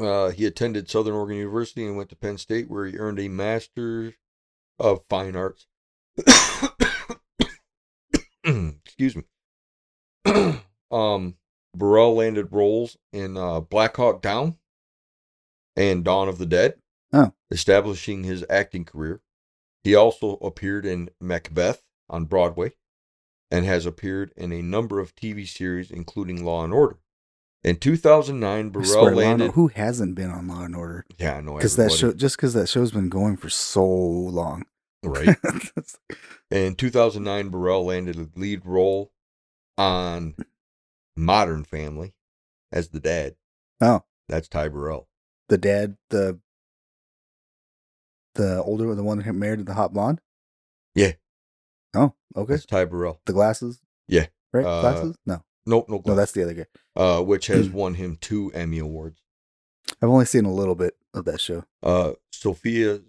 Speaker 1: uh, he attended Southern Oregon University and went to Penn State, where he earned a Master of Fine Arts. (clears throat) Excuse me. (clears throat) um, Burrell landed roles in uh, Black Hawk Down and Dawn of the Dead,
Speaker 2: Oh.
Speaker 1: establishing his acting career. He also appeared in Macbeth on Broadway and has appeared in a number of TV series, including Law and Order. In 2009,
Speaker 2: I
Speaker 1: Burrell
Speaker 2: swear, Law and
Speaker 1: landed.
Speaker 2: Order- who hasn't been on Law and Order?
Speaker 1: Yeah, I know.
Speaker 2: Because that
Speaker 1: everybody.
Speaker 2: show, just because that show's been going for so long.
Speaker 1: Right. In 2009, Burrell landed a lead role on Modern Family as the dad.
Speaker 2: oh,
Speaker 1: That's Ty Burrell.
Speaker 2: (laughs) the dad, the the older, the one that married to the hot blonde.
Speaker 1: Yeah.
Speaker 2: Oh, okay.
Speaker 1: That's Ty Burrell.
Speaker 2: The glasses.
Speaker 1: Yeah.
Speaker 2: Right.
Speaker 1: Uh,
Speaker 2: glasses. No,
Speaker 1: Nope, no,
Speaker 2: no, that's the other guy.
Speaker 1: uh, which
Speaker 2: (clears throat)
Speaker 1: has won him two Emmy awards.
Speaker 2: I've only seen a little bit of that show.
Speaker 1: Uh, Sophia,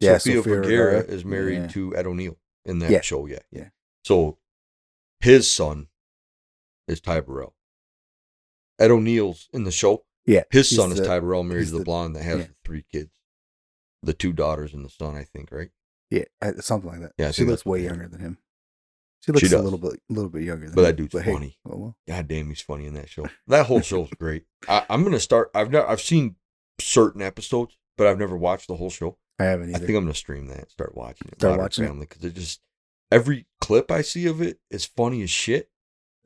Speaker 2: Yeah,
Speaker 1: Sophia,
Speaker 2: Sofia
Speaker 1: Vergara
Speaker 2: Vergara.
Speaker 1: is married
Speaker 2: Yeah.
Speaker 1: to Ed O'Neill in that
Speaker 2: Yeah.
Speaker 1: show. Yeah,
Speaker 2: Yeah.
Speaker 1: So his son is Ty Burrell. Ed O'Neill's in the show.
Speaker 2: Yeah,
Speaker 1: His
Speaker 2: he's
Speaker 1: son is
Speaker 2: the-
Speaker 1: Ty Burrell, married
Speaker 2: he's
Speaker 1: to the,
Speaker 2: the-
Speaker 1: blonde that has
Speaker 2: yeah.
Speaker 1: the three kids, the two daughters and the son, I think. Right.
Speaker 2: Yeah, uh, something like that.
Speaker 1: Yeah, I
Speaker 2: she
Speaker 1: think
Speaker 2: looks
Speaker 1: that's what
Speaker 2: way
Speaker 1: they-
Speaker 2: younger than him. She looks a
Speaker 1: does.
Speaker 2: little bit, a little bit younger than.
Speaker 1: But that
Speaker 2: him,
Speaker 1: dude's
Speaker 2: hey,
Speaker 1: funny.
Speaker 2: oh well.
Speaker 1: God damn, he's funny in that show. That
Speaker 2: (laughs)
Speaker 1: whole show's great. I, I'm gonna start. I've never, I've seen certain episodes, but I've never watched the whole show.
Speaker 2: I haven't
Speaker 1: I
Speaker 2: either.
Speaker 1: think I'm gonna stream that. Start watching it.
Speaker 2: Start
Speaker 1: Modern
Speaker 2: watching it.
Speaker 1: Family because it just every clip I see of it is funny as shit.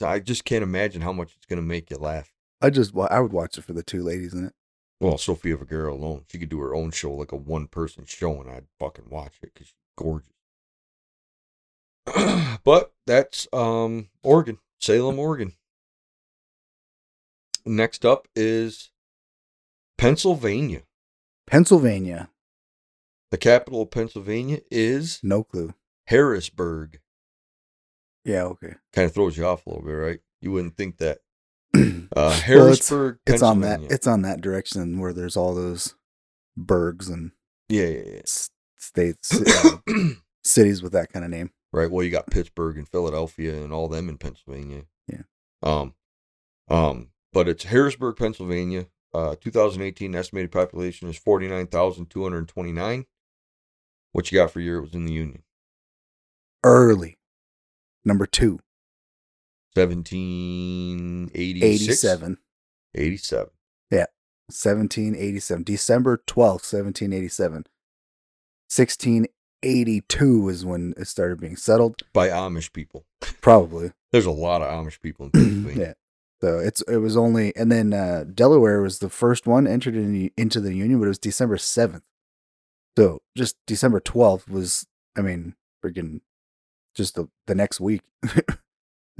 Speaker 1: I just can't imagine how much it's gonna make you laugh.
Speaker 2: I just, wa- I would watch it for the two ladies in it.
Speaker 1: Well, Sophia Vergara alone, she could do her own show, like a one person show, and I'd fucking watch it because she's gorgeous. (clears throat) but that's um Oregon, Salem, Oregon. Next up is Pennsylvania.
Speaker 2: Pennsylvania.
Speaker 1: The capital of Pennsylvania is
Speaker 2: No clue.
Speaker 1: Harrisburg.
Speaker 2: Yeah, okay. (clears throat)
Speaker 1: Kind of throws you off a little bit, right? You wouldn't think that.
Speaker 2: (laughs) it's
Speaker 1: Uh, Harrisburg,
Speaker 2: on that.
Speaker 1: Pennsylvania.
Speaker 2: It's on that direction where there's all those bergs and
Speaker 1: yeah, yeah, yeah.
Speaker 2: s- states, uh, cities with that kind of name.
Speaker 1: right? Well, you got Pittsburgh and Philadelphia and all them in Pennsylvania.
Speaker 2: Yeah.
Speaker 1: Um, um, but it's Harrisburg, Pennsylvania. Uh, 2018 estimated population is 49,229. What you got for year it was in the Union?
Speaker 2: Early. Number two,
Speaker 1: 1786.
Speaker 2: 87.
Speaker 1: 87.
Speaker 2: 1787. December 12th, 1787. 1682 is when it started being settled,
Speaker 1: By Amish people.
Speaker 2: probably.
Speaker 1: There's a lot of Amish people in Pennsylvania.
Speaker 2: (clears throat) yeah. So it's it was only and then uh, Delaware was the first one entered in, the- into the union, but it was December seventh. So just December twelfth was I mean freaking just the the next week. (laughs)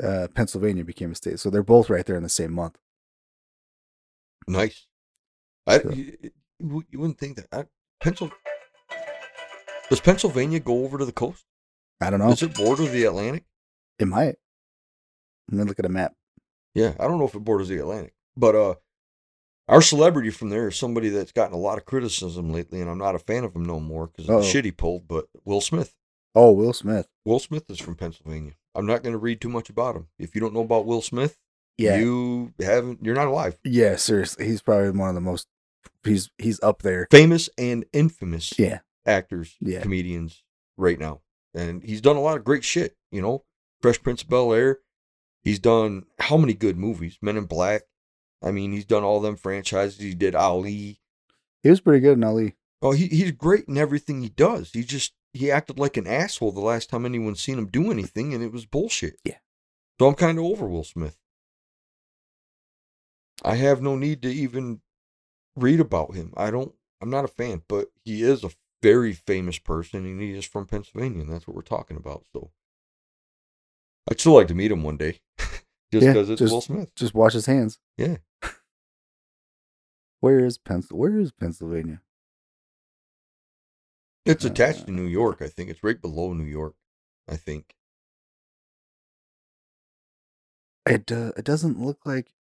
Speaker 2: uh, Pennsylvania became a state, so they're both right there in the same month.
Speaker 1: Nice. I,
Speaker 2: So-
Speaker 1: you, you you wouldn't think that. I, Pencil. Does Pennsylvania go over to the coast?
Speaker 2: I don't know.
Speaker 1: Does it border the Atlantic?
Speaker 2: It might. Let me look at a map.
Speaker 1: Yeah, I don't know if it borders the Atlantic, but uh, our celebrity from there is somebody that's gotten a lot of criticism lately, and I'm not a fan of him no more because of the
Speaker 2: Uh-oh.
Speaker 1: shit he pulled. But Will Smith,
Speaker 2: Oh, Will Smith.
Speaker 1: Will Smith is from Pennsylvania. I'm not going to read too much about him. If you don't know about Will Smith,
Speaker 2: Yeah,
Speaker 1: you haven't. You're not alive.
Speaker 2: yeah. Seriously, he's probably one of the most. He's he's up there.
Speaker 1: Famous and infamous
Speaker 2: Yeah,
Speaker 1: actors,
Speaker 2: Yeah.
Speaker 1: comedians right now, and he's done a lot of great shit. You know, Fresh Prince of Bel Air. He's done how many good movies? Men in Black. I mean, he's done all them franchises. He did Ali.
Speaker 2: he was pretty good in Ali.
Speaker 1: Oh, he, he's great in everything he does. He just he acted like an asshole the last time anyone's seen him do anything, and it was bullshit.
Speaker 2: Yeah.
Speaker 1: So I'm kind of over Will Smith. I have no need to even read about him. I don't. I'm not a fan, but he is a very famous person, and he is from Pennsylvania, and that's what we're talking about. So I'd still like to meet him one day, (laughs) just
Speaker 2: Yeah,
Speaker 1: because it's
Speaker 2: just-
Speaker 1: Will Smith.
Speaker 2: Just wash his hands.
Speaker 1: Yeah.
Speaker 2: Where is Pens? Where is Pennsylvania?
Speaker 1: It's
Speaker 2: uh,
Speaker 1: attached to New York, I think. It's right below New York, I think.
Speaker 2: It do- it doesn't look like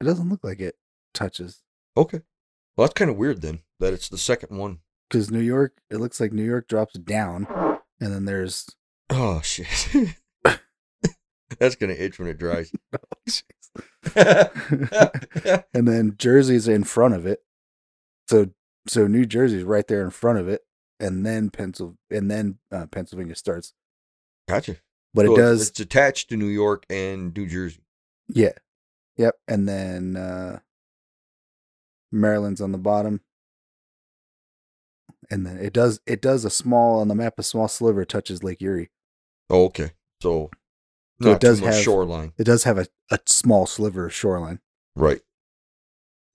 Speaker 2: it doesn't look like it touches
Speaker 1: Okay. Well, that's kind of weird then that it's the second one.
Speaker 2: because New York. It looks like New York drops down, and then there's
Speaker 1: Oh, shit. (laughs) that's going to itch when it dries.
Speaker 2: (laughs) and then Jersey's in front of it. So so New Jersey's right there in front of it, and then Pencil and then uh, Pennsylvania starts.
Speaker 1: gotcha.
Speaker 2: But
Speaker 1: So
Speaker 2: it
Speaker 1: it's-
Speaker 2: does,
Speaker 1: It's attached to New York and New Jersey.
Speaker 2: yeah, yep. And then uh, Maryland's on the bottom, and then it does it does a small on the map a small sliver touches Lake Erie.
Speaker 1: Oh, okay. So,
Speaker 2: So it
Speaker 1: not
Speaker 2: does
Speaker 1: too much
Speaker 2: have-
Speaker 1: shoreline.
Speaker 2: It does have a, a small sliver of shoreline.
Speaker 1: Right.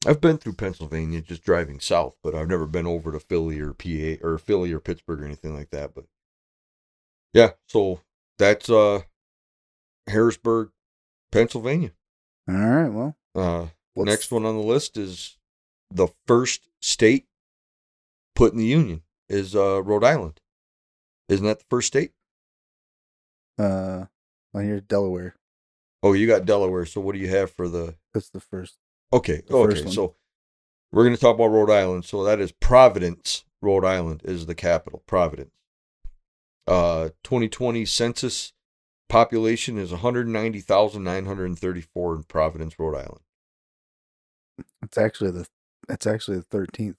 Speaker 1: I've been through Pennsylvania just driving south, but I've never been over to Philly or PA or Philly or Pittsburgh or anything like that. But yeah, so that's uh Harrisburg, Pennsylvania.
Speaker 2: All right, well,
Speaker 1: Uh
Speaker 2: what's-
Speaker 1: Next one on the list is the first state put in the union is uh, Rhode Island. Isn't that the first state?
Speaker 2: Uh, on here Delaware.
Speaker 1: Oh, you got Delaware. So what do you have for the?
Speaker 2: That's the first.
Speaker 1: Okay,
Speaker 2: The
Speaker 1: okay.
Speaker 2: first one.
Speaker 1: So we're going to talk about Rhode Island. So that is Providence, Rhode Island is the capital. Providence. Uh, 2020 census population is 190,934 in Providence, Rhode Island.
Speaker 2: It's actually the it's actually the thirteenth.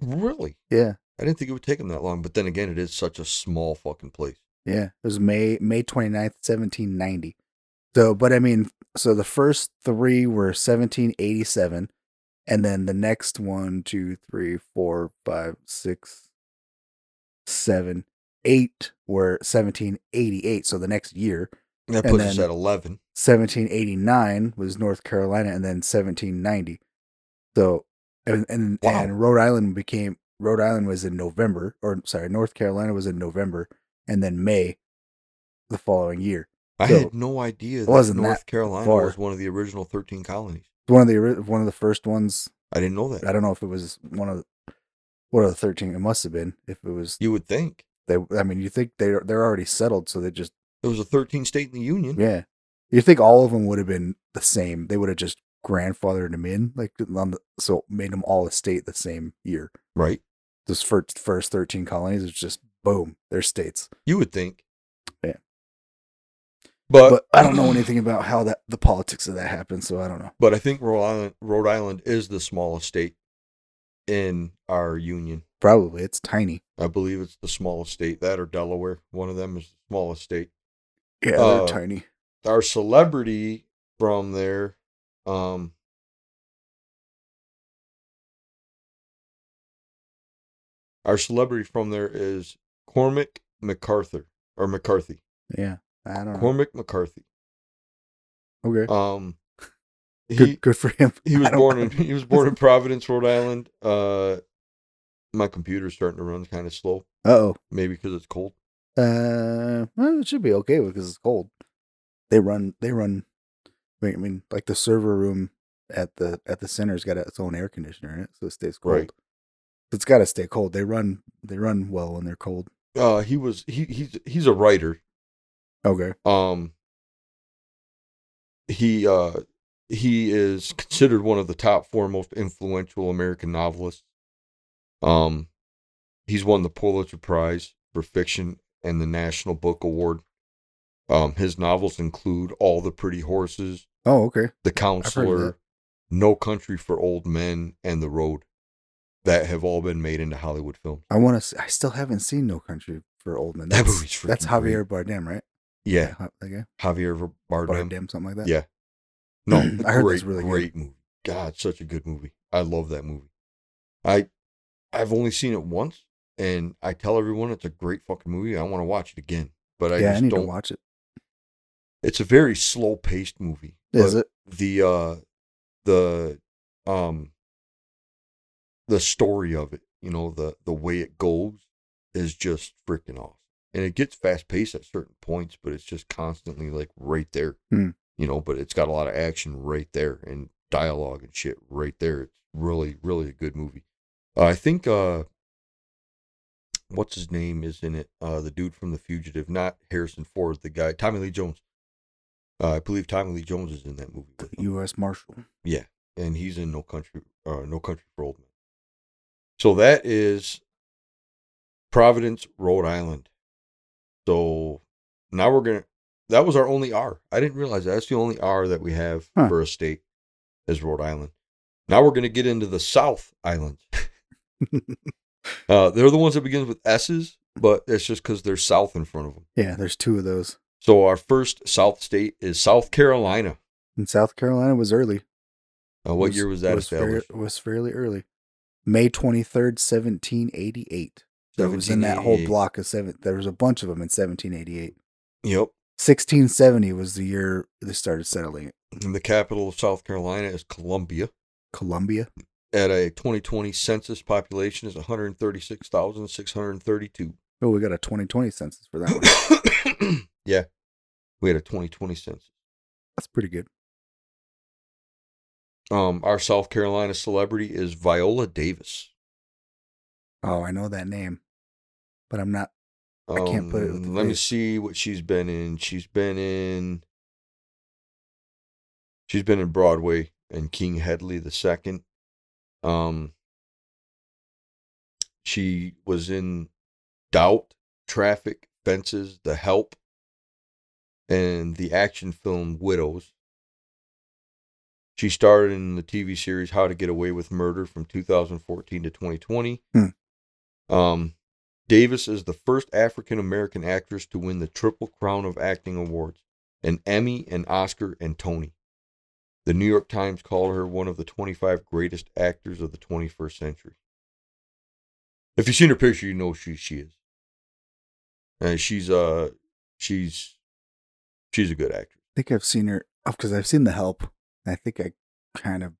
Speaker 1: Really?
Speaker 2: Yeah.
Speaker 1: I didn't think it would take them that long, but then again, it is such a small fucking place.
Speaker 2: Yeah, it was May May 29th, 1790. So, but I mean, so the first three were 1787, and then the next one, two, three, four, five, six, seven, eight were 1788. So the next year,
Speaker 1: That
Speaker 2: And
Speaker 1: puts us
Speaker 2: then-
Speaker 1: at 11.
Speaker 2: 1789 was North Carolina, and then 1790. So and and,
Speaker 1: Wow.
Speaker 2: and Rhode Island became Rhode Island was in November, or sorry, North Carolina was in November, and then May, the following year.
Speaker 1: I
Speaker 2: So,
Speaker 1: had no idea that
Speaker 2: wasn't
Speaker 1: North
Speaker 2: that
Speaker 1: Carolina
Speaker 2: far.
Speaker 1: was one of the original 13 colonies.
Speaker 2: One of the ori- one of the first ones.
Speaker 1: I didn't know that.
Speaker 2: I don't know if it was one of one of the thirteen. It must have been. If it was,
Speaker 1: you would think
Speaker 2: they. I mean, you think they they're already settled, so they just
Speaker 1: it was a 13 state in the union.
Speaker 2: yeah. You think all of them would have been the same? They would have just grandfathered them in, like on the, so made them all a state the same year.
Speaker 1: Right.
Speaker 2: Those first first thirteen colonies is just boom, they're states.
Speaker 1: You would think.
Speaker 2: Yeah.
Speaker 1: But,
Speaker 2: but I don't
Speaker 1: (clears throat)
Speaker 2: know anything about how that the politics of that happened, so I don't know.
Speaker 1: But I think Rhode Island, Rhode Island is the smallest state in our union.
Speaker 2: Probably it's tiny.
Speaker 1: I believe it's the smallest state. That or Delaware. One of them is the smallest state.
Speaker 2: Yeah,
Speaker 1: Uh,
Speaker 2: they're tiny.
Speaker 1: Our celebrity from there, um, our celebrity from there is Cormac MacArthur or McCarthy.
Speaker 2: Yeah, I don't know.
Speaker 1: Cormac McCarthy.
Speaker 2: Okay,
Speaker 1: Um, he
Speaker 2: good, good for him.
Speaker 1: he
Speaker 2: (laughs)
Speaker 1: was
Speaker 2: I don't-
Speaker 1: born in he was born in Providence, Rhode Island. Uh, my computer's starting to run kind of slow,
Speaker 2: Uh-oh.
Speaker 1: maybe because it's cold.
Speaker 2: Uh well, it should be okay because it's cold. They run. They run. I mean- I mean, like the server room at the at the center's got its own air conditioner in it, so it stays cold.
Speaker 1: Right.
Speaker 2: It's got to stay cold. They run. They run well when they're cold.
Speaker 1: Uh, he was he he's he's a writer.
Speaker 2: Okay.
Speaker 1: Um, he uh he is considered one of the top four most influential American novelists. Um, he's won the Pulitzer Prize for fiction and the National Book Award. Um, his novels include All the Pretty Horses,
Speaker 2: Oh, okay.
Speaker 1: The
Speaker 2: of
Speaker 1: Counselor,
Speaker 2: that.
Speaker 1: No Country for Old Men, and The Road that have all been made into Hollywood films.
Speaker 2: I want to. I still haven't seen No Country for Old Men.
Speaker 1: (laughs) That
Speaker 2: That's,
Speaker 1: movie's freaking
Speaker 2: that's Javier Bardem, right?
Speaker 1: Yeah,
Speaker 2: That guy?
Speaker 1: Javier Bardem.
Speaker 2: Bardem, something like that.
Speaker 1: Yeah.
Speaker 2: (clears throat)
Speaker 1: No,
Speaker 2: I heard that's
Speaker 1: great,
Speaker 2: really good.
Speaker 1: great movie. God, such a good movie. I love that movie. I I've only seen it once, and I tell everyone it's a great fucking movie. I want to watch it again, but I
Speaker 2: yeah,
Speaker 1: just
Speaker 2: I need
Speaker 1: don't.
Speaker 2: to watch it.
Speaker 1: It's a very slow paced movie.
Speaker 2: Is
Speaker 1: but
Speaker 2: it?
Speaker 1: the uh the um the story of it you know the the way it goes is just freaking awesome and it gets fast paced at certain points but it's just constantly like right there
Speaker 2: Hmm.
Speaker 1: you know but it's got a lot of action right there and dialogue and shit right there it's really really a good movie uh, i think uh what's his name is in it uh the dude from the fugitive not harrison ford the guy tommy lee jones uh, i believe tommy lee jones is in that movie with him
Speaker 2: U.S. Marshal.
Speaker 1: and he's in No Country, uh, No Country for Old Men. So that is Providence, Rhode Island. So now we're gonna. That was our only R. I didn't realize that. that's the only R that we have
Speaker 2: Huh.
Speaker 1: for a state is Rhode Island. Now we're gonna get into the South Islands. uh, they're the ones that begins with S's, but it's just because they're South in front of them.
Speaker 2: Yeah, there's two of those.
Speaker 1: So our first South state is South Carolina.
Speaker 2: And South Carolina was early.
Speaker 1: Uh, what year was that
Speaker 2: Was, fair,
Speaker 1: established?
Speaker 2: was fairly early. May 23rd, 1788. So it was in that whole
Speaker 1: 1788.
Speaker 2: block of seven. There was a bunch of them in 1788.
Speaker 1: Yep.
Speaker 2: 1670 was the year they started settling it.
Speaker 1: And the capital of South Carolina is Columbia.
Speaker 2: Columbia.
Speaker 1: At a 2020 census population is 136,632.
Speaker 2: Oh, we got a 2020 census for that one.
Speaker 1: (coughs) (laughs) yeah. We had a 2020 census.
Speaker 2: That's pretty good.
Speaker 1: Um, our South Carolina celebrity is Viola Davis.
Speaker 2: Oh, I know that name, but I'm not. I can't put it with the
Speaker 1: Um, Let me
Speaker 2: face.
Speaker 1: see what she's been in. She's been in She's been in Broadway and King Hedley the Second. Um she was in Doubt, Traffic, Fences, The Help, and the action film Widows. She starred in the TV series How to Get Away with Murder from 2014 to 2020.
Speaker 2: Hmm.
Speaker 1: Um, Davis is the first African American actress to win the Triple Crown of Acting Awards, an Emmy, an Oscar, and Tony. The New York Times called her one of the 25 greatest actors of the 21st century. If you've seen her picture, you know who she she is. And she's uh she's she's a good actress.
Speaker 2: oh, I think I've seen her because I've seen The Help. and I think I kind of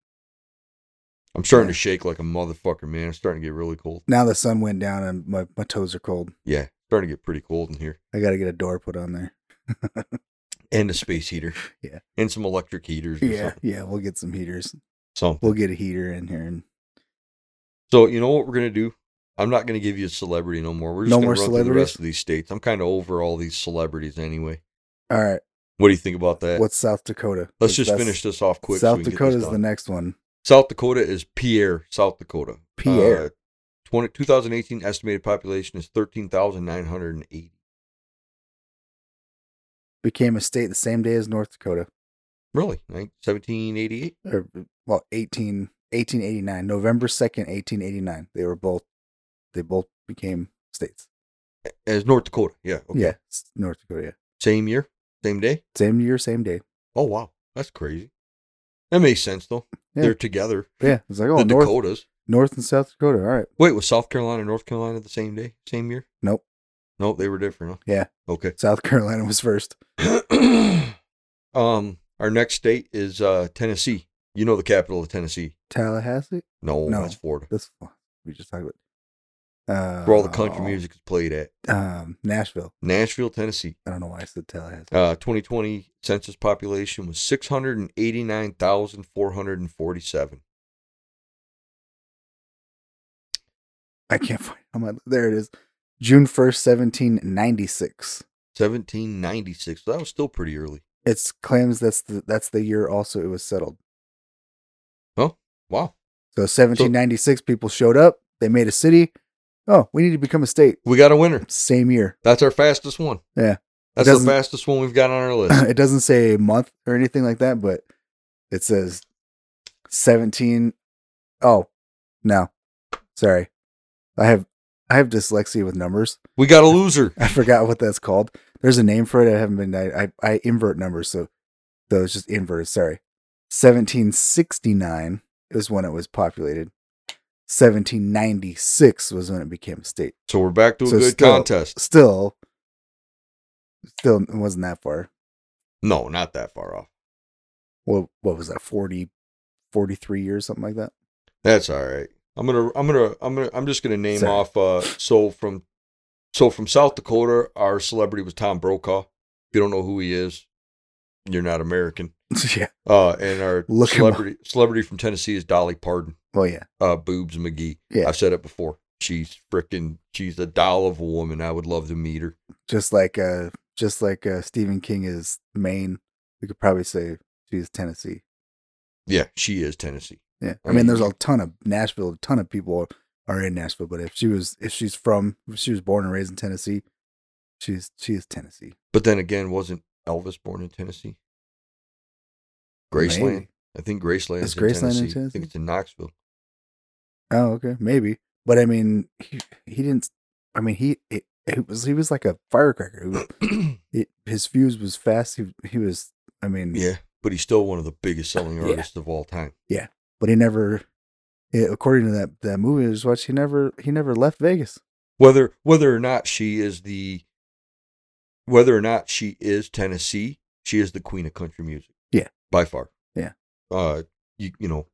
Speaker 1: I'm starting to shake like a motherfucker, man. I'm starting to get really cold.
Speaker 2: Now the sun went down and my, my toes are cold.
Speaker 1: Yeah, starting to get pretty cold in here.
Speaker 2: I got to get a door put on
Speaker 1: (laughs)
Speaker 2: there.
Speaker 1: And a space heater.
Speaker 2: (laughs) Yeah.
Speaker 1: And some electric heaters. Or
Speaker 2: Yeah, (laughs)
Speaker 1: Something.
Speaker 2: yeah. We'll get some heaters.
Speaker 1: something.
Speaker 2: We'll get a heater in here and
Speaker 1: So you know what we're gonna do? I'm not gonna give you a celebrity no more. We're just
Speaker 2: No
Speaker 1: gonna
Speaker 2: more
Speaker 1: run through the
Speaker 2: celebrities?
Speaker 1: rest of these states. I'm kind of over all these celebrities anyway.
Speaker 2: all right.
Speaker 1: What do you think about that?
Speaker 2: What's South Dakota?
Speaker 1: Eh. Let's
Speaker 2: 'Cause
Speaker 1: just
Speaker 2: that's-
Speaker 1: finish this off quick. so
Speaker 2: South
Speaker 1: we can get this
Speaker 2: Dakota is
Speaker 1: done.
Speaker 2: the next one.
Speaker 1: South Dakota is Pierre, South Dakota.
Speaker 2: Pierre.
Speaker 1: Uh, 20, 2018 estimated population is 13,980.
Speaker 2: Became a state the same day as North Dakota.
Speaker 1: Really? Nin- 1788?
Speaker 2: Or well, 18, 1889, November second, eighteen eighty nine. They were both. They both became states.
Speaker 1: As North Dakota. Yeah. Okay.
Speaker 2: Yeah, s- North Dakota. Yeah.
Speaker 1: Same year, same day.
Speaker 2: Same year, same day.
Speaker 1: Oh, wow. That's crazy. That makes sense, though.
Speaker 2: Yeah.
Speaker 1: They're together.
Speaker 2: Yeah, it's like oh,
Speaker 1: the
Speaker 2: North,
Speaker 1: Dakotas.
Speaker 2: North and South Dakota. All right.
Speaker 1: Wait, was South Carolina and North Carolina the same day, same year?
Speaker 2: Nope.
Speaker 1: Nope, they were different. Huh?
Speaker 2: Yeah. (clears throat)
Speaker 1: Okay.
Speaker 2: South (laughs) Carolina was first.
Speaker 1: um, our next state is uh, Tennessee. You know the capital of Tennessee?
Speaker 2: Tallahassee.
Speaker 1: No,
Speaker 2: No.
Speaker 1: that's Florida.
Speaker 2: That's we just talked about. Uh,
Speaker 1: Where all the country music is played at.
Speaker 2: Um, Nashville.
Speaker 1: Nashville, Tennessee.
Speaker 2: I don't know why I said Tallahassee.
Speaker 1: Uh, 2020 census population was 689,447.
Speaker 2: I can't (laughs) find. How my there it is. June first, seventeen ninety six.
Speaker 1: 1796. So that was still pretty early.
Speaker 2: It's claims that's the that's the year also it was settled.
Speaker 1: Wow.
Speaker 2: So seventeen ninety six people showed up. They made a city. Oh, we need to become a state.
Speaker 1: We got a winner.
Speaker 2: Same year.
Speaker 1: That's our fastest one.
Speaker 2: Yeah.
Speaker 1: That's
Speaker 2: It
Speaker 1: the
Speaker 2: doesn't-
Speaker 1: fastest one we've got on our list.
Speaker 2: (coughs) it doesn't say month or anything like that, but it says seventeen. Oh, no, sorry. I have I have dyslexia with numbers.
Speaker 1: We got a loser.
Speaker 2: I forgot what that's called. There's a name for it. I haven't been. I I, I invert numbers, so so it's just inverted. Sorry. 1769 is when it was populated. 1796 was when it became a state.
Speaker 1: So we're back to a
Speaker 2: So
Speaker 1: good
Speaker 2: still-
Speaker 1: contest.
Speaker 2: Still, still it wasn't that far.
Speaker 1: No, not that far off.
Speaker 2: What what was that? 40, 43 years, something like that. (laughs)
Speaker 1: That's all right. I'm gonna I'm gonna I'm gonna I'm just gonna name
Speaker 2: Sorry.
Speaker 1: off uh so from so from South Dakota, our celebrity was Tom Brokaw. If you don't know who he is, you're not American.
Speaker 2: yeah.
Speaker 1: Uh and our
Speaker 2: (laughs) Look him up.
Speaker 1: celebrity celebrity from Tennessee is Dolly Parton,
Speaker 2: Well, yeah.
Speaker 1: uh Boobs McGee.
Speaker 2: Yeah.
Speaker 1: I've said it before. She's freaking she's a doll of a woman. I would love to meet her.
Speaker 2: Just like uh, just like uh, Stephen King is Maine. We could probably say she's Tennessee.
Speaker 1: Yeah, she is Tennessee.
Speaker 2: Yeah.
Speaker 1: I
Speaker 2: I mean, there's
Speaker 1: mean-
Speaker 2: a ton of Nashville, a ton of people are in Nashville, but if she was, if she's from, if she was born and raised in Tennessee, she's, she is Tennessee.
Speaker 1: But then again, wasn't Elvis born in Tennessee? Graceland?
Speaker 2: Maybe.
Speaker 1: I think Graceland is
Speaker 2: Is
Speaker 1: in,
Speaker 2: Graceland in
Speaker 1: Tennessee. I
Speaker 2: Tennessee?
Speaker 1: think it's in Knoxville.
Speaker 2: Oh, okay. Maybe. But I mean, he, he didn't, I mean, he, it, it was, he was like a firecracker. He was- it, his fuse was fast. He, he was, I mean,
Speaker 1: Yeah, but he's still one of the biggest selling
Speaker 2: Yeah.
Speaker 1: artists of all time.
Speaker 2: but he never, it, according to that, that movie I just watched, he never, he never left Vegas.
Speaker 1: Whether whether or not she is the whether or not she is Tennessee, she is the queen of country music.
Speaker 2: Yeah.
Speaker 1: By far.
Speaker 2: Yeah.
Speaker 1: Uh you you know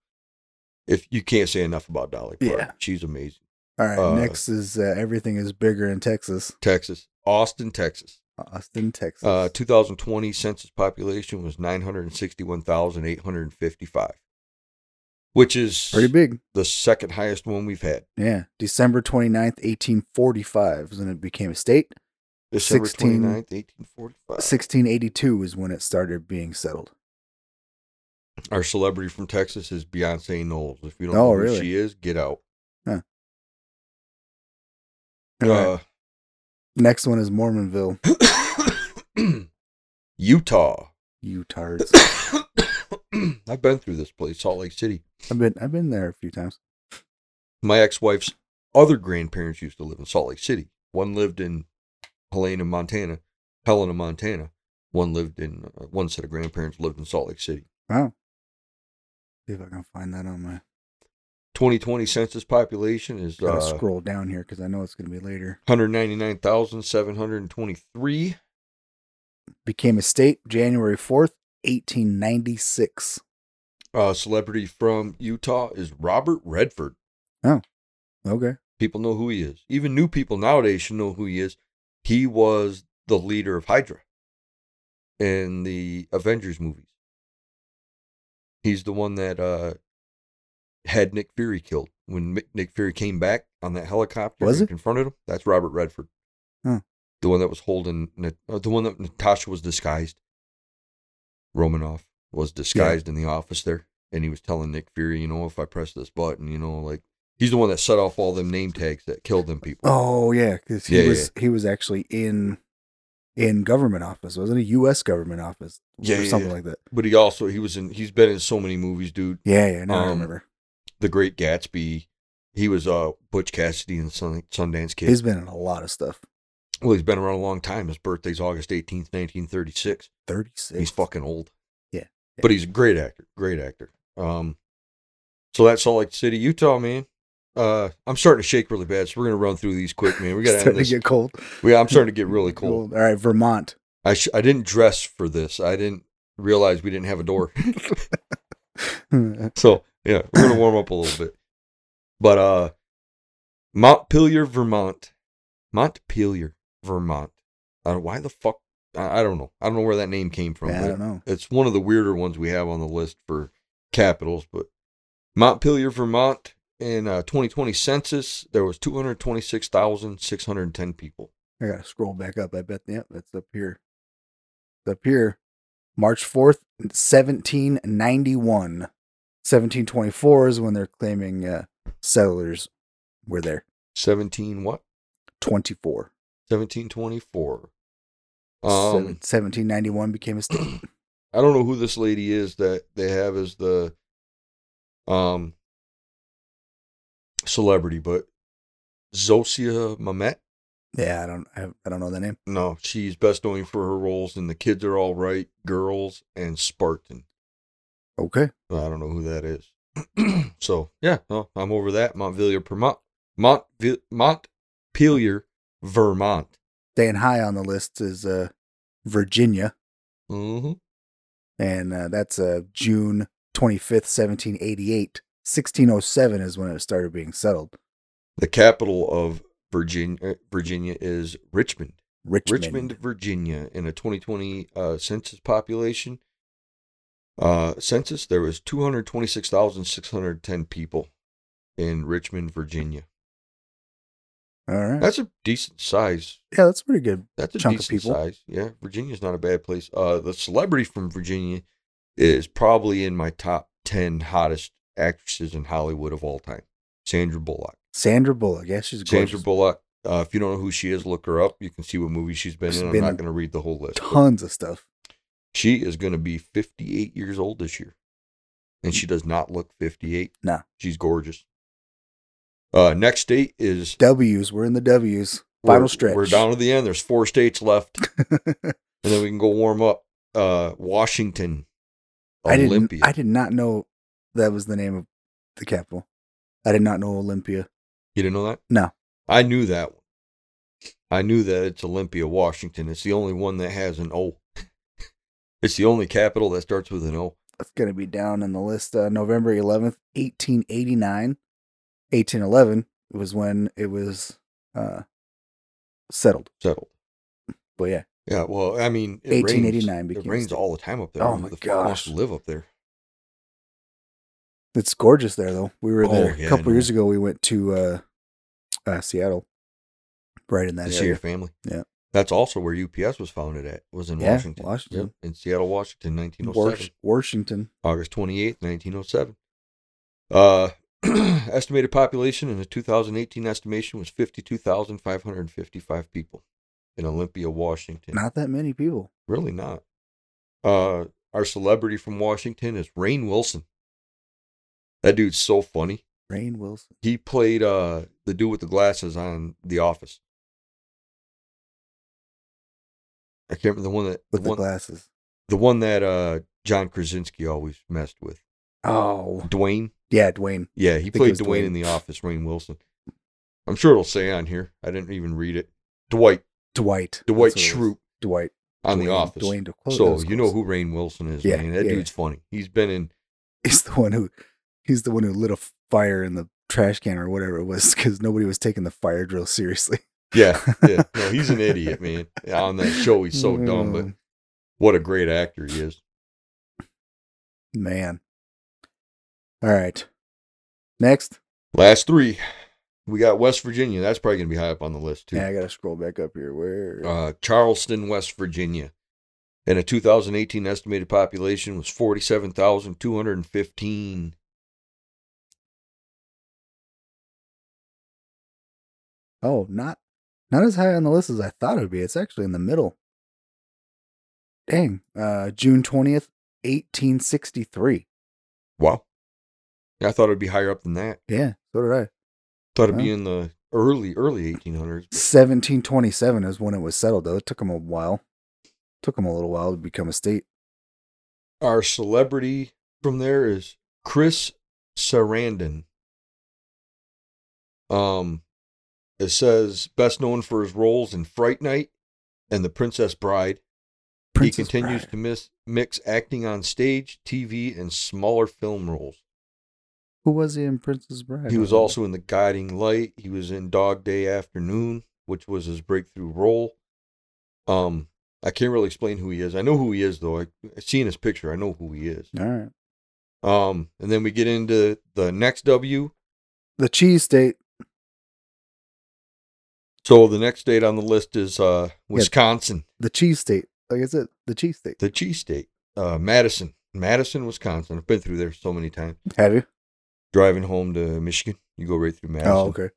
Speaker 1: if you can't say enough about Dolly Parton.
Speaker 2: Yeah.
Speaker 1: She's amazing.
Speaker 2: All right.
Speaker 1: Uh,
Speaker 2: next is uh, everything is bigger in Texas,
Speaker 1: Texas. Austin, Texas.
Speaker 2: Austin, Texas.
Speaker 1: Uh 2020 census population was 961,855. Which is
Speaker 2: Pretty big.
Speaker 1: the second highest one we've had.
Speaker 2: Yeah. December 29th, 1845 is when it became a state.
Speaker 1: December
Speaker 2: 16
Speaker 1: 29th, 1845.
Speaker 2: 1682 is when it started being settled.
Speaker 1: Our celebrity from Texas is Beyonce Knowles. If you don't know
Speaker 2: Oh,
Speaker 1: who
Speaker 2: really?
Speaker 1: she is, get out.
Speaker 2: Alright, Next one is Mormonville,
Speaker 1: Uh, (clears throat) Utah. (clears throat)
Speaker 2: you
Speaker 1: (coughs)
Speaker 2: tards.
Speaker 1: I've been through this place, Salt Lake City.
Speaker 2: I've been I've been there a few times.
Speaker 1: My ex-wife's other grandparents used to live in Salt Lake City. One lived in Helena, Montana. Helena, Montana. One lived in uh, one set of grandparents lived in Salt Lake City.
Speaker 2: Wow. See if I can find that on my.
Speaker 1: 2020 census population is
Speaker 2: Gotta
Speaker 1: uh,
Speaker 2: scroll down here because I know it's gonna be later.
Speaker 1: 199,723.
Speaker 2: Became a state January fourth, eighteen ninety six.
Speaker 1: Uh, celebrity from Utah is Robert Redford.
Speaker 2: Okay.
Speaker 1: People know who he is. Even new people nowadays should know who he is. He was the leader of Hydra in the Avengers movies. He's the one that uh, had Nick Fury killed when Mi- Nick Fury came back on that helicopter
Speaker 2: Was
Speaker 1: and
Speaker 2: it?
Speaker 1: confronted him. That's Robert Redford,
Speaker 2: Huh.
Speaker 1: the one that was holding Nat- uh, the one that Natasha was disguised. Romanoff was disguised in the office there, and he was telling Nick Fury, you know, if I press this button, you know, like he's the one that set off all them name tags that killed them people.
Speaker 2: Oh yeah, because he
Speaker 1: Yeah,
Speaker 2: was he was actually in in government office, wasn't he? U.S. government office,
Speaker 1: Yeah,
Speaker 2: or
Speaker 1: yeah,
Speaker 2: something
Speaker 1: yeah.
Speaker 2: like that.
Speaker 1: But he also he was in he's been in so many movies, dude.
Speaker 2: Yeah, yeah. Now I
Speaker 1: Um,
Speaker 2: remember.
Speaker 1: The Great Gatsby. He was uh Butch Cassidy and Sun, Sundance Kid.
Speaker 2: He's been in a lot of stuff.
Speaker 1: well, he's been around a long time. His birthday's August eighteenth, nineteen thirty six.
Speaker 2: Thirty six.
Speaker 1: He's fucking old.
Speaker 2: Yeah, yeah.
Speaker 1: But he's a great actor. Great actor. Um so that's Salt Lake City, Utah, man. Uh I'm starting to shake really bad, so we're gonna run through these quick, man.
Speaker 2: (laughs)
Speaker 1: We gotta end
Speaker 2: starting to
Speaker 1: this.
Speaker 2: get cold.
Speaker 1: yeah, I'm starting
Speaker 2: (laughs)
Speaker 1: to get really cold.
Speaker 2: All right, Vermont. (laughs)
Speaker 1: I sh- I didn't dress for this. I didn't realize we didn't have a door. So yeah, we're gonna warm up a little bit. But uh Montpelier, Vermont. Montpelier, Vermont. Uh, why the fuck I, I don't know. I don't know where that name came from.
Speaker 2: Yeah, I
Speaker 1: but
Speaker 2: don't know.
Speaker 1: It's one of the weirder ones we have on the list for capitals, but Montpelier, Vermont in uh, 2020 census, there was 226,610 people.
Speaker 2: I gotta scroll back up. I bet. Yep, that's up here. It's up here. March fourth, seventeen ninety one. Seventeen twenty four is when they're claiming uh, settlers were there.
Speaker 1: 17 what?
Speaker 2: Twenty four.
Speaker 1: 1724. Um,
Speaker 2: Seventeen ninety one became a
Speaker 1: (clears throat)
Speaker 2: state.
Speaker 1: I don't know who this lady is that they have as the um celebrity, but Zosia Mamet.
Speaker 2: yeah, I don't. I, I don't know the name.
Speaker 1: No, she's best known for her roles in The Kids Are All Right, Girls, and Spartan.
Speaker 2: Okay.
Speaker 1: I don't know who that is. (clears throat) so yeah, no, I'm over that. Montpelier, Vermont, Montville, Montpelier, Vermont.
Speaker 2: Staying high on the list is uh, Virginia,
Speaker 1: hmm
Speaker 2: and uh, that's uh, June twenty fifth, seventeen eighty eight. Sixteen oh seven is when it started being settled.
Speaker 1: The capital of Virginia, Virginia is Richmond.
Speaker 2: Richmond.
Speaker 1: Richmond, Virginia, in a 2020 uh, census population uh, census, there was 226,610 people in Richmond, Virginia.
Speaker 2: All right.
Speaker 1: That's a decent size.
Speaker 2: yeah, that's pretty good.
Speaker 1: That's a
Speaker 2: Chunk of
Speaker 1: decent
Speaker 2: people.
Speaker 1: size. Yeah, Virginia's not a bad place. Uh, the celebrity from Virginia is probably in my top 10 hottest actresses in Hollywood of all time. Sandra Bullock.
Speaker 2: Sandra Bullock. Yeah, she's gorgeous.
Speaker 1: Sandra Bullock. Uh, if you don't know who she is, look her up. You can see what movie she's been
Speaker 2: She's
Speaker 1: in. I'm
Speaker 2: been
Speaker 1: not
Speaker 2: in
Speaker 1: going to read the whole list. but-
Speaker 2: Tons of stuff.
Speaker 1: She is going to be 58 years old this year. And she does not look 58.
Speaker 2: No.
Speaker 1: She's gorgeous. Uh, next state is
Speaker 2: W's. We're in the W's. Final
Speaker 1: we're-
Speaker 2: stretch.
Speaker 1: We're down to the end. There's four states left, and then we can go warm up. Uh, Washington,
Speaker 2: (laughs) I didn't.
Speaker 1: Olympia.
Speaker 2: I did not know that was the name of the capital. I did not know Olympia.
Speaker 1: you didn't know that?
Speaker 2: No.
Speaker 1: I knew that one. I knew that it's Olympia, Washington. It's the only one that has an O. (laughs) it's the only capital that starts with an O.
Speaker 2: That's gonna be down on the list. Uh, November eleventh, eighteen eighty nine, eighteen eleven was when it was uh, settled.
Speaker 1: Settled.
Speaker 2: But yeah,
Speaker 1: Yeah, well, I mean, it
Speaker 2: 1889
Speaker 1: Rains, it
Speaker 2: became a
Speaker 1: rains
Speaker 2: state.
Speaker 1: all the time up there.
Speaker 2: Oh
Speaker 1: I don't know
Speaker 2: my
Speaker 1: who the fuck wants
Speaker 2: gosh.
Speaker 1: to live up there.
Speaker 2: it's gorgeous there though. We were
Speaker 1: Oh,
Speaker 2: there
Speaker 1: yeah, I
Speaker 2: a couple
Speaker 1: know.
Speaker 2: years ago. We went to uh, uh, Seattle, right in that
Speaker 1: to
Speaker 2: area.
Speaker 1: see your family.
Speaker 2: Yeah.
Speaker 1: That's also where UPS was founded at, was in
Speaker 2: Yeah,
Speaker 1: Washington.
Speaker 2: Washington.
Speaker 1: Yep, in Seattle, Washington, 1907.
Speaker 2: Wash- Washington.
Speaker 1: August 28th, 1907. Uh, (clears throat) estimated population in the 2018 estimation was 52,555 people in Olympia, Washington.
Speaker 2: Not that many people.
Speaker 1: Really not. Uh, our celebrity from Washington is Rain Wilson. That dude's so funny.
Speaker 2: Rain Wilson.
Speaker 1: He played uh, the dude with the glasses on The Office. I can't remember the one that
Speaker 2: with
Speaker 1: the
Speaker 2: the
Speaker 1: one,
Speaker 2: glasses.
Speaker 1: the one that uh, John Krasinski always messed with.
Speaker 2: Oh,
Speaker 1: Dwayne.
Speaker 2: yeah, Dwayne.
Speaker 1: Yeah, he
Speaker 2: think it
Speaker 1: played
Speaker 2: was
Speaker 1: Dwayne in
Speaker 2: Dwayne.
Speaker 1: The Office. Rain Wilson. I'm sure it'll say on here. I didn't even read it. Dwight.
Speaker 2: Dwight. That's
Speaker 1: Dwight
Speaker 2: what it was.
Speaker 1: Schrute
Speaker 2: Dwight.
Speaker 1: on The
Speaker 2: Dwayne-
Speaker 1: Office.
Speaker 2: Dwayne DeClo. (laughs)
Speaker 1: so you know who Rain Wilson is,
Speaker 2: Yeah,
Speaker 1: man. That
Speaker 2: yeah,
Speaker 1: dude's funny. He's been in
Speaker 2: is the one who he's the one who lit a fire in the trash can or whatever it was because nobody was taking the fire drill seriously.
Speaker 1: Yeah, yeah. No, he's an idiot, man. (laughs) On that show, he's so dumb, but
Speaker 2: Mm.
Speaker 1: what a great actor he is.
Speaker 2: (laughs) man. All right. Next.
Speaker 1: Last three, we got West Virginia. That's probably gonna be high up on the list too.
Speaker 2: Yeah, I gotta scroll back up here. Where
Speaker 1: uh, Charleston, West Virginia. And a 2018 estimated population was 47,215.
Speaker 2: Oh, not not as high on the list as I thought it would be. It's actually in the middle. Dang. Uh June 20th, 1863.
Speaker 1: Wow. I thought it would be higher up than that.
Speaker 2: Yeah, so did I.
Speaker 1: Thought
Speaker 2: Uh-huh.
Speaker 1: it'd be in the early, early 1800s. but-
Speaker 2: 1727 is when it was settled though. It took them a while. Took them a little while to become a state.
Speaker 1: Our celebrity from there is Chris Sarandon. Um, it says best known for his roles in Fright Night and The Princess Bride. he
Speaker 2: Princess
Speaker 1: continues
Speaker 2: Bride.
Speaker 1: to miss, mix acting on stage, TV, and smaller film roles.
Speaker 2: Who was he in Princess Bride?
Speaker 1: He was also in The Guiding Light. He was in Dog Day Afternoon, which was his breakthrough role. Um, I can't really explain who he is. I know who he is though. I, I seen his picture. I know who he is.
Speaker 2: All right.
Speaker 1: Um, and then we get into the next W.
Speaker 2: The cheese state.
Speaker 1: So the next state on the list is uh Wisconsin,
Speaker 2: The cheese state. Like I said, the cheese state.
Speaker 1: the cheese state, uh Madison, Madison, Wisconsin. I've been through there so many times.
Speaker 2: Have you?
Speaker 1: Driving home to Michigan, you go right through Madison.
Speaker 2: Oh, okay.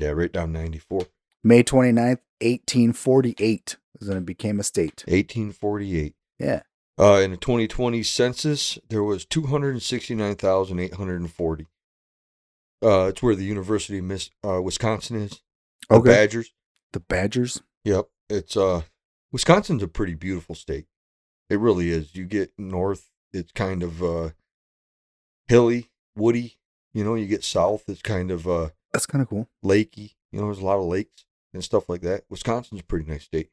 Speaker 1: Yeah, right down 94.
Speaker 2: May 29th, 1848 is when it became a state.
Speaker 1: 1848.
Speaker 2: Yeah.
Speaker 1: Uh, in the 2020 census, there was 269,840. Uh, it's where the University of Miss, uh, Wisconsin is. The
Speaker 2: Okay.
Speaker 1: Badgers.
Speaker 2: The Badgers.
Speaker 1: Yep. It's uh, Wisconsin's a pretty beautiful state. It really is. You get north, it's kind of uh, hilly, woody. You know, you get south, it's kind of uh,
Speaker 2: That's kind of cool.
Speaker 1: lakey. You know, there's a lot of lakes and stuff like that. Wisconsin's a pretty nice state.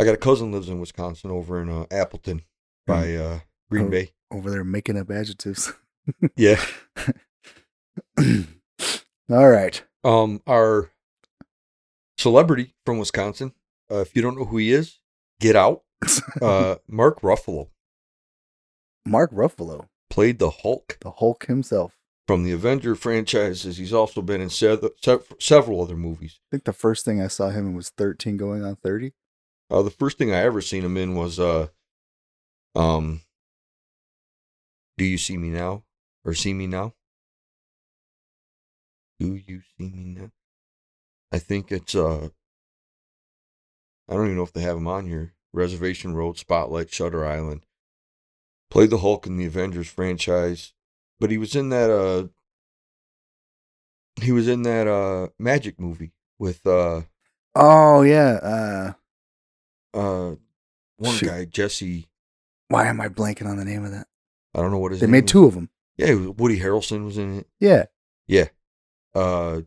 Speaker 1: I got a cousin lives in Wisconsin over in uh, Appleton by uh, Green
Speaker 2: Oh.
Speaker 1: Bay.
Speaker 2: Over there making up adjectives. (laughs)
Speaker 1: Yeah.
Speaker 2: All right. (laughs)
Speaker 1: Um, our celebrity from Wisconsin. Uh, if you don't know who he is, get out. Uh, Mark Ruffalo
Speaker 2: Mark Ruffalo,
Speaker 1: played the Hulk
Speaker 2: the Hulk himself.
Speaker 1: from the Avenger franchises. He's also been in sev- sev- several other movies.
Speaker 2: I think the first thing I saw him in was 13 going on 30.
Speaker 1: Uh, the first thing I ever seen him in was uh, um, Do You See Me Now or See Me Now? Do You See Me Now? I think it's uh, I don't even know if they have him on here. Reservation Road, Spotlight, Shutter Island. Played the Hulk in the Avengers franchise, but he was in that uh, he was in that uh magic movie with uh
Speaker 2: Oh, yeah. Uh,
Speaker 1: uh one
Speaker 2: Shoot.
Speaker 1: guy Jesse
Speaker 2: why am I blanking on the name of that?
Speaker 1: I don't know what his
Speaker 2: They
Speaker 1: name
Speaker 2: made
Speaker 1: is.
Speaker 2: two of them.
Speaker 1: yeah it was- Woody Harrelson was in it
Speaker 2: Yeah.
Speaker 1: yeah uh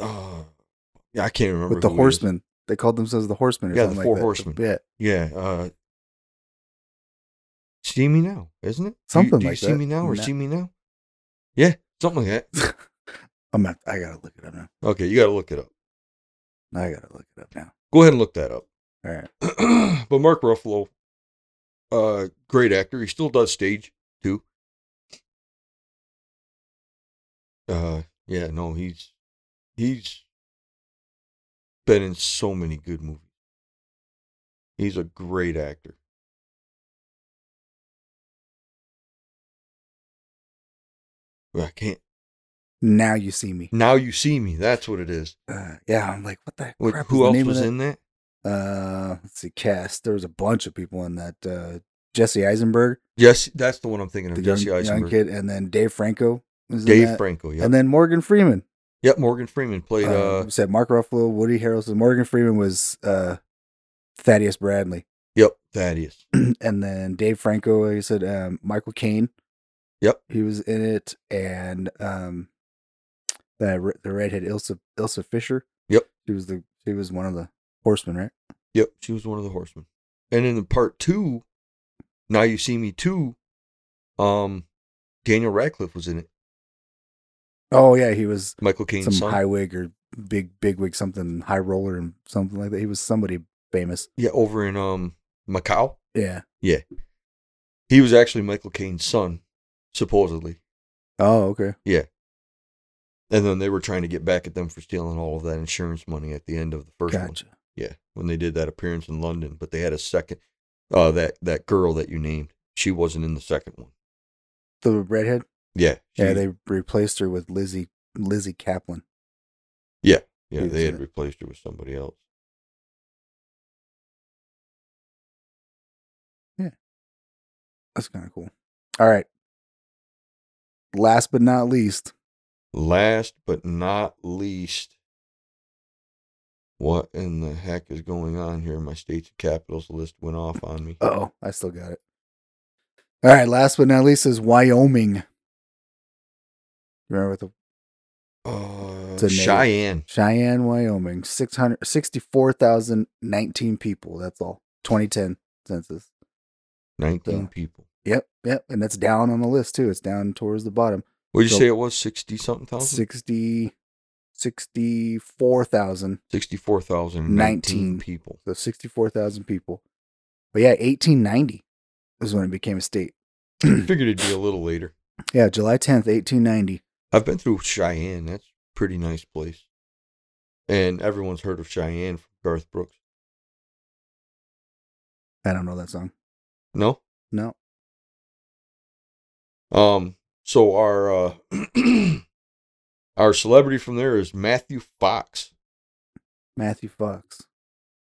Speaker 1: uh yeah I can't remember
Speaker 2: With the
Speaker 1: who it is.
Speaker 2: horsemen. They called themselves the horsemen or
Speaker 1: Yeah, the
Speaker 2: something
Speaker 1: four
Speaker 2: like that.
Speaker 1: horsemen.
Speaker 2: Yeah.
Speaker 1: yeah uh see me now isn't it Do you-
Speaker 2: Something
Speaker 1: do you
Speaker 2: like
Speaker 1: see
Speaker 2: that.
Speaker 1: me now or
Speaker 2: Na-
Speaker 1: see me now yeah something like that
Speaker 2: I'm not, I got to look it up now.
Speaker 1: okay you got to look it up
Speaker 2: I got to look it up now.
Speaker 1: go ahead and look that up
Speaker 2: All right.
Speaker 1: (clears throat) but Mark Ruffalo uh great actor he still does stage too uh yeah no he's he's been in so many good movies he's a great actor I can't
Speaker 2: Now you see me.
Speaker 1: now you see me that's what it is
Speaker 2: Uh, yeah, I'm like, what the
Speaker 1: Wait,
Speaker 2: crap? is
Speaker 1: who
Speaker 2: the
Speaker 1: else
Speaker 2: name
Speaker 1: was
Speaker 2: of that?
Speaker 1: in that
Speaker 2: Uh, let's see, cast. There was a bunch of people in that. Uh, Jesse Eisenberg,
Speaker 1: Jesse that's the one I'm thinking of
Speaker 2: the
Speaker 1: Jesse
Speaker 2: young, young
Speaker 1: Eisenberg
Speaker 2: kid, and then Dave Franco. Was in
Speaker 1: Dave
Speaker 2: that.
Speaker 1: Franco yeah
Speaker 2: and then Morgan Freeman.
Speaker 1: Yep, Morgan Freeman played.
Speaker 2: Uh,
Speaker 1: Uh,
Speaker 2: we said Mark Ruffalo, Woody Harrelson. Morgan Freeman was uh, Thaddeus Bradley, (clears throat)
Speaker 1: yep, Thaddeus.
Speaker 2: and then Dave Franco. Like I said um, Michael Caine.
Speaker 1: Yep.
Speaker 2: he was in it, and um, that re- the redhead Ilsa Ilsa Fisher.
Speaker 1: Yep.
Speaker 2: she was the she was one of the horsemen, right?
Speaker 1: Yep, she was one of the horsemen. And in the part two, now you see me two, Um, Daniel Radcliffe was in it.
Speaker 2: Oh yeah, he was
Speaker 1: Michael Caine's
Speaker 2: some
Speaker 1: son.
Speaker 2: high wig or big big wig something high roller and something like that. He was somebody famous.
Speaker 1: yeah, over in um Macau.
Speaker 2: Yeah.
Speaker 1: He was actually Michael Caine's son, supposedly.
Speaker 2: Oh okay.
Speaker 1: And then they were trying to get back at them for stealing all of that insurance money at the end of the first one.
Speaker 2: Gotcha.
Speaker 1: Yeah, when they did that appearance in London, but they had a second. Uh, that that girl that you named, she wasn't in the second one.
Speaker 2: The redhead.
Speaker 1: Yeah,
Speaker 2: Yeah,
Speaker 1: she-
Speaker 2: they replaced her with Lizzie Lizzie Kaplan.
Speaker 1: yeah
Speaker 2: she was
Speaker 1: they
Speaker 2: in it.
Speaker 1: had replaced her with somebody else.
Speaker 2: That's kind of cool. All right. Last but not least,
Speaker 1: Last but not least, what in the heck is going on here? My states and capitals list went off on me.
Speaker 2: oh, I still got it. All right, last but not least is Wyoming. Remember with the
Speaker 1: Uh,
Speaker 2: It's a native.
Speaker 1: Cheyenne.
Speaker 2: Cheyenne, Wyoming, 664,019 people. That's all. 2010 census.
Speaker 1: 19
Speaker 2: Yeah.
Speaker 1: people.
Speaker 2: Yep, yep. And that's down on the list, too. It's down towards the bottom.
Speaker 1: What did you
Speaker 2: So-
Speaker 1: say it was? 60 something thousand?
Speaker 2: 60, 64,000.
Speaker 1: 64,019
Speaker 2: Nineteen.
Speaker 1: people.
Speaker 2: So 64,000 people. But yeah, 1890 is when it became a state.
Speaker 1: Figured it'd be a little later.
Speaker 2: Yeah, July 10th, 1890.
Speaker 1: I've been through Cheyenne. That's a pretty nice place. And everyone's heard of Cheyenne from Garth Brooks.
Speaker 2: I don't know that song.
Speaker 1: No?
Speaker 2: No.
Speaker 1: Um, so our uh, (clears throat) our celebrity from there is Matthew Fox.
Speaker 2: Matthew Fox.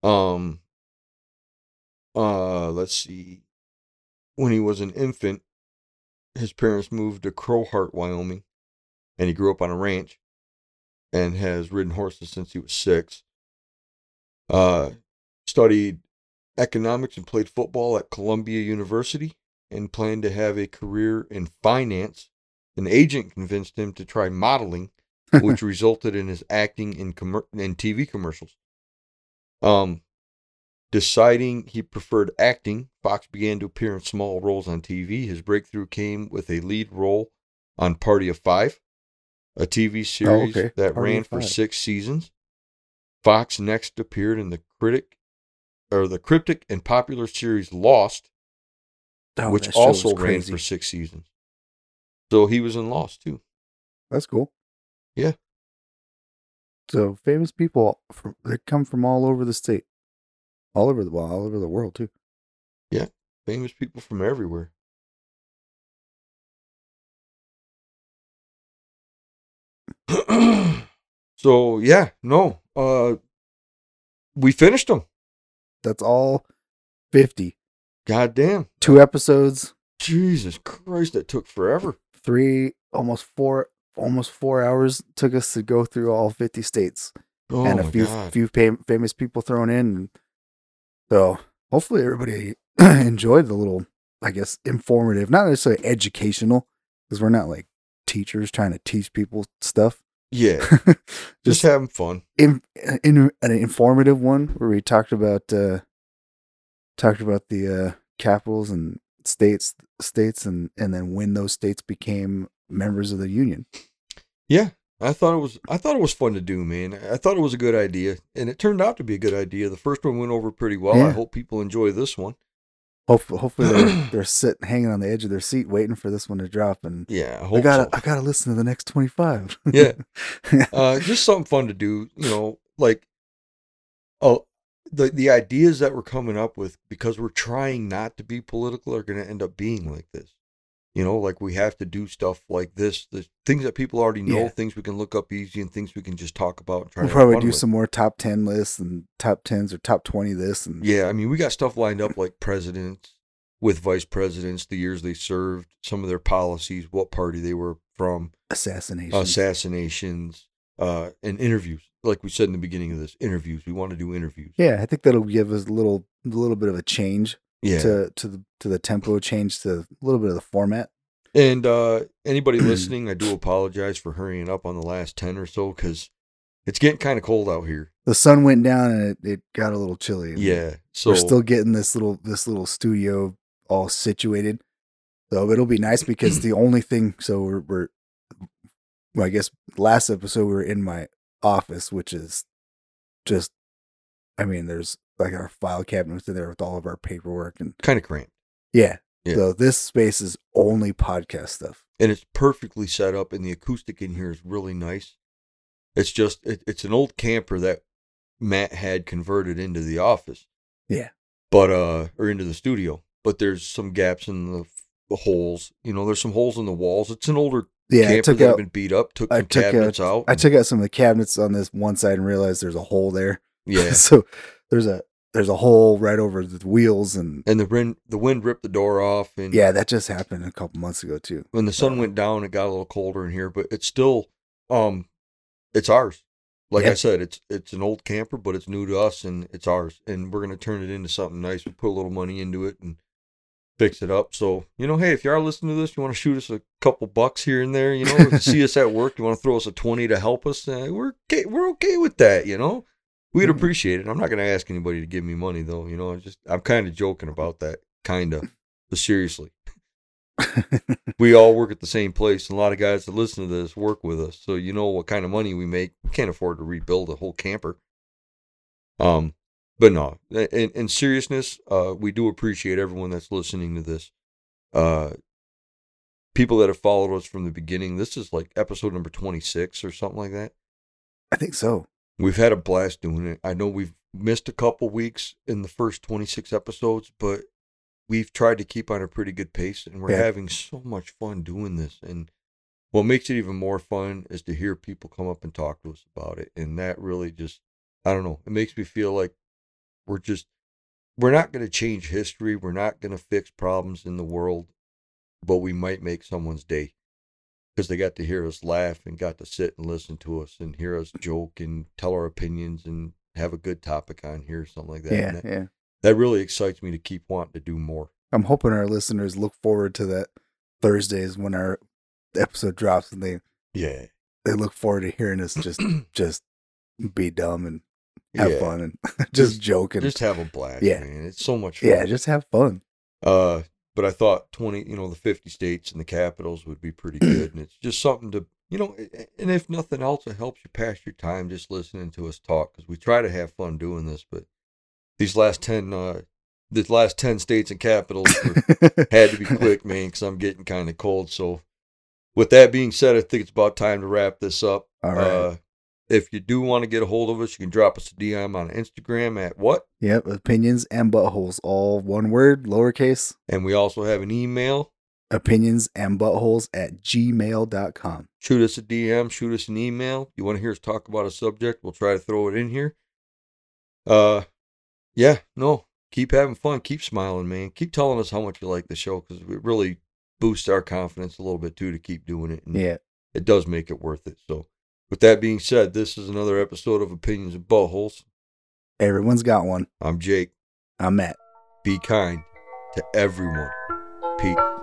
Speaker 1: Um, uh, let's see. When he was an infant, his parents moved to Crowheart, Wyoming, and he grew up on a ranch and has ridden horses since he was six. Uh, studied economics and played football at Columbia University and planned to have a career in finance. An agent convinced him to try modeling,
Speaker 2: (laughs)
Speaker 1: which resulted in his acting in, commer- in TV commercials. Um, deciding he preferred acting, Fox began to appear in small roles on TV. His breakthrough came with a lead role on Party of Five, a TV series
Speaker 2: Oh, okay.
Speaker 1: that
Speaker 2: Party
Speaker 1: ran
Speaker 2: of
Speaker 1: for
Speaker 2: Five.
Speaker 1: six seasons. Fox next appeared in the critic or the cryptic and popular series Lost,
Speaker 2: Oh,
Speaker 1: which
Speaker 2: that show was
Speaker 1: also ran for six seasons. So he was in Lost too.
Speaker 2: That's cool.
Speaker 1: Yeah.
Speaker 2: So famous people from, they come from all over the state, all over the well, all over the world too.
Speaker 1: Famous people from everywhere. (clears throat) so yeah, no, uh, we finished them.
Speaker 2: That's all fifty.
Speaker 1: God damn,
Speaker 2: Two episodes,
Speaker 1: Jesus Christ, that took forever.
Speaker 2: three, almost four, almost four hours took us to go through all fifty states
Speaker 1: Oh
Speaker 2: and
Speaker 1: my
Speaker 2: a few
Speaker 1: God.
Speaker 2: few fam- famous people thrown in. So hopefully everybody (clears throat) enjoyed the little, I guess, informative, not necessarily educational, because we're not like teachers trying to teach people stuff. (laughs)
Speaker 1: yeah,
Speaker 2: just,
Speaker 1: just having fun.
Speaker 2: in, in an informative one where we talked about uh talked about the uh capitals and states states and and then when those states became members of the union
Speaker 1: Yeah, I thought it was I thought it was fun to do, man. I thought it was a good idea, and it turned out to be a good idea. The first one went over pretty well. I
Speaker 2: Yeah.
Speaker 1: hope people enjoy this one.
Speaker 2: hopefully hopefully
Speaker 1: (clears throat)
Speaker 2: they're, they're sitting hanging on the edge of their seat waiting for this one to drop and
Speaker 1: Yeah, I hope
Speaker 2: i gotta
Speaker 1: so.
Speaker 2: i gotta listen to the next 25 (laughs)
Speaker 1: Yeah. uh, just something fun to do, you know, like oh the the ideas that we're coming up with because we're trying not to be political are going to end up being like this. You know, like we have to do stuff like this, the things that people already know,
Speaker 2: Yeah.
Speaker 1: things we can look up easy and things we can just talk about and try
Speaker 2: we'll
Speaker 1: to have
Speaker 2: probably
Speaker 1: fun
Speaker 2: do
Speaker 1: with.
Speaker 2: some more top 10 lists and top 10s or top 20 lists and
Speaker 1: Yeah, I mean, we got stuff lined up like presidents with vice presidents, the years they served, some of their policies, what party they were from, Oh,
Speaker 2: assassination
Speaker 1: assassinations, uh, and interviews. Like we said in the beginning of this, interviews. We want to do interviews.
Speaker 2: yeah i think that'll give us a little a little bit of a change
Speaker 1: Yeah.
Speaker 2: to to the to the tempo change to a little bit of the format.
Speaker 1: and uh, anybody listening, I do apologize for hurrying up on the last 10 or so because it's getting kind of cold out here.
Speaker 2: The sun went down and it, it got a little chilly.
Speaker 1: Yeah. So
Speaker 2: we're still getting this little this little studio all situated. So it'll be nice
Speaker 1: (clears throat)
Speaker 2: because the only thing, so we're, we're well, I guess last episode we were in my office, which is just, I mean, there's like our file cabinets in there with all of our paperwork and
Speaker 1: Kind of cramped.
Speaker 2: yeah.
Speaker 1: Yeah.
Speaker 2: So this space is only podcast stuff.
Speaker 1: And it's perfectly set up, and the acoustic in here is really nice. It's just, it, it's an old camper that Matt had converted into the office.
Speaker 2: Yeah.
Speaker 1: But, uh, or into the studio. But there's some gaps in the, the holes. You know, there's some holes in the walls. It's an older
Speaker 2: Yeah, I
Speaker 1: camper
Speaker 2: took
Speaker 1: that had
Speaker 2: out
Speaker 1: been beat up, took
Speaker 2: I
Speaker 1: some
Speaker 2: took out-
Speaker 1: cabinets out.
Speaker 2: I
Speaker 1: and-
Speaker 2: took out some of the cabinets on this one side and realized there's a hole there. (laughs)
Speaker 1: yeah.
Speaker 2: so there's a there's a hole right over the wheels and
Speaker 1: And the wind, the wind ripped the door off, and
Speaker 2: yeah, that just happened a couple months ago too.
Speaker 1: when the sun went down it got a little colder in here but it's still um it's ours like i
Speaker 2: Yeah.
Speaker 1: said it's it's an old camper but it's new to us and it's ours and we're going to turn it into something nice we put a little money into it and fix it up so you know hey if you are listening to this you want to shoot us a couple bucks here and there you know or see us at work you want to throw us a 20 to help us uh, we're okay we're okay with that you know we'd
Speaker 2: Yeah.
Speaker 1: appreciate it i'm not going to ask anybody to give me money though you know i just i'm kind of joking about that kind of but seriously we all work at the same place, and a lot of guys that listen to this work with us. So you know what kind of money we make. We can't afford to rebuild a whole camper. Um, but no, in, in seriousness, uh, we do appreciate everyone that's listening to this. Uh, people that have followed us from the beginning. This is like episode number twenty six or something like that.
Speaker 2: I think so.
Speaker 1: We've had a blast doing it. I know we've missed a couple weeks in the first 26 episodes, but we've tried to keep on a pretty good pace and we're
Speaker 2: Yeah.
Speaker 1: having so much fun doing this. And what makes it even more fun is to hear people come up and talk to us about it. And that really just, I don't know, it makes me feel like we're just, we're not going to change history. We're not going to fix problems in the world, but we might make someone's day because they got to hear us laugh and got to sit and listen to us and hear us joke and tell our opinions and have a good topic on here or something like that.
Speaker 2: yeah,
Speaker 1: And that,
Speaker 2: yeah.
Speaker 1: that really excites me to keep wanting to do more.
Speaker 2: I'm hoping our listeners look forward to that Thursdays when our episode drops and they
Speaker 1: Yeah.
Speaker 2: they look forward to hearing us (clears throat) just just be dumb and have fun and (laughs) just joke and
Speaker 1: Just have a blast.
Speaker 2: Yeah.
Speaker 1: Man. It's so much fun.
Speaker 2: yeah, just have fun.
Speaker 1: Uh, but I thought 20, you know, the 50 states and the capitals would
Speaker 2: (clears throat)
Speaker 1: be pretty good. And it's just something to, you know, and if nothing else, it helps you pass your time just listening to us talk because we try to have fun doing this. But these last 10, uh, this last 10 states and capitals
Speaker 2: (laughs)
Speaker 1: were, had to be quick, man, because I'm getting kind of cold. So, with that being said, I think it's about time to wrap this up.
Speaker 2: All right.
Speaker 1: Uh, if you do want to get a hold of us, you can drop us a DM on Instagram at what?
Speaker 2: Yep, opinions and buttholes, all one word, lowercase.
Speaker 1: And we also have an email.
Speaker 2: Opinions and buttholes at gmail.com.
Speaker 1: Shoot us a DM, shoot us an email. You want to hear us talk about a subject, we'll try to throw it in here. Uh, yeah, no, keep having fun, keep smiling, man. Keep telling us how much you like the show because it really boosts our confidence a little bit too to keep doing it. And
Speaker 2: Yeah.
Speaker 1: it does make it worth it. So, with that being said, this is another episode of Opinions of Buttholes.
Speaker 2: Everyone's got one.
Speaker 1: I'm Jake.
Speaker 2: I'm Matt.
Speaker 1: Be kind to everyone. Peace.